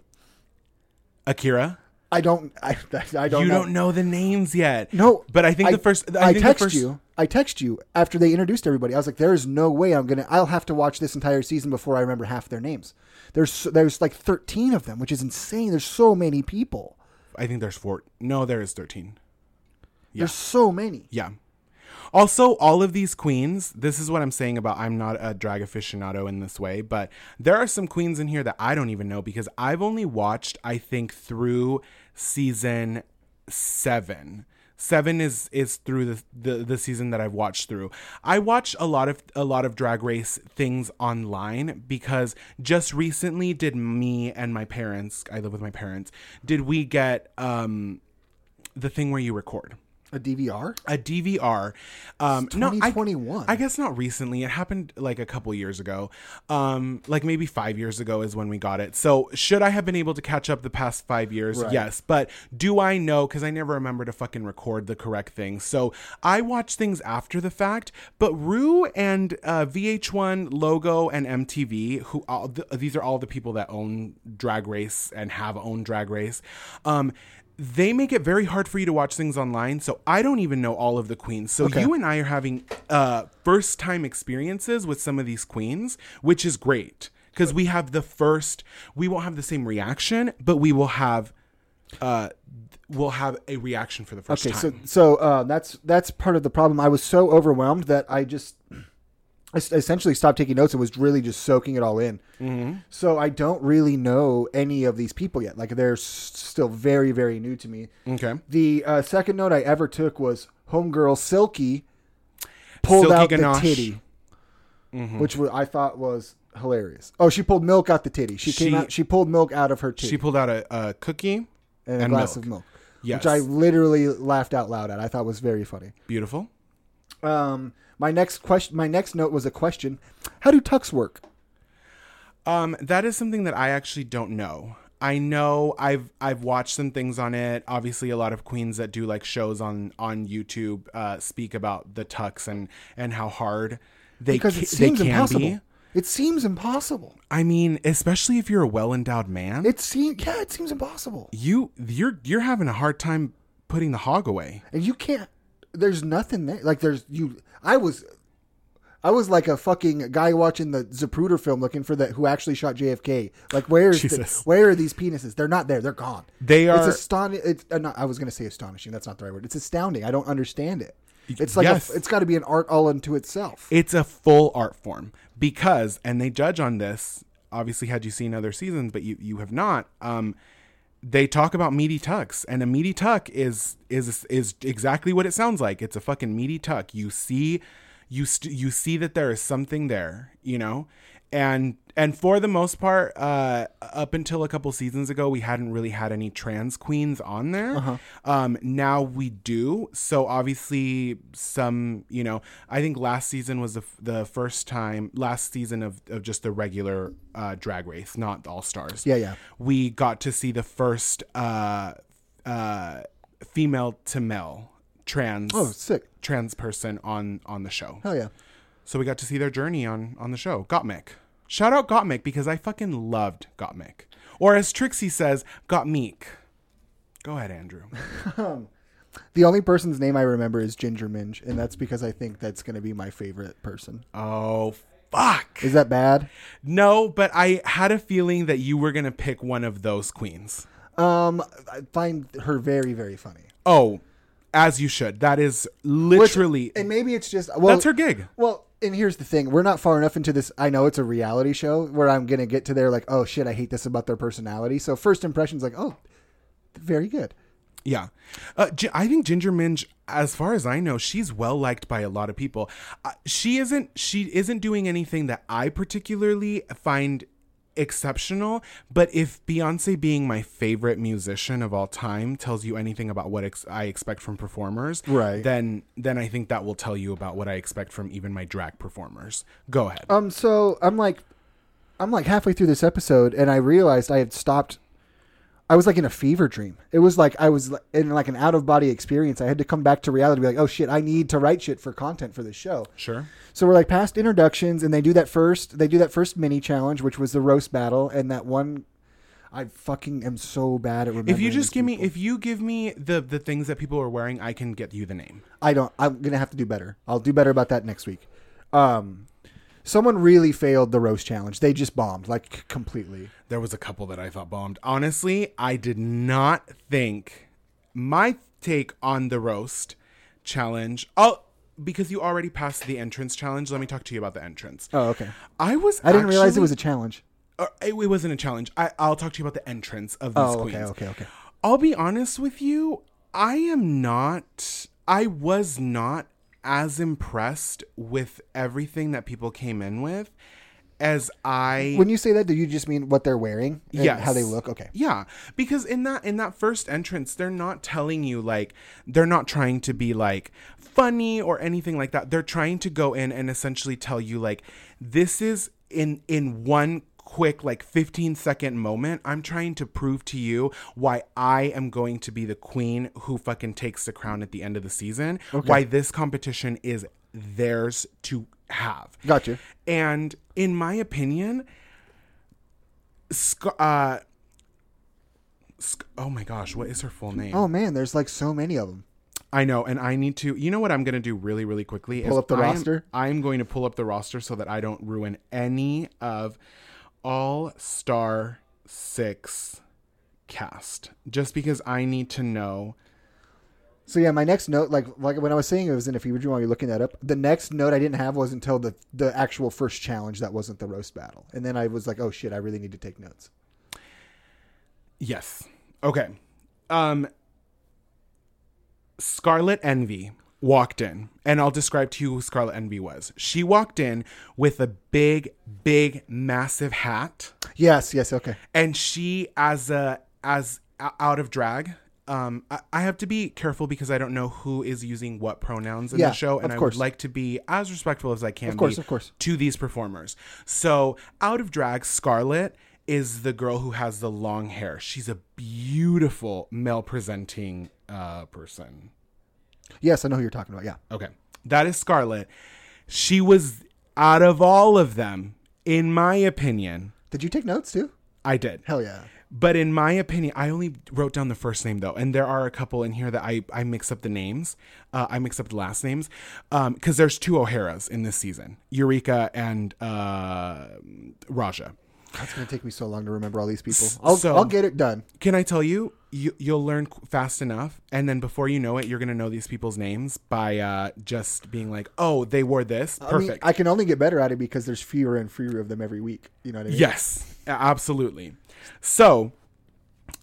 Akira. I don't I I don't you know. don't know the names yet. No, but I think the first. I, think text the first, you. I text you after they introduced everybody. I was like, "There is no way I'm gonna. I'll have to watch this entire season before I remember half their names." There's there's like 13 of them, which is insane. There's so many people. I think there's four. No, there is thirteen. There's so many. Yeah. Also, all of these queens. This is what I'm saying about I'm not a drag aficionado in this way, but there are some queens in here that I don't even know because I've only watched I think through season seven. Seven is is through the, the the season that I've watched through. I watch a lot of a lot of drag race things online because just recently did me and my parents. I live with my parents. Did we get um the thing where you record? A DVR. a DVR. Um, no, I, 2021. I guess not recently. It happened like a couple years ago. Um, like maybe five years ago is when we got it. So should I have been able to catch up the past five years? Yes. But do I know? Because I never remember to fucking record the correct thing. So I watch things after the fact. But Rue and uh, VH1 logo and MTV, who all th- these are all the people that own Drag Race and have owned Drag Race. Um, they make it very hard for you to watch things online. So I don't even know all of the queens. So you and I are having uh, first time experiences with some of these queens, which is great because we have the first. We won't have the same reaction, but we will have. Uh, we'll have a reaction for the first Okay, time. so so uh, that's that's part of the problem. I was so overwhelmed that I just I s- essentially stopped taking notes and was really just soaking it all in. Mm-hmm. So I don't really know any of these people yet. Like they're s- still very, very new to me. Okay. The uh, second note I ever took was Homegirl Silky pulled Silky out Ganache. Mm-hmm. the titty, which wa- I thought was hilarious. Oh, she pulled milk out the titty. She, came She- out. She pulled milk out of her titty She pulled out a, a cookie. and a and glass milk. of milk, Yes. which I literally laughed out loud at. I thought was very funny. Beautiful. Um, my next question. My next note was a question: How do tucks work? Um, that is something that I actually don't know. I know I've I've watched some things on it. Obviously, a lot of queens that do like shows on on YouTube uh, speak about the tucks and and how hard they Because ca- it seems they can impossible. be. It seems impossible. I mean, especially if you're a well endowed man, It seems yeah, it seems impossible. you you're you're having a hard time putting the hog away. and you can't there's nothing there like there's you i was i was like a fucking guy watching the zapruder film looking for that who actually shot jfk like where's the- Jesus. where are these penises they're not there they're gone They are- it's astonishing it's uh, not, i was gonna say astonishing that's not the right word it's astounding i don't understand it it's like yes. a, it's got to be an art all unto itself It's a full art form because, and they judge on this. Obviously, had you seen other seasons, but you you have not. Um, they talk about meaty tucks, and a meaty tuck is is is exactly what it sounds like. It's a fucking meaty tuck. You see, you st- you see that there is something there, you know, and and for the most part, uh, up until a couple seasons ago, we hadn't really had any trans queens on there. Uh-huh. Um, now we do. So obviously, some you know, I think last season was the, f- the first time, last season of, of just the regular uh, Drag Race, not All Stars. Yeah, yeah. We got to see the first uh, uh, female to male trans oh sick trans person on on the show. hell yeah So we got to see their journey on on the show. Gottmik. Shout out Gottmik because I fucking loved Gottmik. Or as Trixie says, Gottmeek. Go ahead, Andrew. the only person's name i remember is ginger minge and that's because i think that's gonna be my favorite person Oh fuck. is that bad No, but I had a feeling that you were gonna pick one of those queens. um i find her very very funny Oh, as you should. That is literally and maybe it's just well that's her gig. Well, and here's the thing: we're not far enough into this. I know it's a reality show where I'm gonna get to there like, oh shit, I hate this about their personality. So first impressions, like, oh, very good. Yeah. Uh, Gi- I think Ginger Minge, as far as I know, she's well liked by a lot of people. Uh, she isn't she isn't doing anything that I particularly find exceptional, but if Beyonce being my favorite musician of all time tells you anything about what ex- I expect from performers, Right. then then I think that will tell you about what I expect from even my drag performers. Go ahead. Um, so I'm like, I'm like halfway through this episode, and I realized I had stopped. I was like in a fever dream. It was like I was like, in like an out of body experience. I had to come back to reality, be like, oh shit, I need to write shit for content for this show. sure. So we're like past introductions, and they do that first. They do that first mini challenge, which was the roast battle, and that one. I fucking am so bad at remembering. If you these just give me people. if you give me the the things that people are wearing, I can get you the name. I don't. I'm gonna have to do better. I'll do better about that next week. Um, someone really failed the roast challenge. They just bombed like c- completely. There was a couple that I thought bombed. Honestly, I did not think my take on the roast challenge. Oh, because you already passed the entrance challenge. Let me talk to you about the entrance. Oh, okay. I was. I didn't realize it was a challenge. A- it, it wasn't a challenge. I, I'll talk to you about the entrance of these Oh, queens. okay, okay, okay. I'll be honest with you. I am not. I was not as impressed with everything that people came in with as I When you say that, do you just mean what they're wearing? and Yes. How they look? Okay. Yeah, because in that in that first entrance, they're not telling you like they're not trying to be like funny or anything like that. They're trying to go in and essentially tell you like this is in in one quick like 15 second moment i'm trying to prove to you why i am going to be the queen who fucking takes the crown at the end of the season why this competition is theirs to have Gotcha. and in my opinion, Sc- uh, Sc- oh my gosh, what is her full name? Oh man, there's like so many of them. I know, and I need to. You know what I'm going to do really, really quickly? Pull up the I am- roster? I am going to pull up the roster so that I don't ruin any of All Star Six cast, just because I need to know So yeah, my next note, like like when I was saying it was in a fever dream while you're looking that up, the next note I didn't have was until the the actual first challenge that wasn't the roast battle, and then I was like, oh shit, I really need to take notes. Yes. Okay. Um Scarlet Envy walked in, and I'll describe to you who Scarlet Envy was. She walked in with a big, big, massive hat, Yes, yes, okay. and she as a as o- out of drag. Um, I, I have to be careful because I don't know who is using what pronouns in Yeah, the show, of and I course. would like to be as respectful as I can. Of course, of course. To these performers, so out of drag, Scarlet is the girl who has the long hair. She's a beautiful male presenting uh, person. Yes, I know who you're talking about. Yeah. Okay. That is Scarlet. She was out of all of them, in my opinion. Did you take notes too? I did. Hell yeah. But in my opinion, I only wrote down the first name though, and there are a couple in here that I, I mix up the names. Uh, I mix up the last names because there's two O'Haras in this season, Eureka and uh, Raja. That's gonna take me so long to remember all these people. I'll so- I'll get it done. Can I tell you? You you'll learn qu- fast enough, and then before you know it, you're gonna know these people's names by uh, just being like, "Oh, they wore this." Perfect. I mean, I can only get better at it because there's fewer and fewer of them every week. You know what I mean? Yes, a- absolutely. So,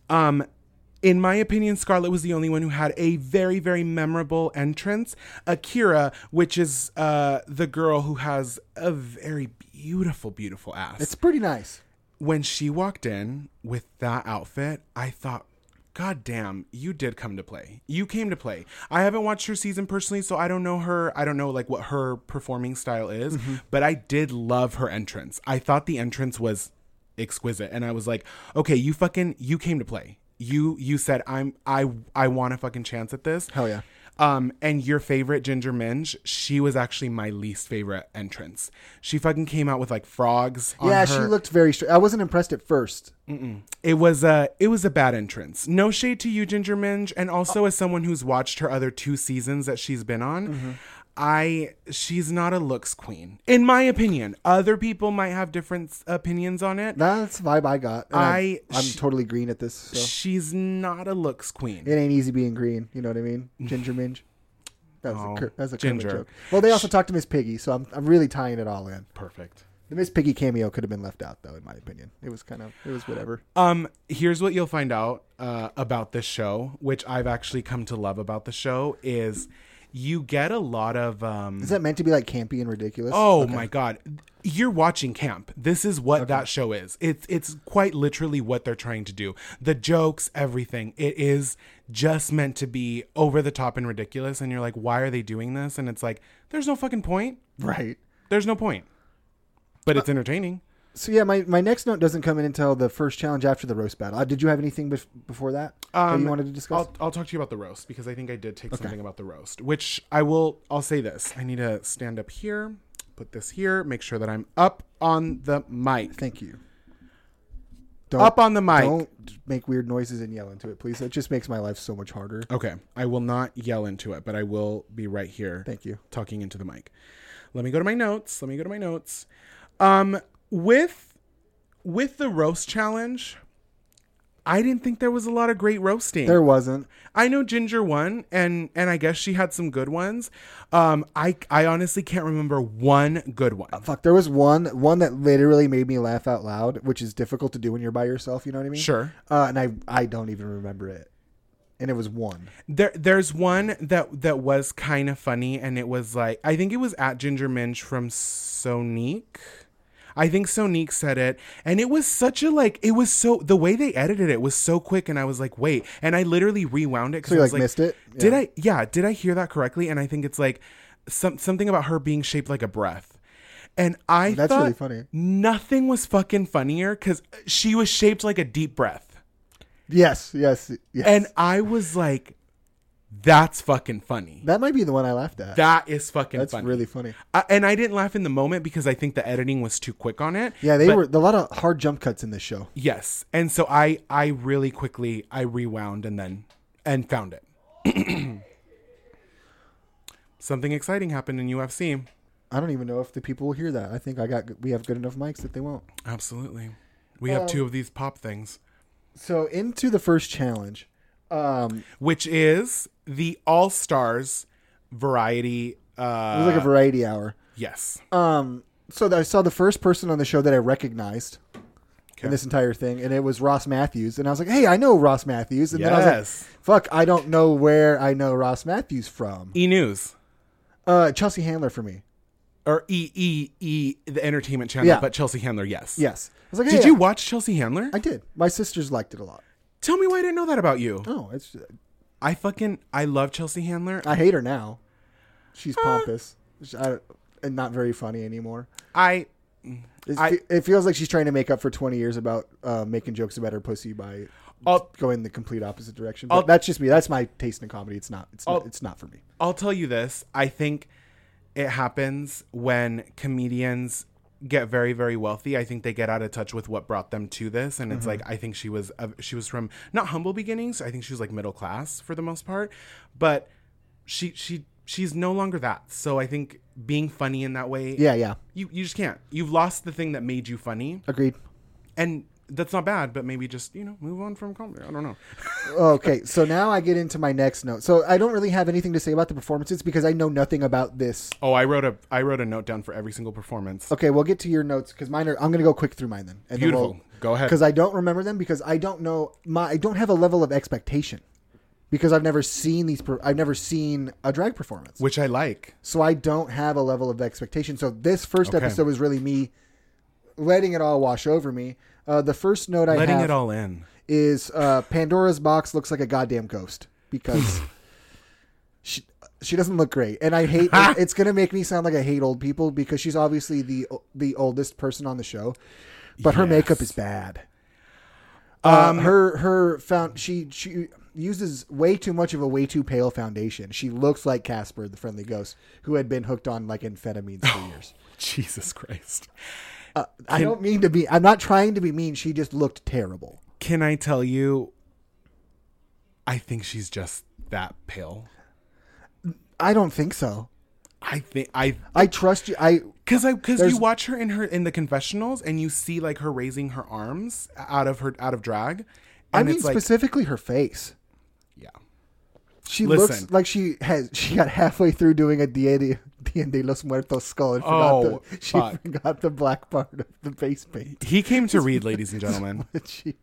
um, in my opinion, Scarlett was the only one who had a very, very memorable entrance. Akira, which is uh, the girl who has a very beautiful, beautiful ass. It's pretty nice. when she walked in with that outfit, I thought, God damn, you did come to play. You came to play. I haven't watched her season personally, so I don't know her. I don't know like what her performing style is, Mm-hmm. but I did love her entrance. I thought the entrance was exquisite, and I was like, okay, you fucking, you came to play. You you said I'm I I want a fucking chance at this. Hell yeah. Um, and your favorite Ginger Minge, she was actually my least favorite entrance. She fucking came out with like frogs. On yeah, her. she looked very. Str- I wasn't impressed at first. It was a it was a bad entrance. No shade to you, Ginger Minge, and also as someone who's watched her other two seasons that she's been on, I she's not a looks queen, in my opinion. Other people might have different opinions on it. That's the vibe I got. And I'm- I- I'm she- totally green at this. So. She's not a looks queen. It ain't easy being green. You know what I mean? Ginger minge. That was Oh, a, cur- that was a Kermit ginger. joke. Well, they also talked to Miss Piggy, so I'm, I'm really tying it all in. Perfect. The Miss Piggy cameo could have been left out, though, in my opinion. It was kind of, it was whatever. Um, here's what you'll find out uh, about this show, which I've actually come to love about the show is you get a lot of um Is that meant to be like campy and ridiculous? Oh my god. You're watching camp. This is what that show is. It's it's quite literally what they're trying to do. The jokes, everything. It is just meant to be over the top and ridiculous and you're like why are they doing this? And it's like there's no fucking point. right. There's no point. But it's entertaining. So yeah, my, my next note doesn't come in until the first challenge after the roast battle. Uh, did you have anything bef- before that that you wanted to discuss? Um, I'll, I'll talk to you about the roast because I think I did take something about the roast, which I will. I'll say this: I need to stand up here, put this here, make sure that I'm up on the mic, Thank you. Don't, up on the mic. don't make weird noises and yell into it, please. It just makes my life so much harder. Okay, I will not yell into it, but I will be right here. Thank you. Talking into the mic. Let me go to my notes. Let me go to my notes. Um, with with the roast challenge, I didn't think there was a lot of great roasting. There wasn't. I know Ginger won, and and I guess she had some good ones. Um, I I honestly can't remember one good one. Fuck, there was one one that literally made me laugh out loud, which is difficult to do when you're by yourself. You know what I mean? Sure, Uh, and I I don't even remember it, and it was one. there there's one that that was kind of funny, and it was like I think it was at Ginger Minge from Sonique. I think Sonique said it, and it was such a like it was so the way they edited it was so quick, and I was like, wait, and I literally rewound it because So you I like, was like, missed it? Did Yeah. I? Yeah, did I hear that correctly? And I think it's like some something about her being shaped like a breath. And I That's thought really funny. nothing was fucking funnier because she was shaped like a deep breath, Yes, yes, yes. and I was like, "That's fucking funny. that might be the one I laughed at. That is fucking That's funny." really funny. I, and I didn't laugh in the moment because I think the editing was too quick on it. Yeah, they But were a lot of hard jump cuts in this show. Yes, and so I I really quickly I rewound and then and found it. Something exciting happened in UFC. I don't even know if the people will hear that. I think I got we have good enough mics that they won't. Um, Absolutely, we have two of these pop things. So into the first challenge. Um, which is the All Stars variety. Uh, it was like a variety hour. yes. Um, so that I saw the first person on the show that I recognized Okay. in this entire thing, and it was Ross Matthews, and I was like, "Hey, I know Ross Matthews," and then I was Yes. like, "Fuck, I don't know where I know Ross Matthews from." E News Uh, Chelsea Handler for me. or E E E the Entertainment Channel, Yeah. but Chelsea Handler. Yes. Yes, I was like, Did "Hey, you watch Chelsea Handler? I did. My sisters liked it a lot. Tell me why I didn't know that about you. Oh, it's I fucking I love Chelsea Handler. I hate her now. She's Uh. pompous She- I- and not very funny anymore. I It's, I- it feels like she's trying to make up for 20 years about uh, making jokes about her pussy by I'll- going the complete opposite direction. But that's just me. That's my taste in comedy. It's not. It's not, it's not for me. I'll tell you this. I think it happens when comedians get very very wealthy. I think they get out of touch with what brought them to this and it's Mm-hmm. like I think she was of she was from not humble beginnings. I think she was like middle class for the most part, but she she she's no longer that. So I think being funny in that way Yeah, yeah. you you just can't. You've lost the thing that made you funny. Agreed. And that's not bad, but maybe just, you know, move on from comedy. I don't know. Okay, so now I get into my next note. So I don't really have anything to say about the performances because I know nothing about this. Oh, I wrote a I wrote a note down for every single performance. Okay, we'll get to your notes because mine are. I'm gonna go quick through mine then. And Beautiful. Then we'll, Go ahead. Because I don't remember them because I don't know my. I don't have a level of expectation because I've never seen these. per- I've never seen a drag performance, Which I like. so I don't have a level of expectation. So this first Okay. episode was really me letting it all wash over me. Uh, the first note I Letting have it all in. is uh, Pandora's box looks like a goddamn ghost because she she doesn't look great, and I hate it, it's gonna make me sound like I hate old people because she's obviously the the oldest person on the show, but her makeup is bad. Um, her her found she she uses way too much of a way too pale foundation. She looks like Casper the friendly ghost who had been hooked on like amphetamines for years. Jesus Christ. I don't mean to be. I'm not trying to be mean. She just looked terrible. Can I tell you? I think she's just that pale. I don't think so. I think I I trust you. I because I because There's- you watch her in her in the confessionals and you see like her raising her arms out of her out of drag. And I mean it's like specifically her face. yeah. She Listen. looks like she has she got halfway through doing a Dia de, Dia de los Muertos skull and forgot Oh, the, she fuck. forgot the black part of the face paint. He came to read, ladies and gentlemen. But she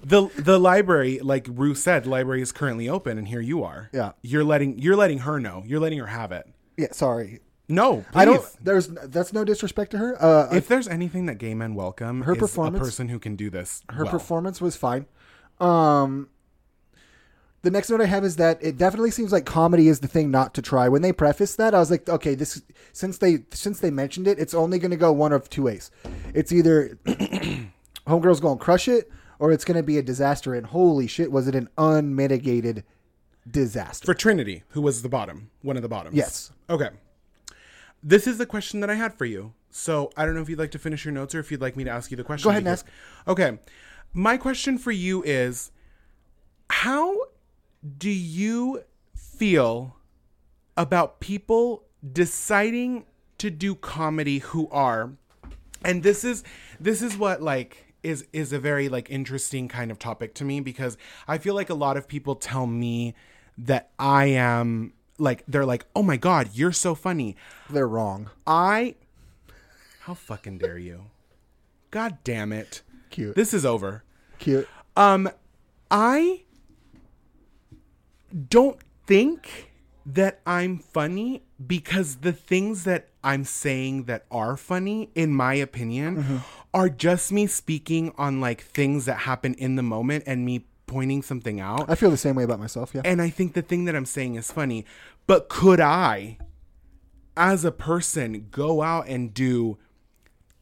the The library, like Rue said, the library is currently open, and here you are. Yeah. you're letting you're letting her know. You're letting her have it. Yeah, sorry. No, I don't please. there's that's no disrespect to her. Uh If there's anything that gay men welcome, Her her is performance- a person who can do this. her well. performance was fine. Um the next note I have is that it definitely seems like comedy is the thing not to try. When they prefaced that, I was like, okay, this since they since they mentioned it, it's only going to go one of two ways. It's either Homegirl's gonna crush it, or it's gonna be a disaster. And holy shit, was it an unmitigated disaster? for Trinity, who was the bottom, one of the bottoms. Yes. Okay. This is the question that I had for you. So I don't know if you'd like to finish your notes or if you'd like me to ask you the question. Go ahead and ask. Okay. My question for you is how do you feel about people deciding to do comedy who are and this is this is what like is is a very like interesting kind of topic to me because I feel like a lot of people tell me that I am like they're like, "Oh my god, you're so funny." They're wrong. I How fucking dare you? God damn it. Cute. This is over. Cute. Um, I don't think that I'm funny because the things that I'm saying that are funny, in my opinion, are just me speaking on like things that happen in the moment and me pointing something out. I feel the same way about myself. Yeah. And I think the thing that I'm saying is funny. But could I, as a person, go out and do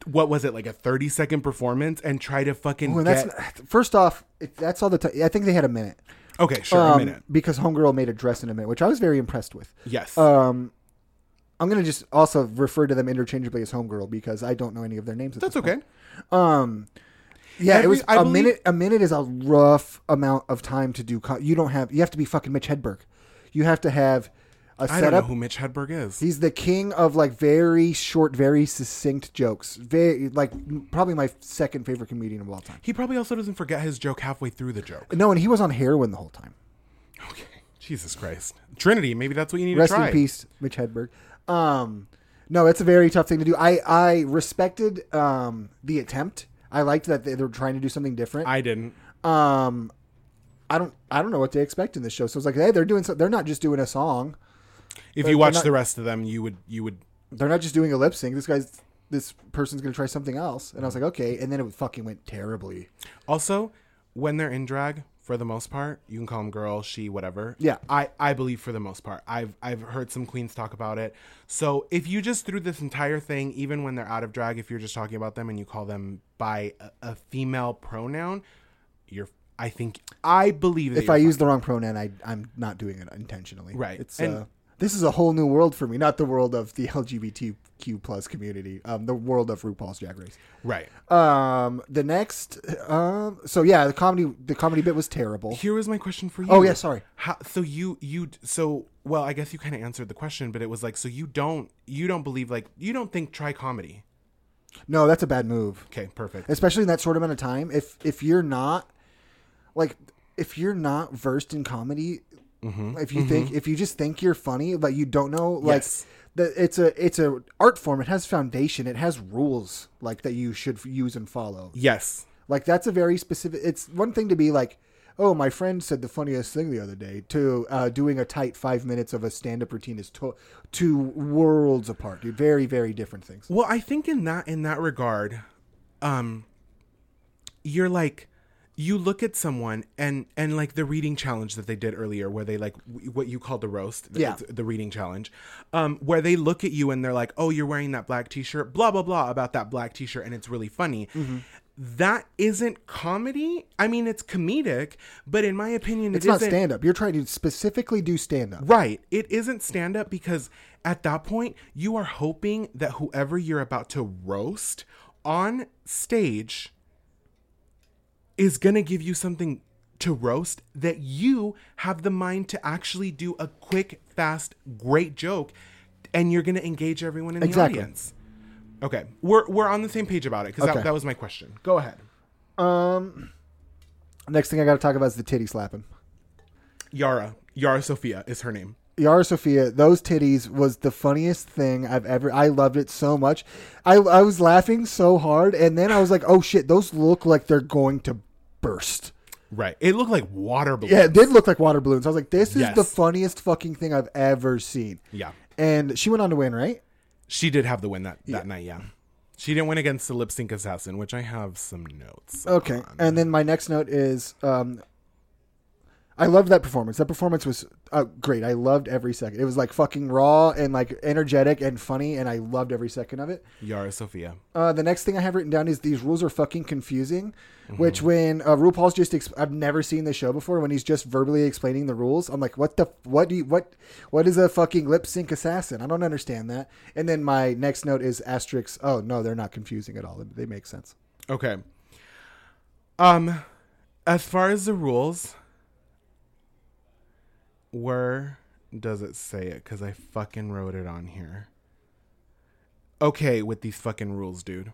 what was it like a 30 second performance and try to fucking Well, get that's first off. It, that's all the time. I think they had a minute. okay sure a Um, minute Because Homegirl made a dress in a minute, which I was very impressed with. Yes. Um, I'm gonna just also refer to them interchangeably as Homegirl because I don't know any of their names. at That's this okay. Um, yeah, it Every- was I a believe- minute. A minute is a rough amount of time to do. Co- you don't have. You have to be fucking Mitch Hedberg. You have to have a I don't know setup. who Mitch Hedberg is. He's the king of like very short, very succinct jokes. Very like probably my second favorite comedian of all time. He probably also doesn't forget his joke halfway through the joke. No, and he was on heroin the whole time. Okay. Jesus Christ. Trinity, maybe that's what you need Rest to try. in peace, Mitch Hedberg. Um, no, it's a very tough thing to do. I I respected um, the attempt. I liked that they they were trying to do something different. I didn't. um, I don't I don't know what to expect in this show. So it's like, hey, they're doing so, they're not just doing a song. If you watch not- the rest of them, you would you would They're not just doing a lip sync. This guy's this person's gonna try something else. And I was like, okay. And then it fucking went terribly. Also, when they're in drag, for the most part, you can call them girl, she, whatever. Yeah. I, I believe for the most part. I've I've heard some queens talk about it. So if you just threw this entire thing, even when they're out of drag, if you're just talking about them and you call them by a, a female pronoun, you're I think I believe that If I you're use the wrong pronoun, I I'm not doing it intentionally. Right. It's And- uh, this is a whole new world for me, not the world of the LGBTQ plus community, um, the world of RuPaul's Drag Race. right. Um, the next, um, so yeah, the comedy, the comedy bit was terrible. Here was my question for you. Oh, yeah, sorry. How, so you you so well, I guess you kind of answered the question, but it was like so you don't you don't believe like you don't think try comedy. No, that's a bad move, Okay, perfect. especially in that short amount of time. If if you're not, like, if you're not versed in comedy, if you think if you just think you're funny, but you don't know, like, Yes. that it's a it's a art form. It has foundation. It has rules like that you should use and follow. Yes. Like that's a very specific. It's one thing to be like, oh, my friend said the funniest thing the other day. To uh, doing a tight five minutes of a stand-up routine is to- two worlds apart, dude. Very, very different things. Well, I think in that in that regard, um, you're like you look at someone and and like the reading challenge that they did earlier, where they like w- what you called the roast, the, Yeah. the reading challenge, um, where they look at you and they're like, oh, you're wearing that black t-shirt, blah blah blah about that black t-shirt, and it's really funny. Mm-hmm. That isn't comedy. I mean, it's comedic, but in my opinion, It's not not stand-up. You're trying to specifically do stand-up. Right. It isn't stand up because at that point, you are hoping that whoever you're about to roast on stage is going to give you something to roast that you have the mind to actually do a quick, fast, great joke and you're going to engage everyone in Exactly. the audience. Okay. We're, we're on the same page about it because Okay. that, that was my question. Go ahead. Um, next thing I got to talk about is the titty slapping. Yara. Yara Sophia is her name. Yara Sophia, those titties was the funniest thing I've ever. I loved it so much. I I was laughing so hard, and then I was like, "Oh shit, those look like they're going to burst." Right. It looked like water balloons. Yeah, it did look like water balloons. I was like, this is Yes. the funniest fucking thing I've ever seen. Yeah. And she went on to win, right? She did have the win that, that night, yeah. She didn't win against the lip sync assassin, which I have some notes. Okay. on. And then my next note is um, I loved that performance. That performance was uh, great. I loved every second. It was like fucking raw and like energetic and funny, and I loved every second of it. Yara Sophia. Uh, the next thing I have written down is these rules are fucking confusing. Mm-hmm. Which when uh, RuPaul's just ex- I've never seen the show before when he's just verbally explaining the rules. I'm like, what the what do you what what is a fucking lip sync assassin? I don't understand that. And then my next note is asterisks. Oh no, they're not confusing at all. They make sense. Okay. Um, as far as the rules, where does it say it? Because I fucking wrote it on here. Okay, with these fucking rules, dude.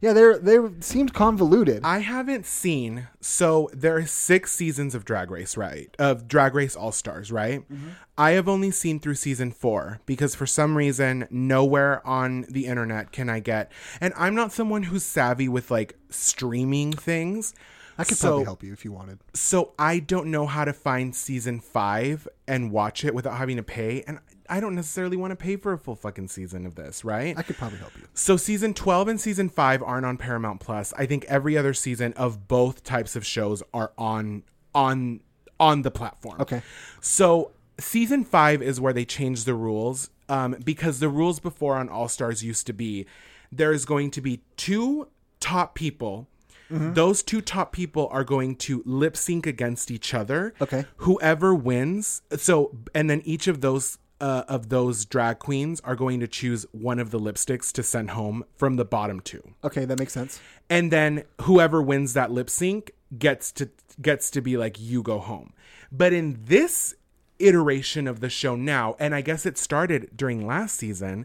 Yeah, they're they seemed convoluted. I haven't seen. So there are six seasons of Drag Race, right? Of Drag Race All Stars, right? Mm-hmm. I have only seen through season four because for some reason, nowhere on the internet can I get. And I'm not someone who's savvy with like streaming things. I could so, probably help you if you wanted. So I don't know how to find season five and watch it without having to pay. And I don't necessarily want to pay for a full fucking season of this, right? I could probably help you. So season 12 and season 5 aren't on Paramount Plus. I think every other season of both types of shows are on on on the platform. Okay. So season 5 is where they change the rules um because the rules before on All Stars used to be there's going to be two top people. Those two top people are going to lip sync against each other Okay. whoever wins so and then each of those uh, of those drag queens are going to choose one of the lipsticks to send home from the bottom two Okay, that makes sense. and then whoever wins that lip sync gets to gets to be like you go home but in this iteration of the show now. And I guess it started during last season.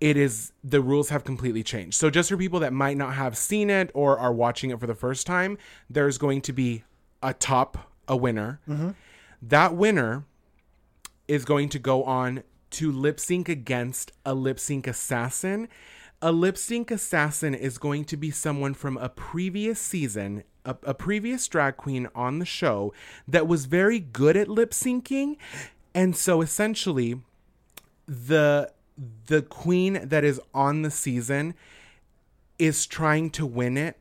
It is the rules have completely changed. So just for people that might not have seen it or are watching it for the first time, there's going to be a top, a winner. That winner is going to go on to lip sync against a lip sync assassin. A lip sync assassin is going to be someone from a previous season, a, a previous drag queen on the show that was very good at lip syncing. And so essentially, the the queen that is on the season is trying to win it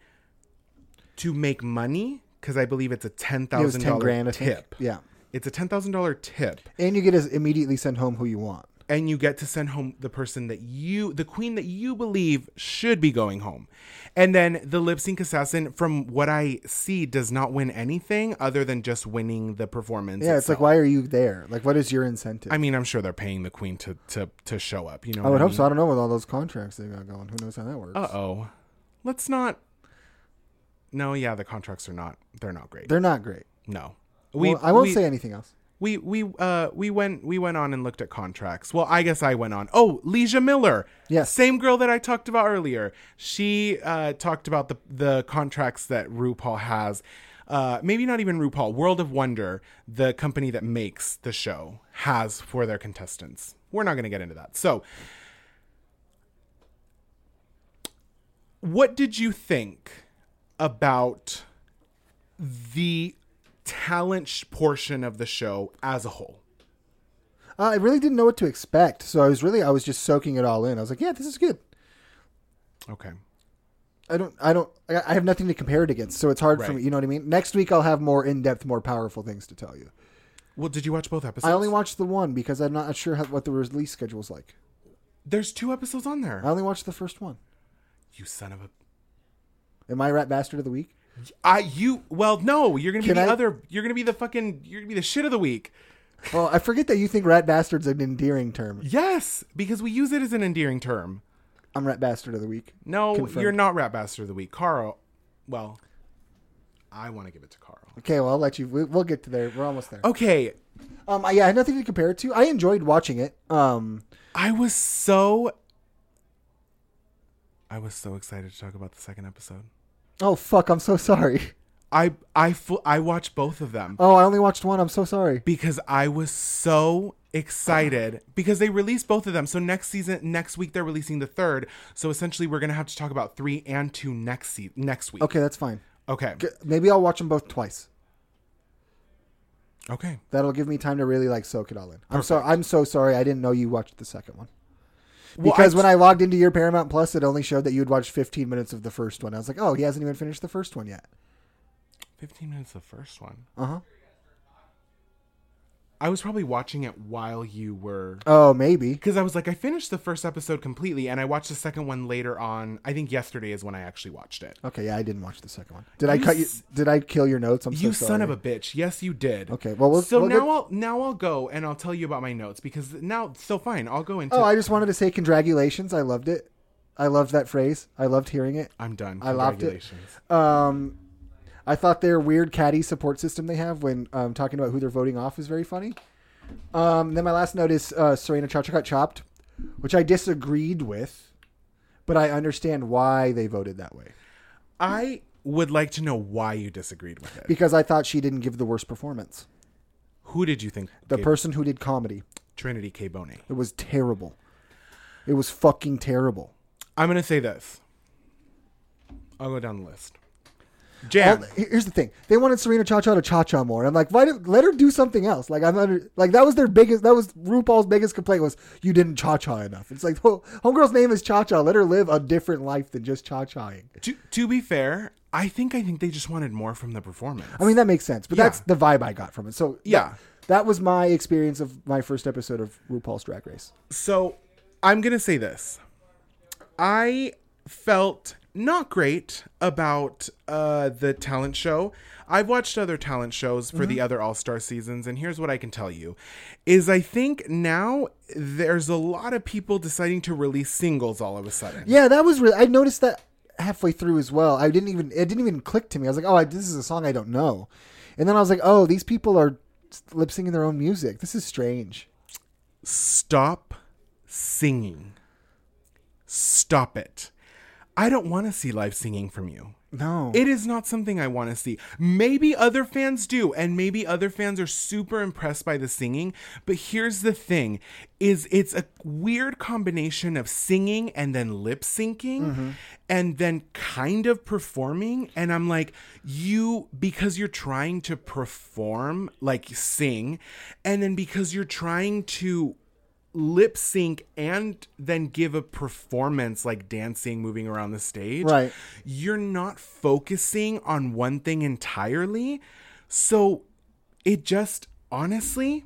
to make money because I believe it's a ten It was thousand 10 grand, I dollar think. tip. Yeah. It's a ten thousand dollar tip And you get to immediately send home who you want. and you get to send home the person that you the queen that you believe should be going home and then the lip sync assassin from what i see does not win anything other than just winning the performance Yeah, it's like, why are you there? Like, what is your incentive? i mean i'm sure they're paying the queen to to to show up you know I would hope so. I don't know with all those contracts they got going. Who knows how that works? uh-oh let's not no yeah the contracts are not they're not great They're not great. no we well, I won't we- say anything else. we we uh we went we went on and looked at contracts. Well, I guess I went on. Oh, Leisha Miller. Yes. Same girl that I talked about earlier. She uh talked about the the contracts that RuPaul has. Uh maybe not even RuPaul. World of Wonder, the company that makes the show, has for their contestants. We're not going to get into that. So, what did you think about the talent sh- portion of the show as a whole? Uh, I really didn't know what to expect, so I was really I was just soaking it all in. I was like, yeah, this is good. Okay. I don't I don't I I have nothing to compare it against, so it's hard for Right. me. You know what I mean? Next week I'll have more in depth, more powerful things to tell you. Well, did you watch both episodes? I only watched the one because I'm not sure how, what the release schedule's like. There's two episodes on there. I only watched the first one. you son of a. Am I rat bastard of the week? I you well no you're gonna be Can the I- other you're gonna be the fucking you're gonna be the shit of the week. Well, I forget that you think rat bastard's an endearing term. Yes, because we use it as an endearing term. I'm rat bastard of the week. No, Confirmed. you're not rat bastard of the week, Carl. Well, I want to give it to Carl. Okay, well I'll let you. we- We'll get to there. We're almost there. Okay, Um, I- yeah, I had nothing to compare it to. I enjoyed watching it. Um, I was so I was so excited to talk about the second episode. oh fuck, I'm so sorry. I I fu- I watched both of them. Oh, I only watched one. I'm so sorry. because I was so excited because they released both of them. So next season, next week they're releasing the third. So essentially, we're gonna have to talk about three and two next se- next week. Okay, that's fine. Okay. G- Maybe I'll watch them both twice. Okay. That'll give me time to really like soak it all in. I'm sorry. I'm so sorry. I didn't know you watched the second one. Well, Because I- when I logged into your Paramount Plus, it only showed that you had watched 15 minutes of the first one. I was like, oh, he hasn't even finished the first one yet. fifteen minutes of the first one, Uh huh. I was probably watching it while you were. Oh, maybe. Because I was like, I finished the first episode completely, and I watched the second one later on. I think yesterday is when I actually watched it. Okay, yeah, I didn't watch the second one. Did I You cut you? s- Did I kill your notes? I'm so You sorry. son of a bitch! Yes, you did. Okay, well, we'll- so we'll now get- I'll now I'll go and I'll tell you about my notes because now so fine I'll go into. Oh, I just wanted to say congratulations. I loved it. I loved that phrase. I loved hearing it. I'm done. I loved it. Congratulations. Um, I thought their weird caddy support system they have when um, talking about who they're voting off is very funny. Um, then my last note is uh, Serena Chacha got chopped, which I disagreed with, but I understand why they voted that way I would like to know why you disagreed with it. because I thought she didn't give the worst performance. Who did you think The gave person who did comedy, Trinity K. Boney? it was terrible. It was fucking terrible. I'm going to say this. I'll go down the list. Jan. All- here's the thing: they wanted Serena Cha Cha to Cha Cha more. I'm like, why? Did, let her do something else. Like I'm under, like that was their biggest. That was RuPaul's biggest complaint was you didn't Cha Cha enough. It's like, well, homegirl's name is Cha Cha. Let her live a different life than just Cha Chaing. to, to be fair, I think I think they just wanted more from the performance. I mean, that makes sense, but Yeah. that's the vibe I got from it. So Yeah. that was my experience of my first episode of RuPaul's Drag Race. So I'm going to say this. I felt not great about uh, the talent show. I've watched other talent shows for the other All Star seasons, and here's what I can tell you: is I think now there's a lot of people deciding to release singles all of a sudden. Yeah, that was really. I noticed that halfway through as well. I didn't even. It didn't even click to me. I was like, oh, I, this is a song I don't know, and then I was like, oh, these people are lip syncing their own music. This is strange. Stop singing. Stop it. I don't want to see live singing from you. No. It is not something I want to see. Maybe other fans do, and maybe other fans are super impressed by the singing. But here's the thing: is it's a weird combination of singing and then lip syncing, and then kind of performing. And I'm like, you because you're trying to perform, like sing, and then because you're trying to lip sync and then give a performance like dancing moving around the stage Right. you're not focusing on one thing entirely so it just honestly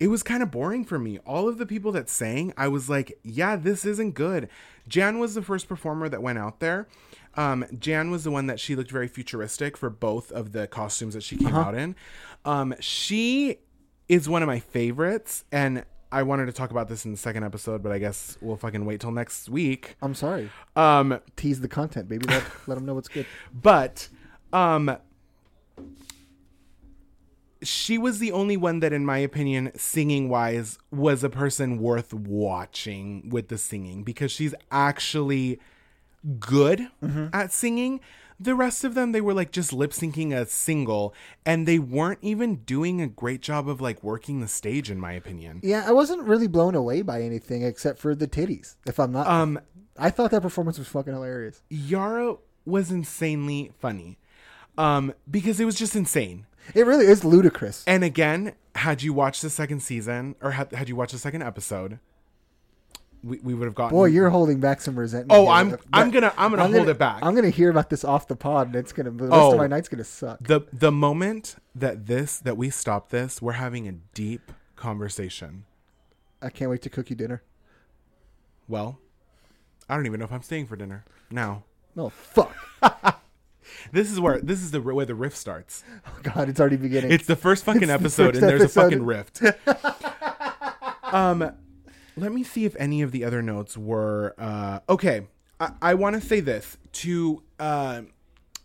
it was kind of boring for me all of the people that sang i was like yeah this isn't good jan was the first performer that went out there um, jan was the one that she looked very futuristic for both of the costumes that she came out in um, she is one of my favorites and I wanted to talk about this in the second episode, but I guess we'll fucking wait till next week. I'm sorry. Um, Tease the content, baby. Let, let them know what's good. but um she was the only one that in my opinion singing wise was a person worth watching with the singing because she's actually good at singing the rest of them they were like just lip syncing a single and they weren't even doing a great job of like working the stage in my opinion Yeah, I wasn't really blown away by anything except for the titties. If I'm not, um I thought that performance was fucking hilarious. yara was insanely funny um because it was just insane It really is ludicrous. And again, had you watched the second season or had, had you watched the second episode, we, we would have gotten. Boy, you're holding back some resentment. Oh, here. I'm- But- I'm gonna- I'm gonna hold it back. I'm gonna hear about this off the pod, and it's gonna the rest Oh. of my night's gonna suck. the the moment that this that we stop this, we're having a deep conversation. I can't wait to cook you dinner. Well, I don't even know if I'm staying for dinner now. Oh fuck! This is where this is the where the rift starts. Oh god, it's already beginning. It's the first fucking the episode, first and there's episode. a fucking rift. um, let me see if any of the other notes were uh, okay. I, I want to say this to uh,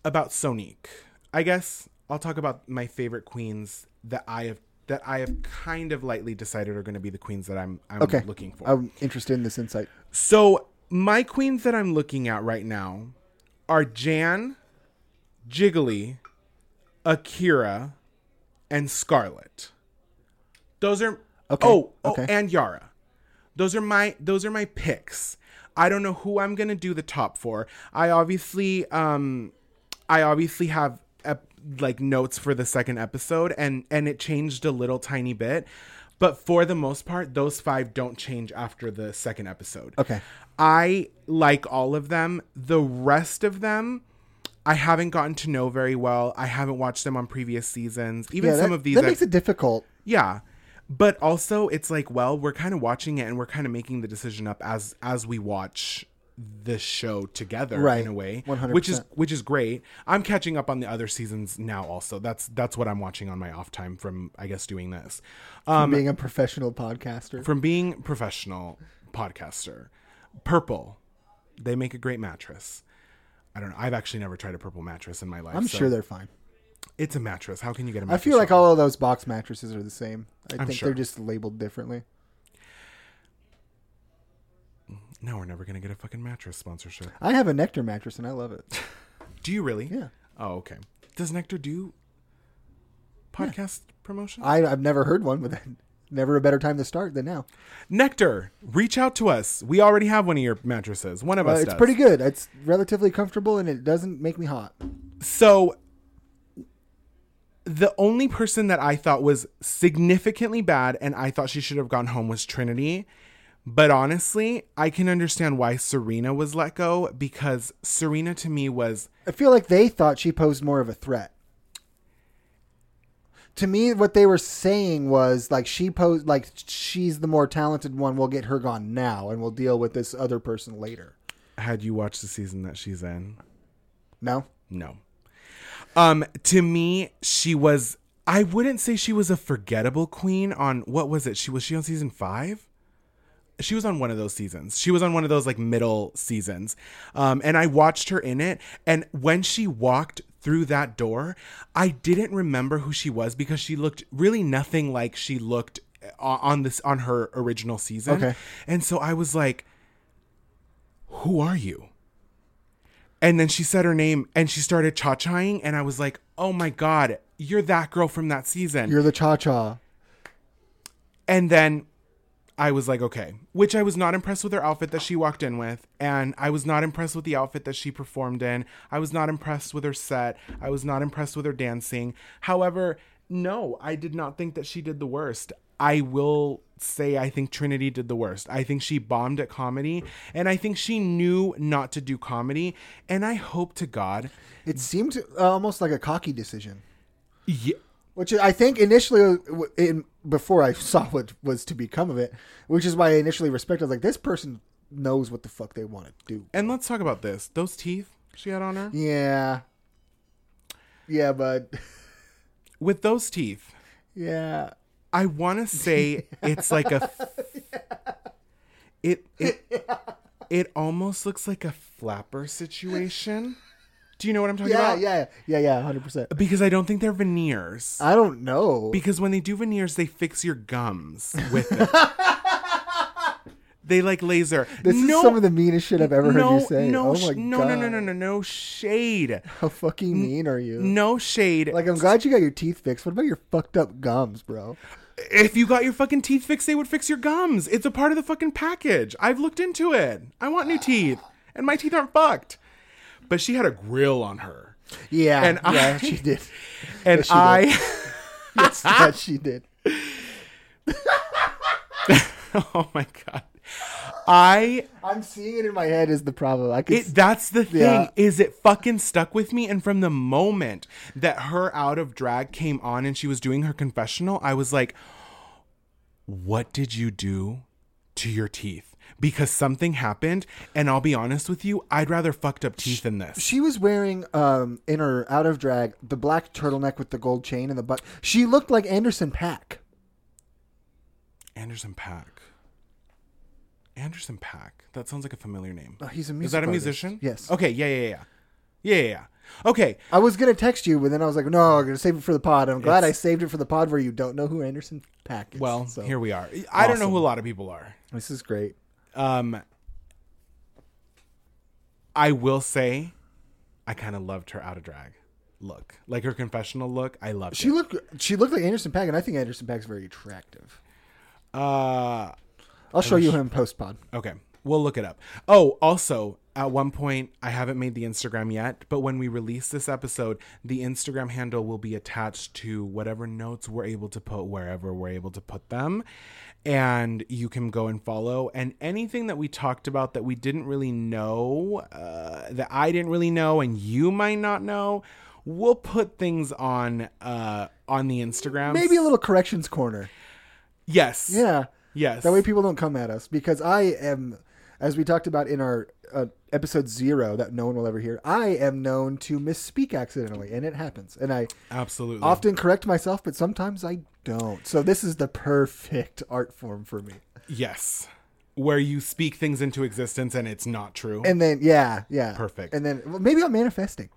about Sonique. I guess I'll talk about my favorite queens that I have that I have kind of lightly decided are going to be the queens that I'm I'm okay. looking for. I'm interested in this insight. So my queens that I'm looking at right now are Jan, Jiggly, Akira, and Scarlet. Those are Okay, oh, oh okay. and Yara. Those are my those are my picks. I don't know who I'm gonna do the top for. I obviously um I obviously have ep- like notes for the second episode and and it changed a little tiny bit. But for the most part, those five don't change after the second episode. Okay. I like all of them. The rest of them I haven't gotten to know very well. I haven't watched them on previous seasons. Even Yeah, that, some of these that I've- makes it difficult. yeah. But also it's like, well, we're kind of watching it and we're kind of making the decision up as as we watch the show together Right. in a way. 100%. Which is which is great. I'm catching up on the other seasons now also. That's that's what I'm watching on my off time from I guess doing this. Um being a professional podcaster. from being professional podcaster. Purple. They make a great mattress. I don't know. I've actually never tried a purple mattress in my life. I'm so- sure they're fine. it's a mattress. How can you get I a mattress? feel like wrong? all of those box mattresses are the same. I think sure. they're just labeled differently. No, we're never gonna get a fucking mattress sponsorship. I have a Nectar mattress and I love it. Do you really? Yeah. Oh, okay. Does Nectar do podcast promotion? I, I've never heard one, but never a better time to start than now. Nectar, reach out to us. We already have one of your mattresses. One of Uh, us it's does. pretty good. It's relatively comfortable and it doesn't make me hot. So the only person that I thought was significantly bad and I thought she should have gone home was Trinity. But honestly, I can understand why Serena was let go because Serena to me was I feel like they thought she posed more of a threat. To me, what they were saying was like she posed like she's the more talented one. We'll get her gone now, and we'll deal with this other person later. had you watched the season that she's in? No, No. Um, to me, she was. I wouldn't say she was a forgettable queen. On what was it? She was she on season five. She was on one of those seasons. She was on one of those like middle seasons, um, and I watched her in it. And when she walked through that door, I didn't remember who she was because she looked really nothing like she looked on- on this on her original season. Okay. And so I was like, "Who are you?" And then she said her name and she started cha-chaing and I was like, "Oh my god, you're that girl from that season." You're the Cha Cha. And then I was like, okay, which I was not impressed with her outfit that she walked in with. And I was not impressed with the outfit that she performed in. I was not impressed with her set. I was not impressed with her dancing. However, no, I did not think that she did the worst. I will say I think Trinity did the worst. I think she bombed at comedy and I think she knew not to do comedy. And I hope to God. It seemed uh, almost like a cocky decision, Yeah, which I think initially, uh, w- in, before I saw what was to become of it, which is why I initially respected. Like this person knows what the fuck they want to do. and let's talk about this. Those teeth she had on her. Yeah, yeah, but With those teeth, yeah, I want to say it's like a it it it almost looks like a flapper situation. Do you know what I'm talking yeah, about? yeah, yeah, yeah, hundred percent. Because I don't think they're veneers. I don't know. Because when they do veneers, they fix your gums with it. they like laser. This no, is some of the meanest shit I've ever heard no, you say. No, oh sh- my no, god, no, no, no, no, no shade. How fucking mean are you? No shade. Like, I'm glad you got your teeth fixed. What about your fucked up gums, bro? if you got your fucking teeth fixed, they would fix your gums. It's a part of the fucking package. I've looked into it. I want new teeth, and my teeth aren't fucked. But she had a grill on her, Yeah, And yeah, I- she did. and she did. I. Yes, that she did. oh my god, I. I'm seeing it in my head is the problem. I could. It, that's the thing Yeah. is it fucking stuck with me and from the moment that her out of drag came on and she was doing her confessional i was like what did you do to your teeth because something happened and i'll be honest with you i'd rather fucked up teeth than this she was wearing um in her out of drag the black turtleneck with the gold chain and the butt. She looked like Anderson Pack. Anderson Pack. Anderson Pack. That sounds like a familiar name. Oh, he's a music Is that a artist. musician? Yes. Okay. Yeah. Yeah. Yeah. Yeah. Yeah. yeah. Okay. I was gonna text you, but then I was like, no, I'm gonna save it for the pod. I'm glad I saved it for the pod where you don't know who Anderson Pack is. Well, so here we are. I don't know who a lot of people are. this is great. Um, I will say, I kind of loved her out of drag look, like her confessional look. I loved She it. looked she looked like Anderson Pack, and I think Anderson Pack's very attractive. Uh, I'll show you him post pod. Okay. We'll look it up. Oh, also, at one point, I haven't made the Instagram yet, but when we release this episode, the Instagram handle will be attached to whatever notes we're able to put wherever we're able to put them. And you can go and follow. And anything that we talked about that we didn't really know, uh, that I didn't really know, and you might not know, we'll put things on uh, on the Instagram. Maybe a little corrections corner. Yes. Yeah. Yes. That way people don't come at us because I am, as we talked about in our uh, episode zero that no one will ever hear, I am known to misspeak accidentally and it happens. And I Absolutely. often correct myself, but sometimes I don't. So this is the perfect art form for me. Yes. Where you speak things into existence and it's not true. And then, yeah, yeah. Perfect. And then well, maybe I'm manifesting.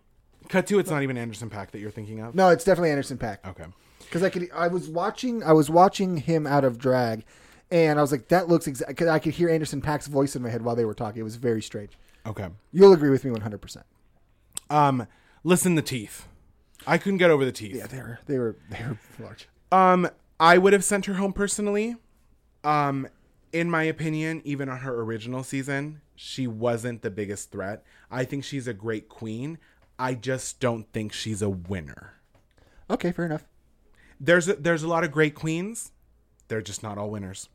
Cut to it's not even Anderson Pack that you're thinking of. No, it's definitely Anderson Pack. Okay. because I could. I was watching. I was watching him out of drag, and I was like, "That looks exact." I could hear Anderson Pack's voice in my head while they were talking. It was very strange. Okay. You'll agree with me one hundred percent. Um, listen the teeth. I couldn't get over the teeth. They were. They were. They were large. Um, I would have sent her home personally. Um, in my opinion, even on her original season, she wasn't the biggest threat. I think she's a great queen. I just don't think she's a winner. Okay, fair enough. There's a, there's a lot of great queens. They're just not all winners.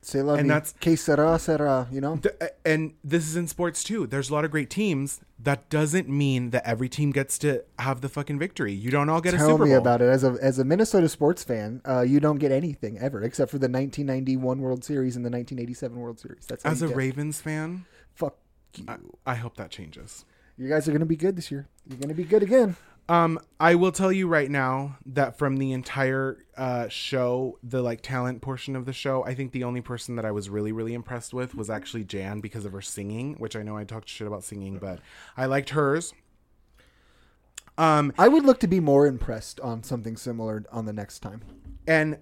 Say love And me. that's- Que sera, sera. You know. Th- uh, and this is in sports too. There's a lot of great teams. That doesn't mean that every team gets to have the fucking victory. You don't all get a Tell Super me Bowl. about it. As a as a Minnesota sports fan, uh, you don't get anything ever except for the 1991 World Series and the 1987 World Series. That's how As you a get. Ravens fan, fuck. You. I, I hope that changes. you guys are gonna be good this year. You're gonna be good again. Um, I will tell you right now that from the entire uh, show, the like talent portion of the show, I think the only person that I was really, really impressed with was actually Jan because of her singing, which I know I talked shit about singing, but I liked hers. Um, I would look to be more impressed on something similar on the next time. and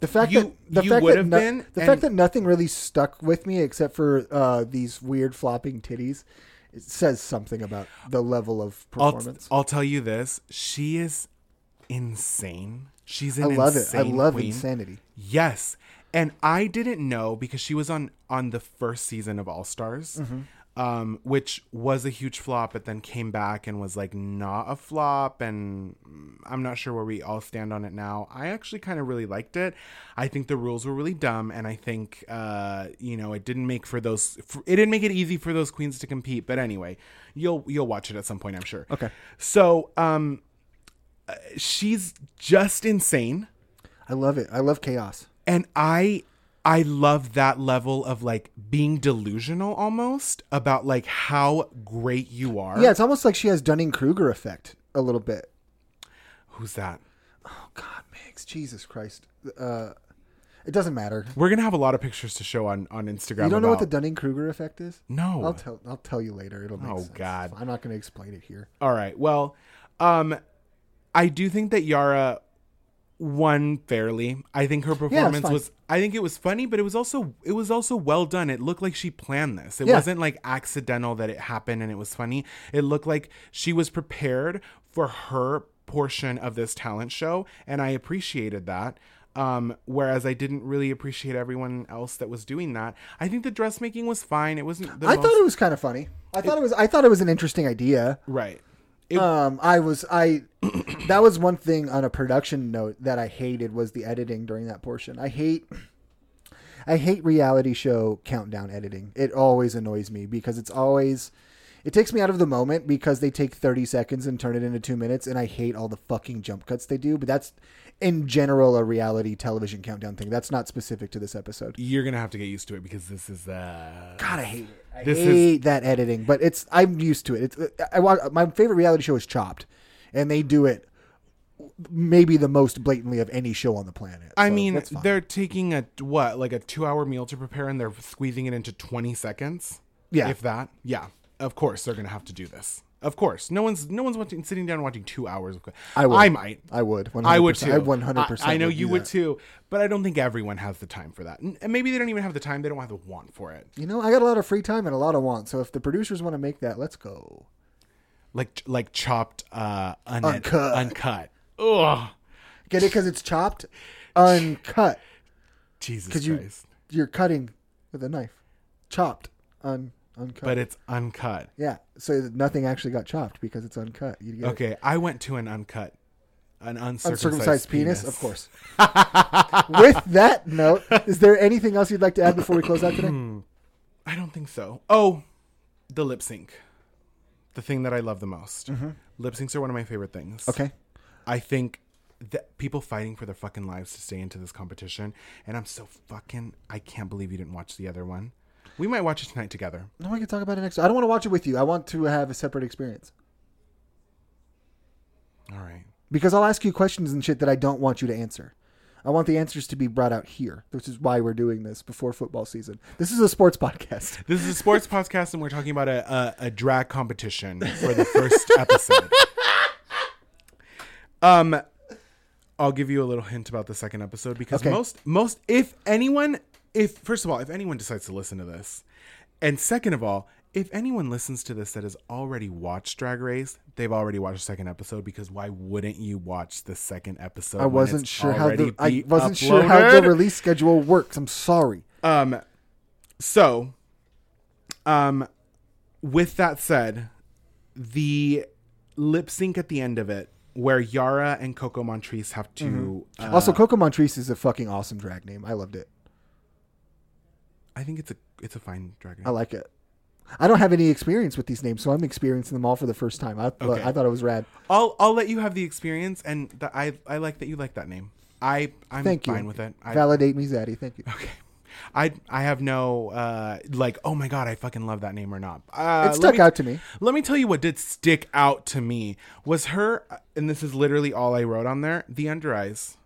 The fact You- that the you fact would that have no- been, the and- fact that nothing really stuck with me except for uh, these weird flopping titties, it says something about the level of I'll, performance. I'll tell you this: she is insane. She's an I love it. insane I love queen. insanity. Yes. And I didn't know because she was on on the first season of All Stars, um, which was a huge flop, but then came back and was like not a flop. And I'm not sure where we all stand on it now. I actually kind of really liked it. I think the rules were really dumb, and I think uh, you know it didn't make for those for, it didn't make it easy for those queens to compete. But anyway, you'll you'll watch it at some point, I'm sure. Okay. So um, uh, she's just insane I love it. I love chaos. and i i love that level of like being delusional almost about like how great you are Yeah, it's almost like she has Dunning Kruger effect a little bit. who's that Oh God, Mix, Jesus Christ. Uh, it doesn't matter. we're gonna have a lot of pictures to show on on instagram You don't know what the about- Dunning Kruger effect is? no I'll tell. I'll tell you later. It'll make Oh, sense. God. I'm not going to explain it here. all right well um i do think that yara won fairly i think her performance fine. was i think it was funny but it was also it was also well done it looked like she planned this it Yeah. wasn't like accidental that it happened and it was funny it looked like she was prepared for her portion of this talent show and i appreciated that um whereas i didn't really appreciate everyone else that was doing that i think the dressmaking was fine it wasn't the I most thought it was kind of funny. I thought it was. I thought it was an interesting idea. right it, Um, I was. I. that was one thing on a production note that I hated was the editing during that portion. I hate. I hate reality show countdown editing. It always annoys me because it's always. It takes me out of the moment because they take 30 seconds and turn it into two minutes, and I hate all the fucking jump cuts they do. But that's in general a reality television countdown thing. That's not specific to this episode. you're gonna have to get used to it because this is uh God, I hate it. I This is- hate that editing, but it's I'm used to it. It's I watch my favorite reality show is Chopped, and they do it maybe the most blatantly of any show on the planet. I So mean, that's fine. they're taking a what, like a two-hour meal to prepare, and they're squeezing it into twenty seconds. Yeah. if that. Yeah, of course they're gonna have to do this. Of course, no one's no one's watching, sitting down and watching two hours. Of, co- I would. I might. I would. 100%, I would too. I 100. percent I, I know you would too, but I don't think everyone has the time for that. N- And maybe they don't even have the time. They don't have the want for it. You know, I got a lot of free time and a lot of want. So if the producers want to make that, let's go. Like like chopped, uh, un- Uncut. uncut. Ugh, Get it because it's chopped, uncut. Jesus you- Christ! You're cutting with a knife, chopped, un uncut. But it's uncut. yeah, so nothing actually got chopped because it's uncut. You get it. Okay, I went to an uncut, an uncircumcised, uncircumcised penis, penis. of course. With that note, is there anything else you'd like to add before we close out Hmm. today? I don't think so. Oh, the lip sync. The thing that I love the most. Lip syncs are one of my favorite things. Mm-hmm. Okay. I think that people fighting for their fucking lives to stay into this competition. And I'm so fucking. I can't believe you didn't watch the other one. We might watch it tonight together. No, we can talk about it next. I don't want to watch it with you. I want to have a separate experience All right. because I'll ask you questions and shit that I don't want you to answer. I want the answers to be brought out here, which is why we're doing this before football season. This is a sports podcast. This is a sports podcast, and we're talking about a, a, a drag competition for the first episode. Um, I'll give you a little hint about the second episode because Okay. most most if anyone if first of all if anyone decides to listen to this, and second of all if anyone listens to this that has already watched Drag Race, they've already watched the second episode because why wouldn't you watch the second episode? I wasn't sure how the I wasn't uploaded? sure how the release schedule works. I'm sorry. Um, so, um, with that said, the lip sync at the end of it, where Yara and Coco Montrese have to, uh, also, Coco Montrese is a fucking awesome drag name. I loved it. I think it's a it's a fine dragon. I like it. I don't have any experience with these names, so I'm experiencing them all for the first time. I, Okay. I thought it was rad. I'll I'll let you have the experience, and the, I I like that you like that name. I I'm Thank you. fine with it. I, Uh, Validate me, Zaddy. Thank you. okay. I I have no uh like oh my god I fucking love that name or not. Uh, it let stuck me- out to me. Let me tell you what did stick out to me was her, uh, and this is literally all I wrote on there. The under eyes.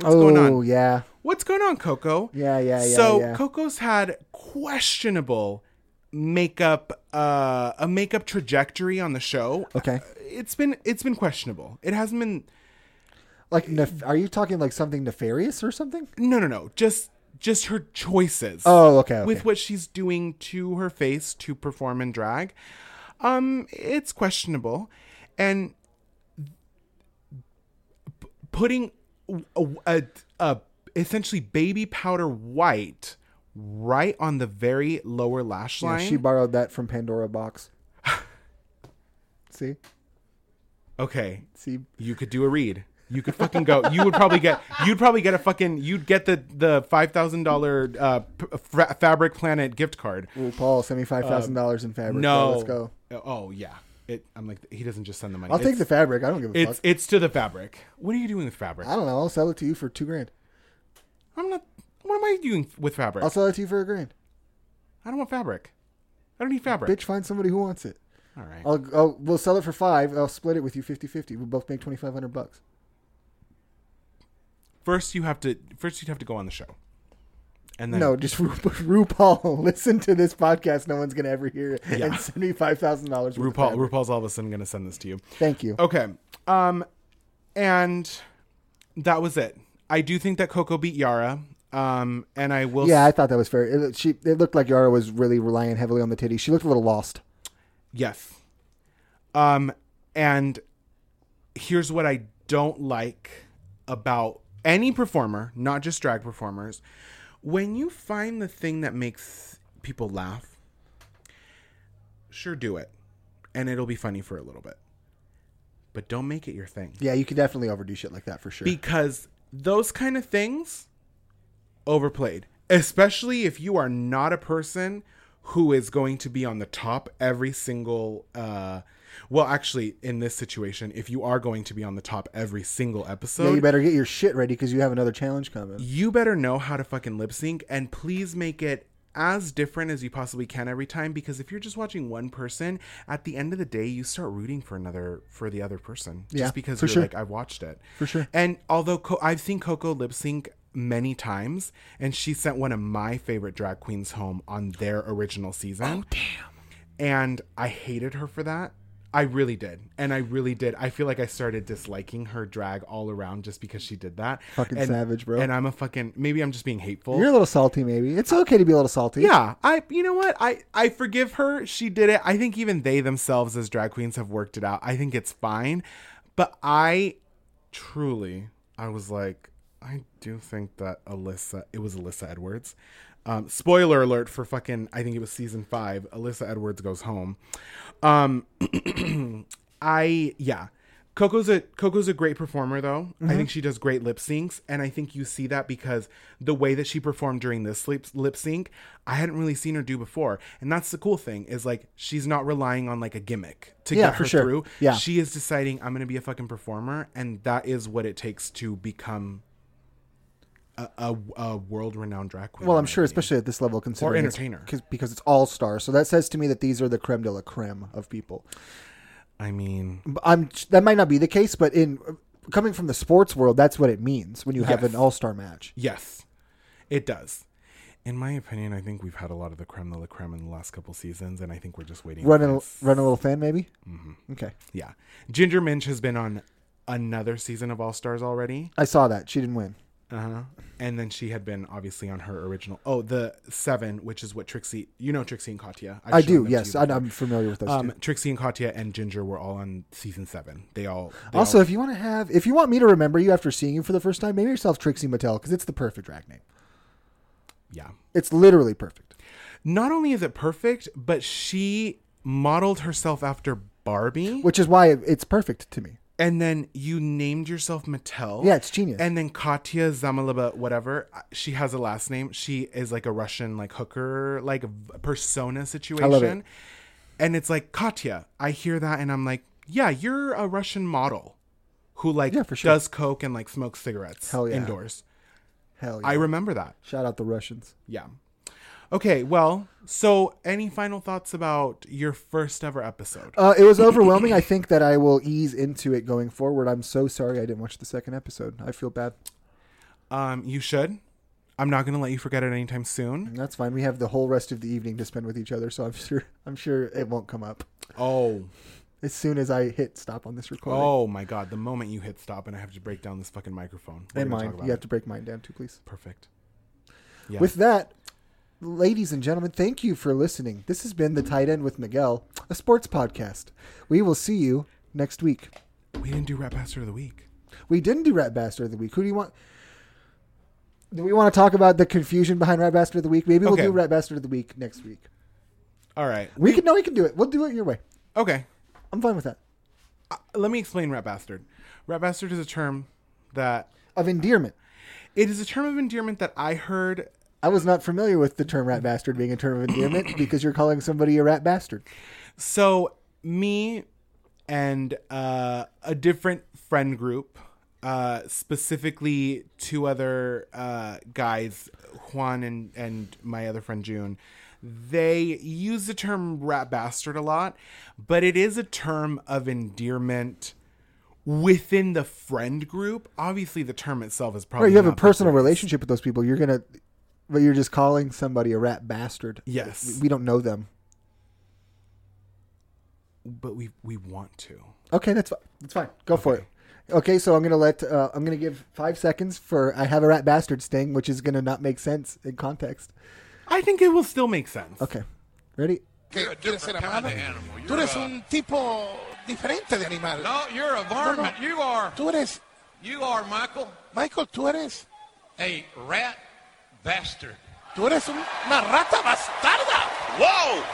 What's oh going on? yeah, What's going on, Coco? yeah, yeah, yeah. so yeah. Coco's had questionable makeup uh, a makeup trajectory on the show. Okay. It's been it's been questionable. It hasn't been Like, nef- are you talking like something nefarious or something? no no no just just her choices. Oh, okay. okay. with what she's doing to her face to perform in drag. Um, it's questionable, and p- putting a, a, a essentially baby powder white right on the very lower lash Yeah, line. she borrowed that from Pandora Box. See, okay, see, you could do a read. You could fucking go. You would probably get. You'd probably get a fucking. You'd get the the five thousand dollar uh, p- fa- Fabric Planet gift card. Ooh, Paul, send me five thousand dollars in fabric. Um, No. Well, let's go. Oh yeah. It, I'm like he doesn't just send the money. I'll It's- take the fabric. I don't give a It's fuck. it's to the fabric. What are you doing with fabric? I don't know. I'll sell it to you for two grand. I'm not. What am I doing with fabric? I'll sell it to you for a grand. I don't want fabric. I don't need fabric. Bitch, find somebody who wants it. All right. I'll, I'll we'll sell it for five. I'll split it with you 50-50. We both make twenty five hundred bucks. First, you have to. First, you'd have to go on the show, and then No, just Ru- RuPaul. Listen to this podcast. No one's gonna ever hear it. And send me five thousand dollars. RuPaul. RuPaul's all of a sudden going to send this to you. Thank you. Okay. Um, and that was it. I do think that Coco beat Yara. Um, and I will. Yeah, I thought that was fair. It, she it looked like Yara was really relying heavily on the titties. She looked a little lost. Yes. Um, and here's what I don't like about any performer, not just drag performers. When you find the thing that makes people laugh, sure do it. And it'll be funny for a little bit. But don't make it your thing. Yeah, you could definitely overdo shit like that for sure. Because those kind of things overplayed, especially if you are not a person who is going to be on the top every single uh well actually in this situation if you are going to be on the top every single yeah, episode you better get your shit ready because you have another challenge coming. you better know how to fucking lip sync and please make it as different as you possibly can every time because if you're just watching one person at the end of the day you start rooting for another for the other person just Yeah, because for you're sure. like i've watched it For sure. and although Co- i've seen coco lip sync many times and she sent one of my favorite drag queens home on their original season Oh, and I hated her for that. I really did, and I really did. I feel like I started disliking her drag all around just because she did that. Fucking And- savage, bro. And I'm a fucking maybe I'm just being hateful. You're a little salty, maybe. It's okay to be a little salty. yeah, I you know what I I forgive her. She did it. I think even they themselves as drag queens have worked it out. I think it's fine, but I truly I was like I do think that Alyssa it was Alyssa Edwards. Um, spoiler alert for fucking I think it was season five. Alyssa Edwards goes home. Um, I yeah. Coco's a Coco's a great performer though. I Mm-hmm. think she does great lip syncs and I think you see that because the way that she performed during this lip, lip sync, I hadn't really seen her do before. And that's the cool thing is like she's not relying on like a gimmick to Yeah, get for her sure. through. Yeah. She is deciding I'm going to be a fucking performer and that is what it takes to become a, a, a world-renowned drag queen. Well, I'm in my sure, opinion. especially at this level, considering it's- entertainer. 'cause- because it's all stars. So that says to me that these are the creme de la creme of people. I mean, But I'm that might not be the case, but in coming from the sports world, that's what it means when you have Yes. an all star match. Yes, it does. In my opinion, I think we've had a lot of the creme de la creme in the last couple seasons, and I think we're just waiting. Run for a, this. run a little thin, maybe. Mm-hmm. Okay, Yeah. Ginger Minch has been on another season of All Stars already. I saw that she didn't win. Uh Uh-huh. huh. And then she had been obviously on her original. Oh, the seven, which is what Trixie. You know Trixie and Katya. I've I shown do. them to Yes, you I, before. I'm familiar with those. two. Um, Trixie and Katya and Ginger were all on season seven. They all. They Also, if you want to have, if you want me to remember you after seeing you for the first time, name yourself Trixie Mattel because it's the perfect drag name. all- yeah. It's literally perfect. Not only is it perfect, but she modeled herself after Barbie. which is why it- it's perfect to me. and then you named yourself Mattel. Yeah, it's genius. And then Katya Zamalaba, whatever, uh, she has a last name. She is like a Russian, like hooker, like v- persona situation. love it. And it's like Katya. I hear that, and I'm like, yeah, you're a Russian model who like Yeah, for sure. does coke and like smokes cigarettes Hell yeah. indoors. Hell yeah! I remember that. Shout out the Russians. Yeah. Okay. Well, so any final thoughts about your first ever episode? Uh, it was overwhelming. I think that I will ease into it going forward. I'm so sorry I didn't watch the second episode. I feel bad. Um, you should. I'm not gonna let you forget it anytime soon. That's fine. We have the whole rest of the evening to spend with each other, so I'm sure I'm sure it won't come up. Oh, As soon as I hit stop on this recording. oh my God! The moment you hit stop and I have to break down this fucking microphone, We're and gonna mine. talk about You have it. to break mine down too, please. Perfect. Yeah. With that, ladies and gentlemen, thank you for listening. This has been The Tight End with Miguel, a sports podcast. We will see you next week. we didn't do rap bastard of the week. We didn't do Rat Bastard of the Week. Who do you want? Do we want to talk about the confusion behind Rat Bastard of the Week? Maybe we'll Okay. do Rat Bastard of the Week next week. All right. We can, no, we can do it. We'll do it your way. Okay. I'm fine with that. Uh, let me explain rap bastard. Rap bastard is a term that Of endearment. it is a term of endearment that I heard I was not familiar with the term rat bastard being a term of endearment because you're calling somebody a rat bastard. So me and uh, a different friend group, uh, specifically two other uh, guys, Juan and and my other friend June, they use the term "rat bastard" a lot, but it is a term of endearment within the friend group. Obviously, the term itself is probably Right, you have a not the personal correct- relationship with those people. You're gonna, but you're just calling somebody a rat bastard. Yes, We don't know them. but we we want to. Okay, that's fine. That's fine. Go for it. Okay, so I'm gonna let uh, I'm gonna give five seconds for I have a rat bastard sting, which is gonna not make sense in context. I think it will still make sense. Okay, ready? que quiere ser amado. animal. Tú You're eres a- un tipo diferente de animal. No, you're a varmint. You are. Tú eres, You are, Michael, Michael, tú eres, a rat bastard. tú eres un- una rata bastarda. Whoa!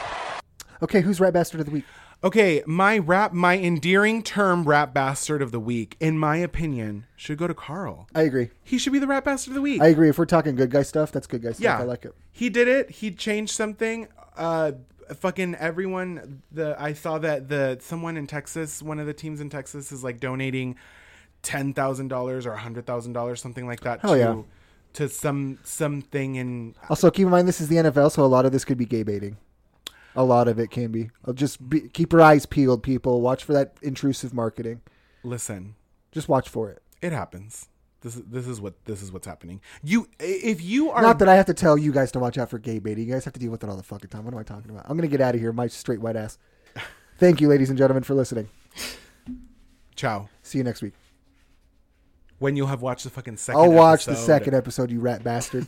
Okay, who's rat bastard of the week? Okay, my rap, my endearing term, rap bastard of the week, in my opinion, should go to Carl. I agree. He should be the rap bastard of the week. I agree. If we're talking good guy stuff, that's good guy stuff. yeah, I like it. He did it. He changed something. Uh, fucking everyone. The I saw that the someone in Texas, one of the teams in Texas, is like donating ten thousand dollars or hundred thousand dollars, something like that, Hell to yeah. to some something in Also, keep in mind this is the NFL, so a lot of this could be gay baiting. A lot of it can be. I'll just be, keep your eyes peeled, people. Watch for that intrusive marketing. listen. Just watch for it. It happens. This is this is what this is what's happening. You if you are Not that I have to tell you guys to watch out for gay baiting. You guys have to deal with it all the fucking time. What am I talking about? I'm gonna get out of here, my straight white ass. Thank you, ladies and gentlemen, for listening. Ciao. See you next week. when you'll have watched the fucking second I'll watch the episode. second episode, you rat bastard.